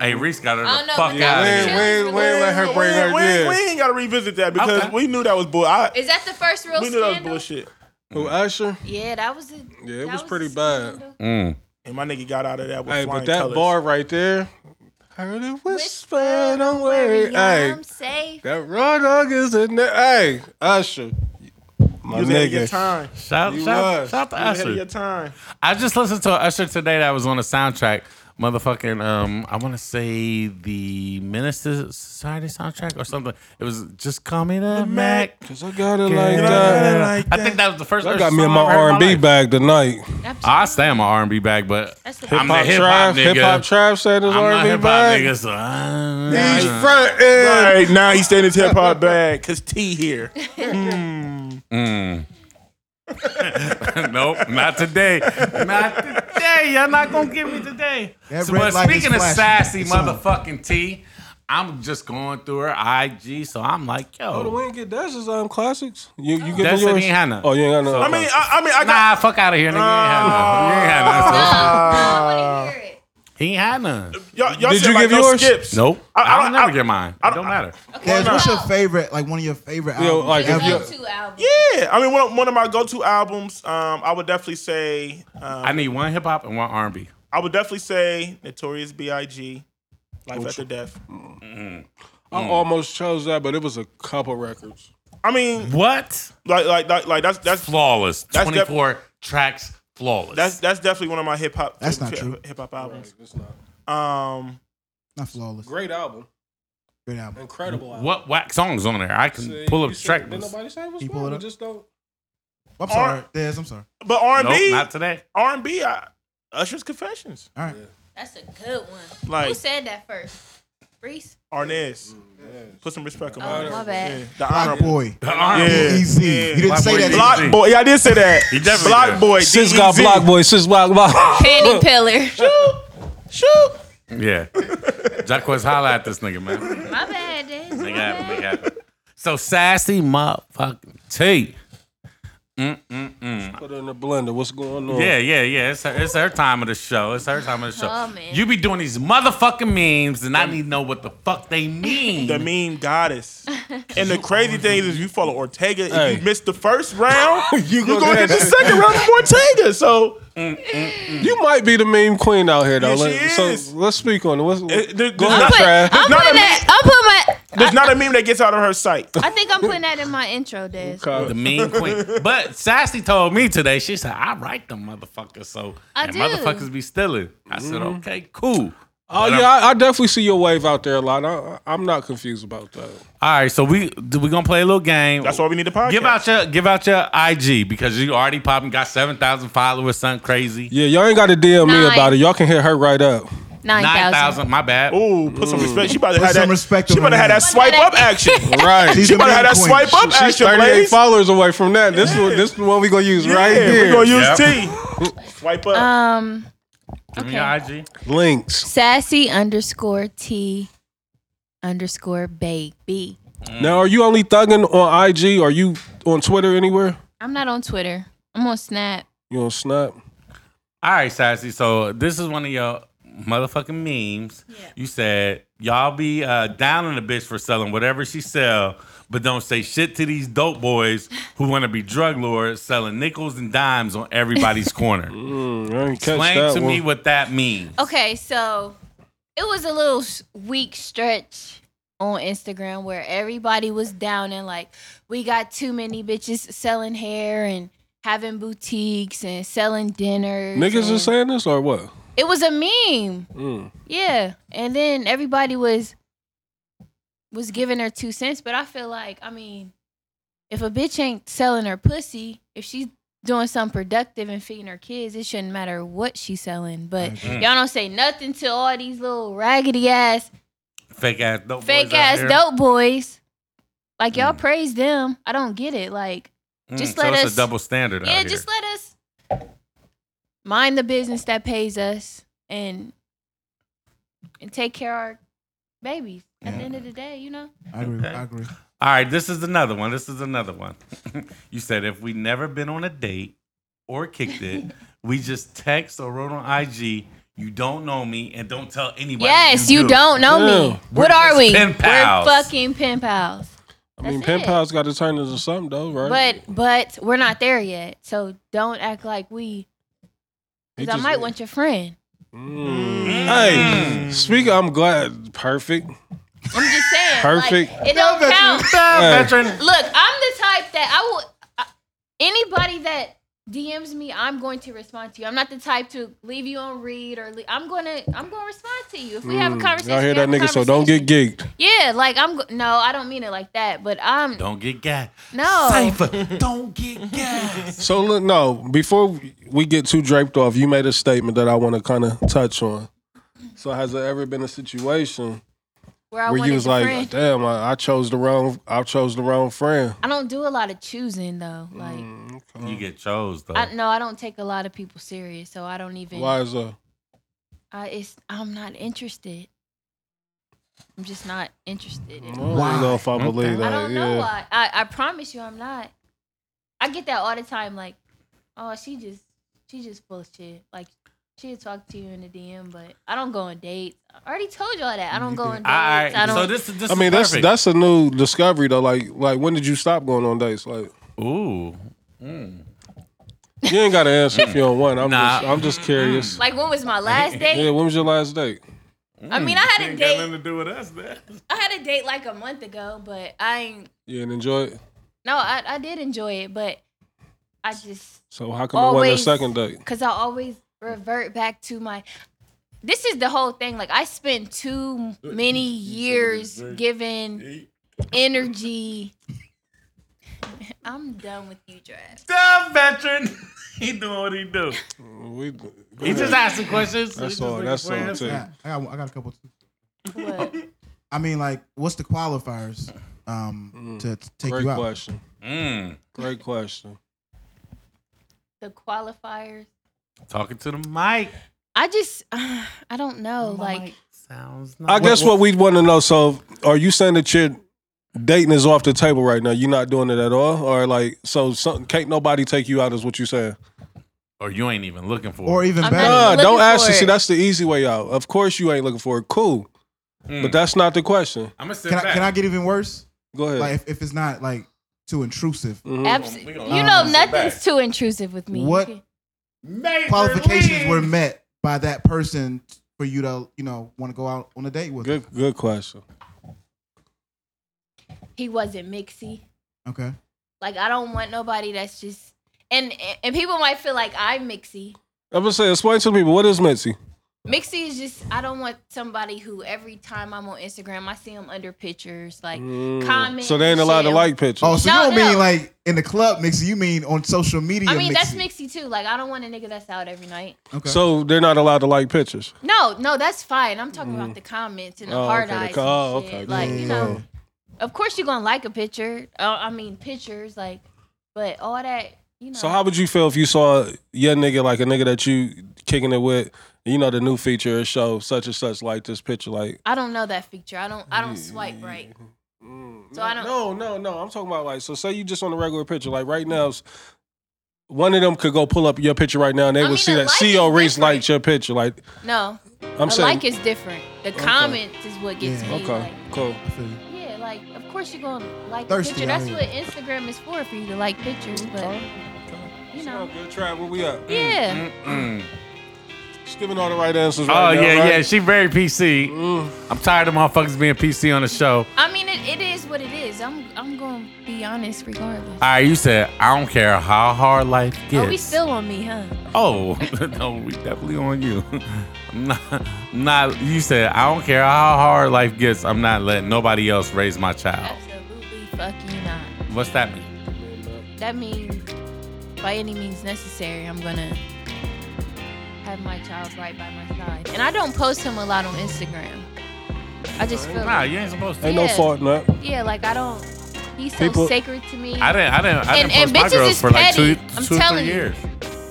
Hey, Reese got her I the don't know, fuck but that out was of Wait, Usher. here. wait, wait, let her bring her we, ain't- we in. ain't got to revisit that because Okay. we knew that was bull. I, Is that the first real we knew that was scandal? bullshit. Who Usher? Yeah, that was it. Yeah, it that was a pretty bad. scandal. Mm. And my nigga got out of that with Hey, flying but that colors. bar right there. Heard it whisper, Whisper, don't worry. Hey, I'm safe. that raw dog is in there. Hey, Usher, my you was ahead of your nigga. time. Shout, You shout, was. shout to You was ahead of your Usher. time. I just listened to a Usher today that was on a soundtrack. Motherfucking, um, I want to say the Minister Society soundtrack or something. It was just call me the, Mac. Cause I got it Yeah. got like it that. like I think that was the first. I Usher got me in song my I heard R and B bag tonight. Absolutely. I stay in my R and B bag, but That's the I'm the Hip hip hop Trav, hip hop nigga. Trav said his I'm not R and hip hop B bag. nigga, so I- He's front All end. right, now he's staying in his hip hop bag because T here. Mm. nope, not today. Not today. Y'all not gonna get me today. That So, red but light is speaking of flashing. sassy It's on. motherfucking T, I'm just going through her IG, so I'm like, Oh, yo, we didn't get Dash's um classics. You you get Dash yours? said he ain't had none. Oh, you ain't got no. I mean, I, I mean, I nah, got. fuck out of here, nigga. You ain't had none. You ain't had none. So, Uh. I want to hear it. He ain't had none. Y'all, y'all Did said you like give no yours? skips. Nope. I, I- I- don't never I- get mine. I- it don't I- matter. Dez, what's your Wow. favorite? Like one of your favorite Yo, albums? like, if ever? you- Go to album. Yeah, I mean, one of, one of my go-to albums. Um, I would definitely say. Um, I need one hip hop and one R&B. I would definitely say Notorious B.I.G. Life After Death. Mm. I almost chose that, but it was a couple records. I mean, What? like, like, like, like that's that's Flawless. That's def- 24 tracks. Flawless. that's that's definitely one of my hip hop. That's not true. Hip hop albums. It's not Um, Not flawless. great album, Great album. incredible album. what whack songs on there? I can See, pull up you the said- track Didn't list. nobody say what's Can you pull wrong? it We up? just don't. I'm All sorry, right. Dez. I'm sorry. but R and Nope, B, not today. R and B, Usher's Confessions. All right. That's a good one. Who Like said that first? Reese? Arnez, put some respect on Oh, Arnez. my bad. The Black honorable. boy. Uh-huh. Yeah. DEZ. Yeah. You didn't Black say Boy that. DEZ. Black- Block boy, yeah, I did say that. He definitely block did. boy, E Sis got DEZ. block boy. Sis block block. Penny Pillar. Shoot. Yeah. Jacquez, holla at this nigga, man. My bad, Dez. Make it happen, make it happen. So sassy motherfucking T. Mm, mm, mm. Put it in the blender. What's going on? Yeah, yeah, yeah. It's her, it's her time of the show. It's her time of the show. Oh, man. You be doing these motherfucking memes, and I need to know what the fuck they mean. The meme goddess. And the crazy thing is, if you follow Ortega, Hey. if you miss the first round, You you gonna are going to get the get- second round from Ortega. So You might be the meme queen out here though. Yeah, Let, she is. So let's speak on it. What's, it- there- go there's, ahead, Trav. I'm, put, I'm Not putting a that. I'm putting my. there's not a meme that gets out of her sight. I think I'm putting that in my intro, Des. The mean queen. But Sassy told me today, she said, I write them motherfuckers. So I and do. Mm-hmm. motherfuckers be stealing. I said, okay, cool. Oh But yeah, I, I definitely see your wave out there a lot. I, I- I'm not confused about that. All right, so we we gonna play a little game. That's why we need a podcast. Give out your give out your IG because you already popping got seven thousand followers, something crazy. Yeah, y'all ain't got to DM me Nine. about it. Y'all can hit her right up. Nine Nine thousand. thousand, my bad. Ooh, put some respect. She about to Put have some that. respect she on about to her have that name. swipe up action. Right. She's She the about to have meme that queen. swipe up She's action, 38 Blaze. followers away from that. This one, this one we gonna use right Yeah, here. We're gonna use T. Swipe up. Um. Give me Okay. your IG. Links. Sassy underscore T underscore baby. Mm. Now, are you only thugging on IG? Are you on Twitter anywhere? I'm not on Twitter. I'm on Snap. You on Snap? All right, Sassy. So this is one of your motherfucking memes. You said y'all be uh, down on the bitch for selling whatever she sell, but don't say shit to these dope boys who want to be drug lords selling nickels and dimes on everybody's corner. Mm, I ain't catch Explain that to one. me what that means. Okay, so it was a little s- weak stretch on Instagram where everybody was down and like we got too many bitches selling hair and having boutiques and selling dinners. Niggas and- is saying this or what? It was a meme. Mm. Yeah. And then everybody was was giving her two cents, but I feel like, I mean, if a bitch ain't selling her pussy, if she's doing something productive and feeding her kids, it shouldn't matter what she's selling. But Mhm. y'all don't say nothing to all these little raggedy ass, Fake ass dope. boys fake out ass here. dope boys. Like y'all praise them. I don't get it. Like Mm, Just so let it's us- a double standard. out yeah, here. just let us mind the business that pays us and and take care of our babies. At the end of the day, you know. I agree. I agree. All right, this is another one. This is another one. you said if we never been on a date or kicked it, we just text or wrote on IG. You don't know me and don't tell anybody. yes, you, do. don't know Yeah. me. What are just we? pen pals. We're fucking pen pals. I mean, That's pen it. pals got to turn into something though, right? But but we're not there yet. So don't act like we. He Because I just- might want your friend. Mm. Hey, speak. I'm glad. Perfect. I'm just saying. Perfect. Like, it don't count. Hey. Look, I'm the type that I will. I, anybody that DMs me, I'm going to respond to you. I'm not the type to leave you on read or leave, I'm going to. I'm going to respond to you if we have a Mm, conversation. Y'all hear we that have a nigga? So don't conversation. get geeked. Yeah, like I'm. go- No, I don't mean it like that. But I'm. Don't get gas. No. Safer. don't get gas. So look, no. Before we get too draped off, you made a statement that I want to kind of touch on. So has there ever been a situation Where I where wanted you was your like, uh, friend. "Damn, I, I chose the wrong. I chose the wrong friend." I don't do a lot of choosing though. Mm, Like You get chose though. I no, I don't take a lot of people serious, so I don't even. Why is that? I it's I'm not interested. I'm just not interested. I in don't Why? know if I believe that. I don't yeah. know why. I, I promise you, I'm not. I get that all the time. Like, oh, she just she just full of shit. Like, she'll talk to you in the DM, but I don't go on dates. I already told y'all that I don't go on dates. All right. I don't. so this is this. I mean, is that's perfect. that's a new discovery though. Like like when did you stop going on dates? Like Ooh. you ain't got to answer if you don't want. I'm Nah. just I'm just curious. like, when was my last Yeah, date? when was your last date? I mean, I had a Ain't got nothing date. to do with us. Then. I had a date like a month ago, but I ain't. Yeah, and enjoy it. No, I I did enjoy it, but I just So how come it wasn't a Always. second date? because I always revert back to my. This is the whole thing. Like I spent too many years giving energy. I'm done with you, Draft. The veteran. he doing what he do. We, go He just ahead. asked some questions. He That's just all. looking That's for all. it answers. take. Yeah, I got, I got a couple. Too. What? I mean, like, what's the qualifiers um, to, to take Great you out? question. Mm. Great question. The qualifiers. Talking to the mic. I just, I don't know. like sounds. I guess what we want to know. So, are you saying that you're dating is off the table right now. You're not doing it at all, or like so. Something can't nobody take you out is what you saying. Or you ain't even looking for Or it. even I'm better. not- Nah, looking don't ask. for it. See, it. that's the easy way out. Of course, you ain't looking for it. Cool, but that's not the question. I'm going to Mm. sit Can I, back. can I get even worse? Go ahead. Like if, if it's not like too intrusive. Mhm. Abs- We you gonna- we know, gonna sit back. nothing's too intrusive with me. What? Major Qualifications league. were met by that person for you to you know want to go out on a date with. Good, good question. He wasn't mixy. Okay. Like I don't want nobody that's just and and people might feel like I'm mixy. I'm gonna say, explain to people what is Mitzi. Mixy is just I don't want somebody who every time I'm on Instagram I see them under pictures like Mm. comment. So they ain't allowed to share. like pictures. Oh, so No, you don't mean no. like in the club mixer? You mean on social media? I mean that's mixer. mixy too. Like I don't want a nigga that's out every night. Okay. so they're not allowed to like pictures. No, no, that's fine. I'm talking about the comments and the Mm. Oh, hard okay, the eyes. co- and oh, shit. okay. Like Yeah. you know, of course you're gonna like a picture. Uh, I mean pictures like, but all that you know. So how would you feel if you saw your nigga like a nigga that you kicking it with? You know the new feature it show such and such like this picture like. I don't know that feature. I don't. I don't swipe right. So I don't- No, no, no. I'm talking about like so. Say you just on a regular picture like right now. s- One of them could go pull up your picture right now, and they I would mean, see a that like CEO is Reese different. liked your picture. Like No, I'm a saying, like is different. The comments is what gets Yeah. me. okay, Like, cool. I feel you. yeah, like of course you're gonna like Thirsty a picture. out That's here. what Instagram is for, for you to like pictures. But you know, Good trap. Where we at? yeah. She's giving all the right answers. Oh, Right now, yeah, right? yeah. She very PC. I'm tired of motherfuckers being PC on the show. I mean, it, it is what it is. I'm I'm gonna be honest regardless. All right, you said, I don't care how hard life gets. Are we still on me, huh? Oh no, we definitely on you. I'm not, I'm not. You said I don't care how hard life gets. I'm not letting nobody else raise my child. Absolutely fucking not. What's that mean? That means by any means necessary, I'm gonna have my child right by my side. And I don't post him a lot on Instagram. I just feel Nah, like, you ain't supposed to. Ain't no Yeah. fault in that. yeah, like I don't. He's so People- sacred to me. I didn't. I didn't. I And- didn't post and my bitches girls is for like two, petty. two, I'm three telling you. years.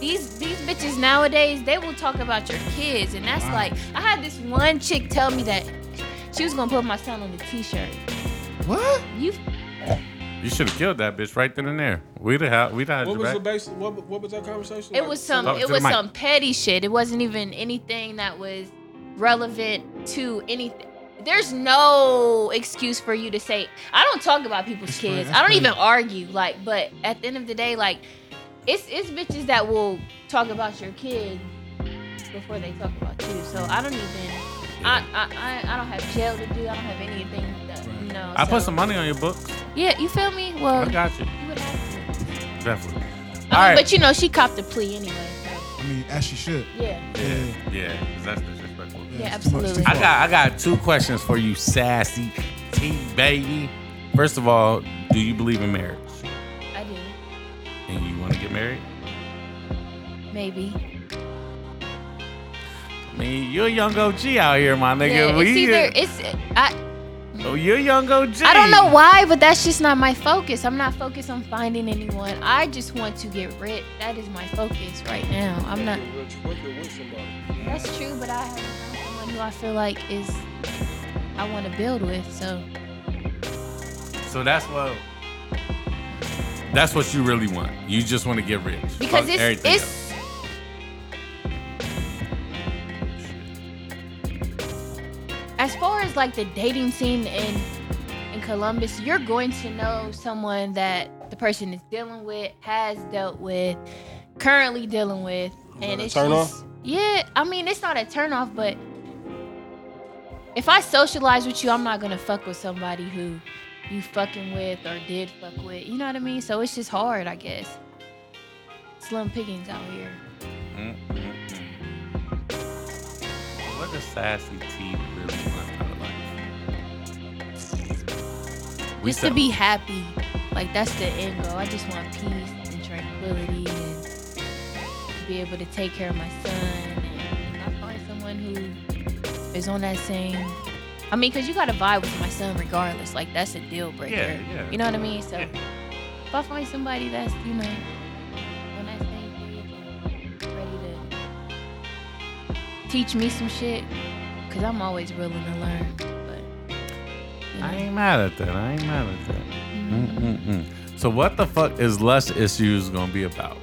these these bitches nowadays they will talk about your kids and that's like i had this one chick tell me that she was gonna put my son on a t-shirt What? you You should have killed that bitch right then and there. We'd have. had- We'd have. What had was your the back. base? What, what was that conversation? it Like, was some Talk to it the was mic. some petty shit it wasn't even anything that was relevant to anything there's no excuse for you to say i don't talk about people's That's right, kids that's i don't right. even argue like but at the end of the day like it's it's bitches that will talk about your kids before they talk about you so i don't even I, I, I I don't have jail to do. I don't have anything. To, you know. I put so- some money on your books. Yeah, you feel me? Well, I got you. you would have to. Definitely. I mean, All right. Oh, But you know, she copped a plea anyway. So, I mean, as she should. yeah. Yeah. Yeah. 'cause that's disrespectful. Yeah, it's too much- absolutely. too I far. got I got two questions for you, sassy T baby. First of all, do you believe in marriage? I do. And you want to get married? Maybe. I mean, you're a young OG out here, my nigga. Yeah, it's We- uh, either it's I oh, you're a young OG. I don't know why, but that's just not my focus. I'm not focused on finding anyone. I just want to get rich. That is my focus right now. I'm not. That's true, but I haven't found someone who I feel like is I want to build with. So So that's what. That's what you really want. You just want to get rich. because Fuck it's everything else. it's as far as like the dating scene in in Columbus, you're going to know someone that the person is dealing with, has dealt with, currently dealing with, that and a it's turn just yeah. I mean, it's not a turnoff, but if I socialize with you, I'm not gonna fuck with somebody who you fucking with or did fuck with. You know what I mean? So it's just hard, I guess. Slim pickings out here. Mm, mm, mm. What does sassy T really want out of life? We just to said- be happy. Like that's the end goal. I just want peace and tranquility and be able to take care of my son. And if I find someone who is on that same I mean, cause you gotta vibe with my son regardless. Like that's a deal breaker. Yeah, yeah. You know what I mean? So Yeah. if I find somebody that's, you know, on that same page and ready to teach me some shit, cause I'm always willing to learn. But you I ain't mad at that. I ain't mad at that. Mm-mm-mm. So what the fuck is less issues gonna be about?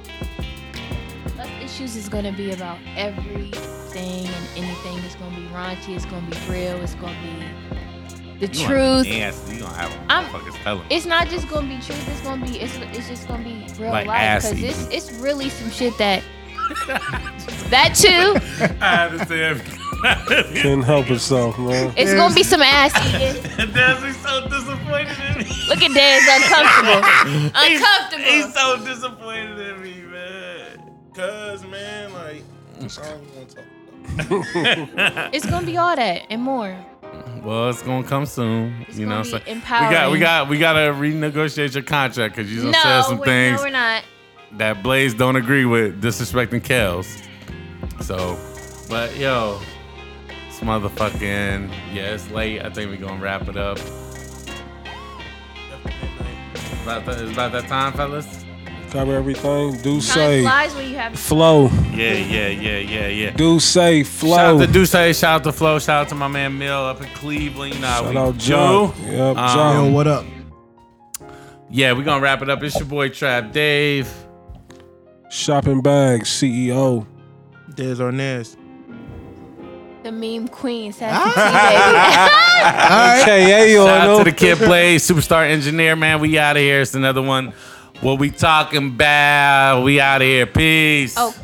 Love issues is gonna be about everything and anything. It's gonna be raunchy. It's gonna be real. It's gonna be the You truth. Yes, you gonna have I'm- motherfuckers telling. It's not just gonna be truth. It's gonna be. It's, it's just gonna be real Like life ass because it's eating. it's really some shit that that too. I understand. Couldn't help itself, man. It's gonna be some ass eating. Desi's so disappointed in me. Look at Dan's uncomfortable. He's- uncomfortable. He's so disappointed in me, man. Cause man, like I don't want to talk. it's gonna be all that and more. Well, it's gonna come soon. It's you know, gonna so be we empowering. got we got we gotta renegotiate your contract because you done said some we're, things no, we're not. that Blaze don't agree with, disrespecting Kels. So, but yo, it's motherfucking yeah, it's late. I think we're gonna wrap it up. About that, it's about that time, fellas. Cover everything. Do Time say flies when you have. flow. Yeah, yeah, yeah, yeah, yeah. Do say flow. Shout out to Duce, shout out to Flo, shout out to my man Mill up in Cleveland. You know how Shout we out do. John. Yep, Um, John. Yo, what up? Yeah, we're gonna wrap it up. It's your boy Trap Dave. Shopping bag E CEO. Des Arnaz. The meme queen, Sassy T, baby. All right. KA Shout out on to the them. Kid Play, superstar engineer, man. We out of here. It's another one. What we talking about? We out of here. Peace. Oh,